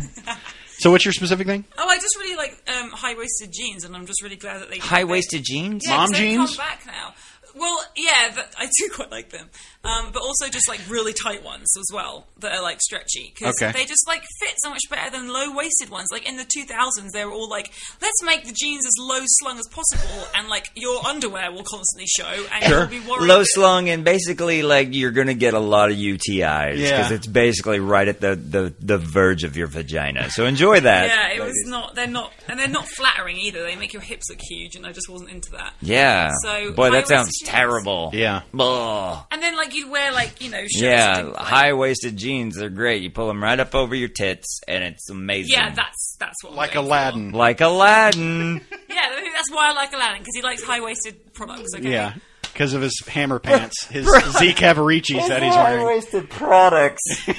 Speaker 2: so, what's your specific thing?
Speaker 4: Oh, I just really like um, high waisted jeans, and I'm just really glad that they
Speaker 1: High waisted jeans?
Speaker 4: Yeah, 'cause
Speaker 2: Mom
Speaker 4: they've
Speaker 2: jeans?
Speaker 4: Come back now. Well, yeah, but I do quite like them. Um, but also just like really tight ones as well that are like stretchy because
Speaker 2: Okay.
Speaker 4: they just like fit so much better than low waisted ones. Like in the 2000s, they were all like, let's make the jeans as low slung as possible, and like your underwear will constantly show, and
Speaker 1: Sure.
Speaker 4: you'll be worried.
Speaker 1: Low
Speaker 4: that-
Speaker 1: slung and basically like you're gonna get a lot of UTIs because
Speaker 2: Yeah.
Speaker 1: it's basically right at the, the, the verge of your vagina. So enjoy that.
Speaker 4: Yeah, it was not. They're not, and they're not flattering either. They make your hips look huge, and I just wasn't into that.
Speaker 1: Yeah.
Speaker 4: So,
Speaker 1: boy, that
Speaker 4: high-waisted
Speaker 1: sounds
Speaker 4: jeans.
Speaker 1: terrible.
Speaker 2: Yeah.
Speaker 1: Ugh.
Speaker 4: And then like you'd wear like you know shirts that
Speaker 1: Yeah,
Speaker 4: didn't quite-
Speaker 1: high waisted jeans are great. You pull them right up over your tits, and it's amazing.
Speaker 4: Yeah, that's that's what. I'm
Speaker 2: Like
Speaker 4: going for.
Speaker 2: Aladdin.
Speaker 1: like Aladdin.
Speaker 4: Yeah, I think that's why I like Aladdin because he likes high waisted products. Okay?
Speaker 2: Yeah. Because of his hammer pants, his Zeke Avericis that he's wearing.
Speaker 1: waisted products. what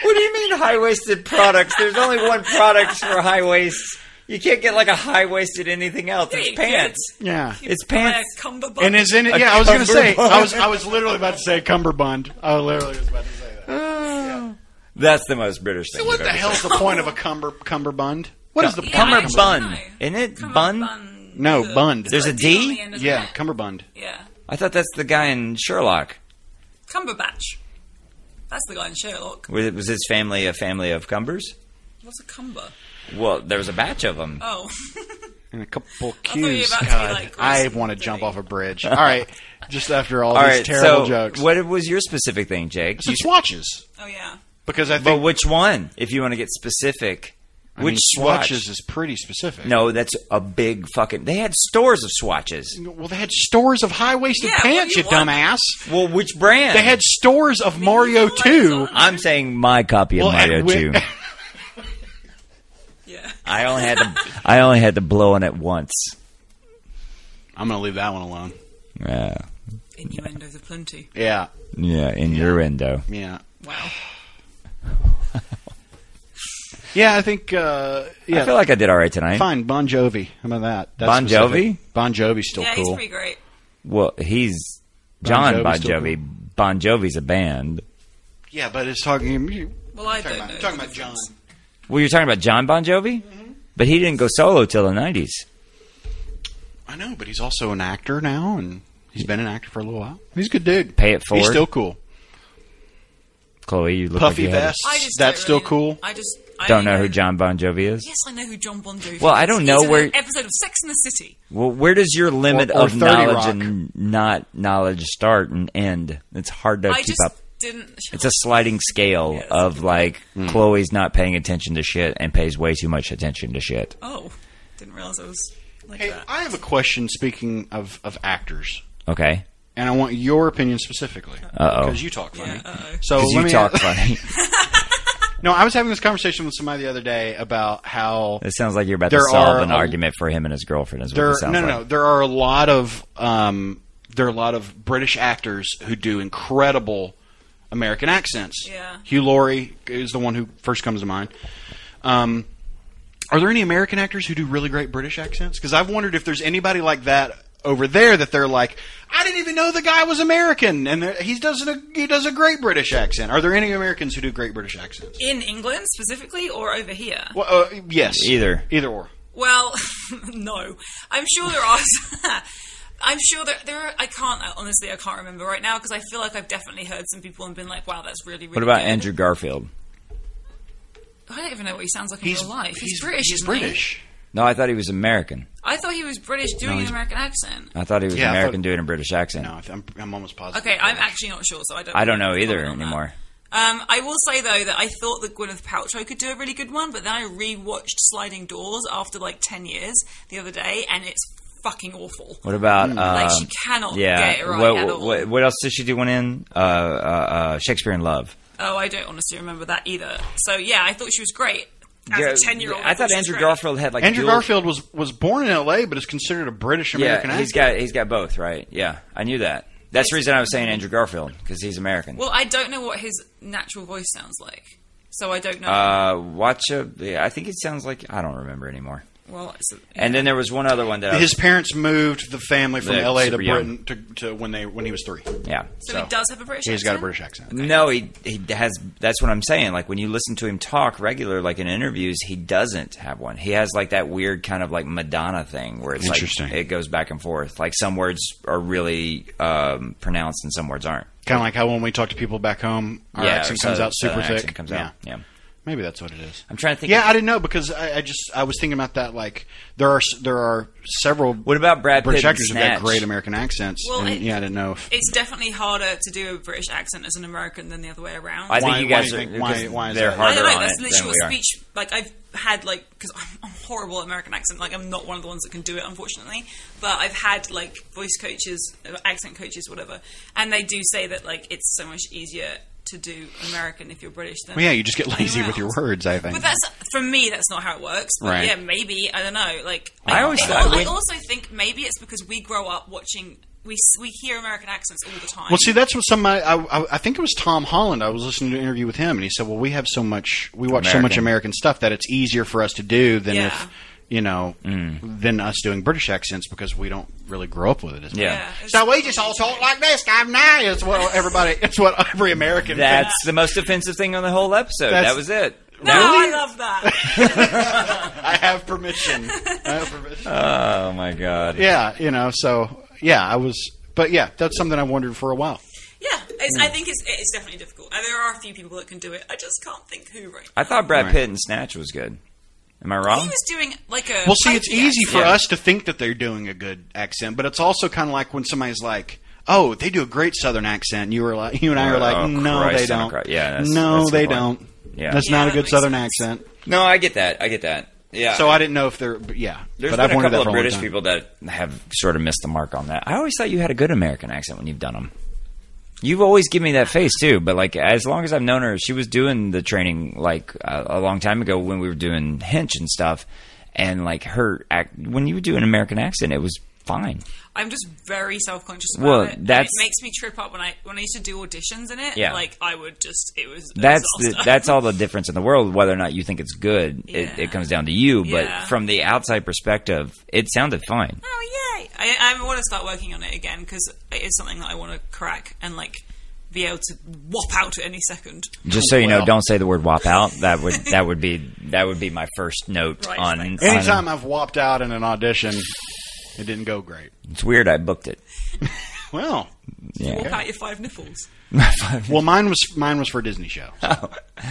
Speaker 1: do you mean high waisted products? There's only one product for high waists. You can't get like a high waisted anything else.
Speaker 4: Yeah,
Speaker 1: It's
Speaker 4: you
Speaker 1: pants.
Speaker 2: Yeah.
Speaker 4: could. You
Speaker 1: It's
Speaker 4: could buy
Speaker 1: pants.
Speaker 4: a cummerbund.
Speaker 2: And is in it?
Speaker 1: A
Speaker 2: Yeah, I was gonna say.
Speaker 1: cummerbund.
Speaker 2: I was. I was literally about to say cummerbund. I literally was about to say that.
Speaker 1: That's the most British thing.
Speaker 2: What
Speaker 1: I've
Speaker 2: the
Speaker 1: ever
Speaker 2: hell's the point of a cumber cummerbund? What is the
Speaker 1: seen.
Speaker 4: Yeah, I
Speaker 1: Cummer
Speaker 4: don't
Speaker 1: bun,
Speaker 4: know.
Speaker 1: isn't it? Bun.
Speaker 4: Cummerbund.
Speaker 2: No, bund.
Speaker 1: There's a
Speaker 4: D on
Speaker 1: D?
Speaker 4: the end, isn't
Speaker 2: Yeah,
Speaker 4: it?
Speaker 2: cummerbund.
Speaker 4: yeah.
Speaker 1: I thought that's the guy in Sherlock.
Speaker 4: Cumberbatch. That's the guy in Sherlock.
Speaker 1: Was, was his family a family of cumbers?
Speaker 4: What's a cumber?
Speaker 1: Well, there was a batch of them.
Speaker 4: Oh,
Speaker 2: And a couple
Speaker 4: thought you were
Speaker 2: cues.
Speaker 4: about to be
Speaker 2: God,
Speaker 4: like,
Speaker 2: I
Speaker 4: Chris
Speaker 2: want to
Speaker 4: Dooley.
Speaker 2: jump off a bridge. All right, just after all,
Speaker 1: All
Speaker 2: these
Speaker 1: right,
Speaker 2: terrible
Speaker 1: so
Speaker 2: jokes.
Speaker 1: what was your specific thing, Jake?
Speaker 2: Some swatches,
Speaker 4: oh yeah.
Speaker 2: because I
Speaker 1: But
Speaker 2: think
Speaker 1: which one? If you want to get specific,
Speaker 2: I
Speaker 1: which
Speaker 2: mean,
Speaker 1: swatch?
Speaker 2: swatches is pretty specific.
Speaker 1: No, that's a big fucking. They had stores of swatches.
Speaker 2: well, they had stores of high waisted
Speaker 4: Yeah, what
Speaker 2: pants,
Speaker 4: do
Speaker 2: you
Speaker 4: you want?
Speaker 2: dumbass.
Speaker 1: Well, which brand?
Speaker 2: They had stores of Mario
Speaker 4: want
Speaker 2: Two.
Speaker 4: some?
Speaker 1: I'm saying my copy of
Speaker 2: Well,
Speaker 1: Mario
Speaker 2: and we-
Speaker 1: Two.
Speaker 4: Yeah.
Speaker 1: I only had to. I only had to blow on it once.
Speaker 2: I'm gonna leave that one alone.
Speaker 1: Yeah,
Speaker 4: Innuendos of plenty.
Speaker 2: Yeah,
Speaker 1: yeah. In your window.
Speaker 2: yeah,
Speaker 4: Wow.
Speaker 2: yeah. I think. Uh, yeah,
Speaker 1: I feel like I did all right tonight.
Speaker 2: fine. Bon Jovi. How about that? That's
Speaker 1: Bon
Speaker 2: specific. Bon Jovi's still
Speaker 4: yeah,
Speaker 2: cool.
Speaker 4: he's pretty great.
Speaker 1: Well, he's
Speaker 2: Bon
Speaker 1: John Bon
Speaker 2: Jovi's still
Speaker 1: Jovi. Bon Jovi's a band.
Speaker 2: Yeah, but it's talking. you-
Speaker 4: Well, I
Speaker 2: talking
Speaker 4: don't
Speaker 2: about,
Speaker 4: know.
Speaker 2: talking about John.
Speaker 1: Well, you're talking about John Bon Jovi,
Speaker 2: Mm-hmm.
Speaker 1: but he didn't go solo till the '90s.
Speaker 2: I know, but he's also an actor now, and he's been an actor for a little while. He's a good dude.
Speaker 1: Pay it forward.
Speaker 2: He's still cool.
Speaker 1: Chloe, you look
Speaker 2: Puffy
Speaker 1: like you had a-
Speaker 2: vest.
Speaker 4: I just
Speaker 2: That's
Speaker 4: don't
Speaker 2: still
Speaker 4: really-
Speaker 2: cool.
Speaker 4: I just I
Speaker 1: Don't
Speaker 4: only
Speaker 1: know who John Bon Jovi is.
Speaker 4: Yes, I know who John Bon Jovi.
Speaker 1: Well,
Speaker 4: is.
Speaker 1: I don't
Speaker 4: He's
Speaker 1: know
Speaker 4: in
Speaker 1: where-
Speaker 4: an episode of Sex in the City.
Speaker 1: Well, where does your limit
Speaker 2: Or- or
Speaker 1: of
Speaker 2: 30
Speaker 1: knowledge
Speaker 2: Rock.
Speaker 1: and not knowledge start and end? It's hard to
Speaker 4: I
Speaker 1: keep
Speaker 4: just
Speaker 1: up.
Speaker 4: didn't.
Speaker 1: It's a sliding scale
Speaker 4: Yeah, it's
Speaker 1: of like
Speaker 4: Hmm.
Speaker 1: Chloe's not paying attention to shit and pays way too much attention to shit.
Speaker 4: oh, didn't realize I was like
Speaker 2: Hey,
Speaker 4: that.
Speaker 2: I have a question. Speaking of of actors,
Speaker 1: Okay,
Speaker 2: and I want your opinion specifically
Speaker 1: Uh-oh.
Speaker 2: because you talk funny.
Speaker 4: Yeah, uh-oh.
Speaker 2: so
Speaker 1: because
Speaker 2: let
Speaker 1: you
Speaker 2: me
Speaker 1: talk funny.
Speaker 2: No, I was having this conversation with somebody the other day about how
Speaker 1: it sounds like you're about
Speaker 2: There
Speaker 1: to solve
Speaker 2: are
Speaker 1: an
Speaker 2: a-
Speaker 1: argument for him and his girlfriend. Is what
Speaker 2: there.
Speaker 1: it
Speaker 2: No,
Speaker 1: sounds
Speaker 2: no, no.
Speaker 1: like.
Speaker 2: There are a lot of um, there are a lot of British actors who do incredible American accents.
Speaker 4: Yeah.
Speaker 2: Hugh Laurie is the one who first comes to mind. Um, are there any American actors who do really great British accents? Because I've wondered if there's anybody like that over there that they're like, I didn't even know the guy was American, and there- he does a, he does a great British accent. Are there any Americans who do great British accents?
Speaker 4: in England specifically, or over here?
Speaker 2: Well, uh, yes,
Speaker 1: Either.
Speaker 2: either or.
Speaker 4: Well, no. I'm sure there are. I'm sure there, there are. I can't, honestly, I can't remember right now because I feel like I've definitely heard some people and been like, wow, that's really, really
Speaker 1: What about
Speaker 4: good.
Speaker 1: Andrew Garfield?
Speaker 4: I don't even know what he sounds like in real life. He's, British,
Speaker 2: He's
Speaker 4: isn't he?
Speaker 2: British.
Speaker 1: No, I thought he was American.
Speaker 4: I thought he was British doing an American accent.
Speaker 1: I thought he was
Speaker 2: Yeah, I thought-
Speaker 1: American doing a British accent.
Speaker 2: No, I th- I'm, I'm almost positive.
Speaker 4: Okay, I'm actually not sure, so I don't
Speaker 1: I don't know
Speaker 4: comment
Speaker 1: either
Speaker 4: on that.
Speaker 1: anymore.
Speaker 4: Um, I will say though that I thought that Gwyneth Paltrow could do a really good one, but then I rewatched Sliding Doors after like ten years the other day, and it's fucking awful.
Speaker 1: What about uh,
Speaker 4: Like she cannot
Speaker 1: yeah?
Speaker 4: get it right
Speaker 1: what,
Speaker 4: at
Speaker 1: what-
Speaker 4: all.
Speaker 1: what, else did she do one in? Uh, uh, uh, Shakespeare in Love.
Speaker 4: Oh, I don't honestly remember that either. So yeah, I thought she was great as
Speaker 1: Yeah,
Speaker 4: a ten-year-old.
Speaker 1: I thought
Speaker 4: she was
Speaker 1: Andrew
Speaker 4: great.
Speaker 1: Garfield had like
Speaker 2: Andrew
Speaker 1: dual-
Speaker 2: Garfield was was born in L.A., but is considered a British American
Speaker 1: Yeah,
Speaker 2: actor.
Speaker 1: he's got he's got both, right? Yeah, I knew that. That's the reason I was saying Andrew Garfield because he's American.
Speaker 4: Well, I don't know what his natural voice sounds like. so I don't know.
Speaker 1: Uh, watch a. Yeah, I think it sounds like I don't remember anymore.
Speaker 4: well, it's,
Speaker 1: And then there was one other one that I was-
Speaker 2: His parents moved the family from
Speaker 1: They're
Speaker 2: L.A. to
Speaker 1: super young.
Speaker 2: Britain to, to when they when he was three.
Speaker 1: yeah.
Speaker 4: so, he
Speaker 2: so-
Speaker 4: does have a British.
Speaker 2: He's got a
Speaker 4: accent?
Speaker 2: British accent.
Speaker 1: No, he he has. That's what I'm saying. Like when you listen to him talk regular, like in interviews, he doesn't have one. He has like that weird kind of like Madonna thing where it's
Speaker 2: Interesting.
Speaker 1: like it goes back and forth. Like some words are really um, pronounced and some words aren't.
Speaker 2: Kind of like how when we talk to people back home, our
Speaker 1: yeah,
Speaker 2: accent
Speaker 1: so-
Speaker 2: comes out
Speaker 1: southern
Speaker 2: super
Speaker 1: accent
Speaker 2: thick.
Speaker 1: Comes
Speaker 2: yeah.
Speaker 1: out. Yeah.
Speaker 2: maybe that's what it is.
Speaker 1: I'm trying to think.
Speaker 2: Yeah,
Speaker 1: of-
Speaker 2: I didn't know because I, I just I was thinking about that. Like there are s- there are several
Speaker 1: what about Brad
Speaker 2: British
Speaker 1: Pitt? in
Speaker 2: actors who've got
Speaker 1: Snatch?
Speaker 2: great American accents.
Speaker 4: Well,
Speaker 2: and,
Speaker 4: it-
Speaker 2: yeah, I didn't know. If,
Speaker 4: It's definitely harder to do a British accent as an American than the other way around.
Speaker 1: I think
Speaker 2: Why-
Speaker 1: you
Speaker 2: why
Speaker 1: guys
Speaker 2: do you
Speaker 1: are
Speaker 2: think- why-
Speaker 1: because
Speaker 2: why is
Speaker 1: they're
Speaker 2: that?
Speaker 4: I
Speaker 1: harder
Speaker 4: don't know.
Speaker 1: on
Speaker 4: That's
Speaker 1: it than
Speaker 4: literal
Speaker 1: we are.
Speaker 4: speech. Like I've had like because I'm, I'm horrible at American accent. Like I'm not one of the ones that can do it, unfortunately. But I've had like voice coaches, uh, accent coaches, whatever, and they do say that like it's so much easier to do American if you're British than.
Speaker 2: well, yeah, you just get lazy with your
Speaker 4: else.
Speaker 2: words. I think.
Speaker 4: But that's for me. That's not how it works. But
Speaker 2: Right.
Speaker 4: yeah, maybe I don't know. Like
Speaker 1: I always
Speaker 4: think-
Speaker 1: thought
Speaker 4: I
Speaker 1: when-
Speaker 4: also think maybe it's because we grow up watching. We s- we hear American accents all the time.
Speaker 2: Well, see, that's what somebody. I, I, I think it was Tom Holland. I was listening to an interview with him, and he said, "Well, we have so much. We watch so much
Speaker 1: American.
Speaker 2: American stuff that it's easier for us to do than
Speaker 4: Yeah.
Speaker 2: if." You know,
Speaker 1: Mm.
Speaker 2: than us doing British accents because we don't really grow up with it. As much.
Speaker 1: Yeah.
Speaker 4: Yeah, it's-
Speaker 2: So we just all talk like this. I'm nice. It's what everybody. It's what every American.
Speaker 1: That's the most offensive thing on the whole episode.
Speaker 2: That's-
Speaker 1: that was it.
Speaker 4: no,
Speaker 2: Really?
Speaker 4: I love that.
Speaker 2: thinks. I have permission. I have permission.
Speaker 1: Oh my god.
Speaker 2: yeah, you know. So yeah, I was. But yeah, that's something I wondered for a while.
Speaker 4: Yeah, it's,
Speaker 1: Hmm.
Speaker 4: I think it's it's definitely difficult. And there are a few people that can do it. I just can't think who right.
Speaker 1: I thought Brad
Speaker 2: Right.
Speaker 1: Pitt and Snatch was good. Am I wrong?
Speaker 4: He was doing like a.
Speaker 2: Well, see, it's
Speaker 4: hokey
Speaker 2: easy
Speaker 4: accent.
Speaker 2: for
Speaker 1: Yeah.
Speaker 2: us to think that they're doing a good accent, but it's also kind of like when somebody's like, "Oh, they do a great Southern accent." And you were like, you and I are like,
Speaker 1: Oh,
Speaker 2: "No,
Speaker 1: Christ
Speaker 2: they
Speaker 1: on a
Speaker 2: don't.
Speaker 1: cri- yeah, that's-
Speaker 2: no,
Speaker 1: that's a
Speaker 2: they
Speaker 1: good point.
Speaker 2: don't.
Speaker 1: Yeah.
Speaker 2: That's
Speaker 4: Yeah,
Speaker 2: not a
Speaker 4: that
Speaker 2: good
Speaker 4: makes
Speaker 2: Southern
Speaker 4: sense.
Speaker 2: accent."
Speaker 1: no, I get that. I get that. Yeah.
Speaker 2: So I didn't know if they're, but yeah.
Speaker 1: There's
Speaker 2: but
Speaker 1: been
Speaker 2: I've
Speaker 1: a couple
Speaker 2: wondered that
Speaker 1: of
Speaker 2: for a long
Speaker 1: British
Speaker 2: time.
Speaker 1: people that have sort of missed the mark on that. I always thought you had a good American accent when you've done them. You've always given me that face too, but like as long as I've known her, she was doing the training like uh, a long time ago when we were doing Hinch and stuff, and like her act when you would do an American accent, it was fine.
Speaker 4: I'm just very self conscious about
Speaker 1: Well,
Speaker 4: it. and
Speaker 1: that's-
Speaker 4: it makes me trip up when I when I used to do auditions in it.
Speaker 1: Yeah.
Speaker 4: like I would just it was. a
Speaker 1: That's the,
Speaker 4: disaster.
Speaker 1: that's all the difference in the world. Whether or not you think it's good, it,
Speaker 4: Yeah.
Speaker 1: it comes down to you.
Speaker 4: Yeah.
Speaker 1: But from the outside perspective, it sounded fine.
Speaker 4: Oh yay! I, I want to start working on it again because it is something that I want to crack and like be able to whop out at any second.
Speaker 1: Just so you know,
Speaker 2: Well.
Speaker 1: don't say the word "wop out." That would that would be that would be my first note
Speaker 4: Right,
Speaker 1: on.
Speaker 4: thanks.
Speaker 1: on-
Speaker 2: Anytime I've whopped out in an audition, it didn't go great.
Speaker 1: it's weird. I booked it.
Speaker 2: Well,
Speaker 4: Whop
Speaker 1: Yeah.
Speaker 4: out your five nipples.
Speaker 2: well, mine was mine was for a Disney show. So that,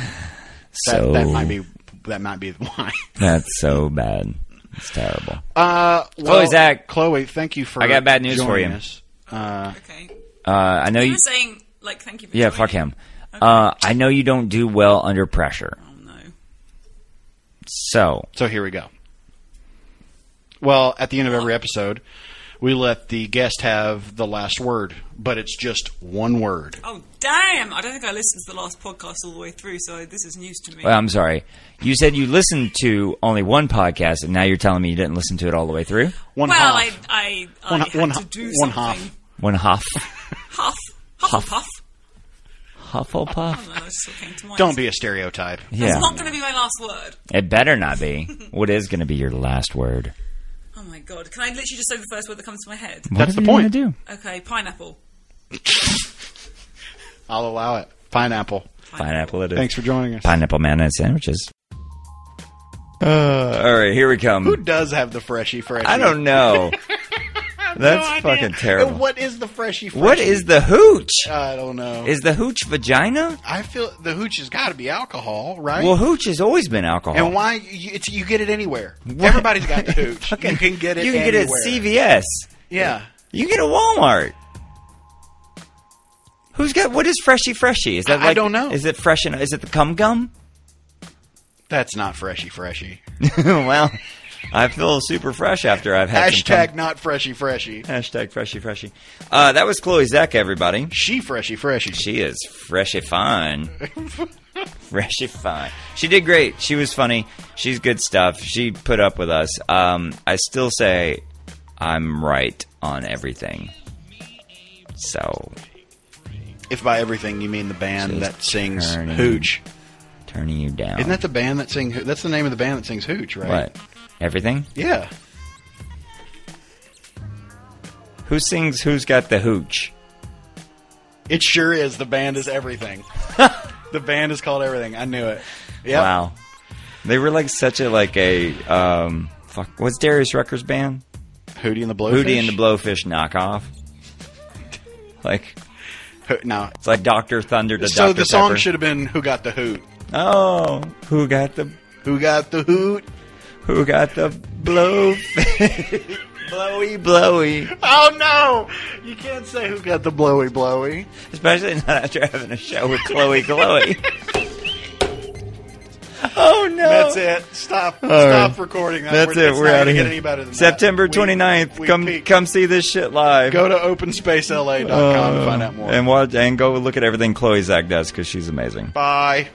Speaker 1: So
Speaker 2: that might be that might be why.
Speaker 1: that's so bad. It's terrible.
Speaker 2: Uh, well,
Speaker 1: Chloe, Zach.
Speaker 2: Chloe, thank you for.
Speaker 1: I got bad news for
Speaker 2: joining
Speaker 1: you.
Speaker 2: us. Uh,
Speaker 4: Okay,
Speaker 1: Uh, I know
Speaker 4: you
Speaker 1: you.
Speaker 4: were saying like thank you. For
Speaker 1: Yeah,
Speaker 4: joining.
Speaker 1: fuck him. Uh, I know you don't do well under pressure.
Speaker 4: Oh no.
Speaker 1: So
Speaker 2: So here we go. Well, at the end of every episode, we let the guest have the last word, but it's just one word.
Speaker 4: Oh damn! I don't think I listened to the last podcast all the way through, so this is news to me.
Speaker 1: well, I'm sorry. You said you listened to only one podcast, and now you're telling me you didn't listen to it all the way through.
Speaker 2: One
Speaker 4: well, I,
Speaker 2: half.
Speaker 4: I, I
Speaker 2: One-
Speaker 4: had
Speaker 2: one
Speaker 4: to
Speaker 2: h-
Speaker 4: do
Speaker 2: one
Speaker 4: something.
Speaker 2: half.
Speaker 1: One huff,
Speaker 4: Huff, huff, huff. Oh puff.
Speaker 1: Hufflepuff.
Speaker 4: No, that's what came to mind.
Speaker 2: Don't be a stereotype.
Speaker 4: It's
Speaker 1: Yeah,
Speaker 4: not going to be my last word.
Speaker 1: it better not be. What is going to be your last word?
Speaker 4: Oh my god! Can I literally just say the first word that comes to my head?
Speaker 1: What
Speaker 2: That's
Speaker 1: are
Speaker 2: the
Speaker 1: you gonna
Speaker 2: point.
Speaker 1: Do
Speaker 4: Okay, pineapple.
Speaker 2: I'll allow it. Pineapple.
Speaker 1: pineapple. It is.
Speaker 2: Thanks for joining us.
Speaker 1: pineapple mayonnaise sandwiches. Uh, all right, here we come.
Speaker 2: Who does have the freshie freshie?
Speaker 1: I don't know. That's
Speaker 2: No idea.
Speaker 1: fucking terrible.
Speaker 2: And What is the freshie freshie?
Speaker 1: what is the hooch?
Speaker 2: I don't know.
Speaker 1: Is the hooch vagina?
Speaker 2: I feel the hooch has got to be alcohol, right?
Speaker 1: Well, hooch has always been alcohol.
Speaker 2: and why? You, it's, you get it anywhere. Everybody's got the hooch. you can get it.
Speaker 1: You can get it at
Speaker 2: anywhere.
Speaker 1: CVS.
Speaker 2: Yeah.
Speaker 1: You get it at Walmart. Who's got what is freshy freshy? Is that
Speaker 2: I- I
Speaker 1: like
Speaker 2: don't know.
Speaker 1: Is it fresh and is it the cum gum?
Speaker 2: That's not freshy freshie.
Speaker 1: well, I feel super fresh after I've had some
Speaker 2: Hashtag
Speaker 1: cum-
Speaker 2: not freshy freshy.
Speaker 1: hashtag freshy freshy. Uh, that was Chloe Zek, everybody.
Speaker 2: She freshy freshy.
Speaker 1: She is freshy fine. freshy fine. She did great. She was funny. She's good stuff. She put up with us. Um, I still say I'm right on everything. So
Speaker 2: If by everything you mean the band
Speaker 1: Just
Speaker 2: that sings
Speaker 1: turning.
Speaker 2: Hooch.
Speaker 1: turning you down.
Speaker 2: Isn't that the band that sing? That's the name of the band that sings Hooch, right?
Speaker 1: what? Everything?
Speaker 2: Yeah.
Speaker 1: Who sings Who's Got the Hooch?
Speaker 2: It sure is. The band is everything. the band is called everything. I knew it. Yeah.
Speaker 1: Wow. They were like such a like a um fuck what's Darius Rucker's band?
Speaker 2: Hootie and the Blowfish.
Speaker 1: Hootie and the Blowfish knockoff. Like
Speaker 2: Ho- no.
Speaker 1: it's like Doctor Thunder to
Speaker 2: So
Speaker 1: Dr.
Speaker 2: the song
Speaker 1: Pepper.
Speaker 2: should have been "Who Got the Hoot."
Speaker 1: Oh, who got the
Speaker 2: Who got the hoot?
Speaker 1: who got the blowfish? blowy blowy.
Speaker 2: Oh no! You can't say who got the blowy blowy.
Speaker 1: Especially not after having a show with Chloe Chloe. oh no.
Speaker 2: That's it. Stop.
Speaker 1: right.
Speaker 2: stop recording. that.
Speaker 1: That's it.
Speaker 2: it's
Speaker 1: We're
Speaker 2: not
Speaker 1: out
Speaker 2: gonna
Speaker 1: of
Speaker 2: get
Speaker 1: here.
Speaker 2: Any better than
Speaker 1: September
Speaker 2: that. We-
Speaker 1: 29th.
Speaker 2: we
Speaker 1: come
Speaker 2: peaked.
Speaker 1: come see this shit live.
Speaker 2: Go to openspacela.com to find out more.
Speaker 1: Uh, and watch and go look at everything Chloe Zach does because she's amazing.
Speaker 2: Bye.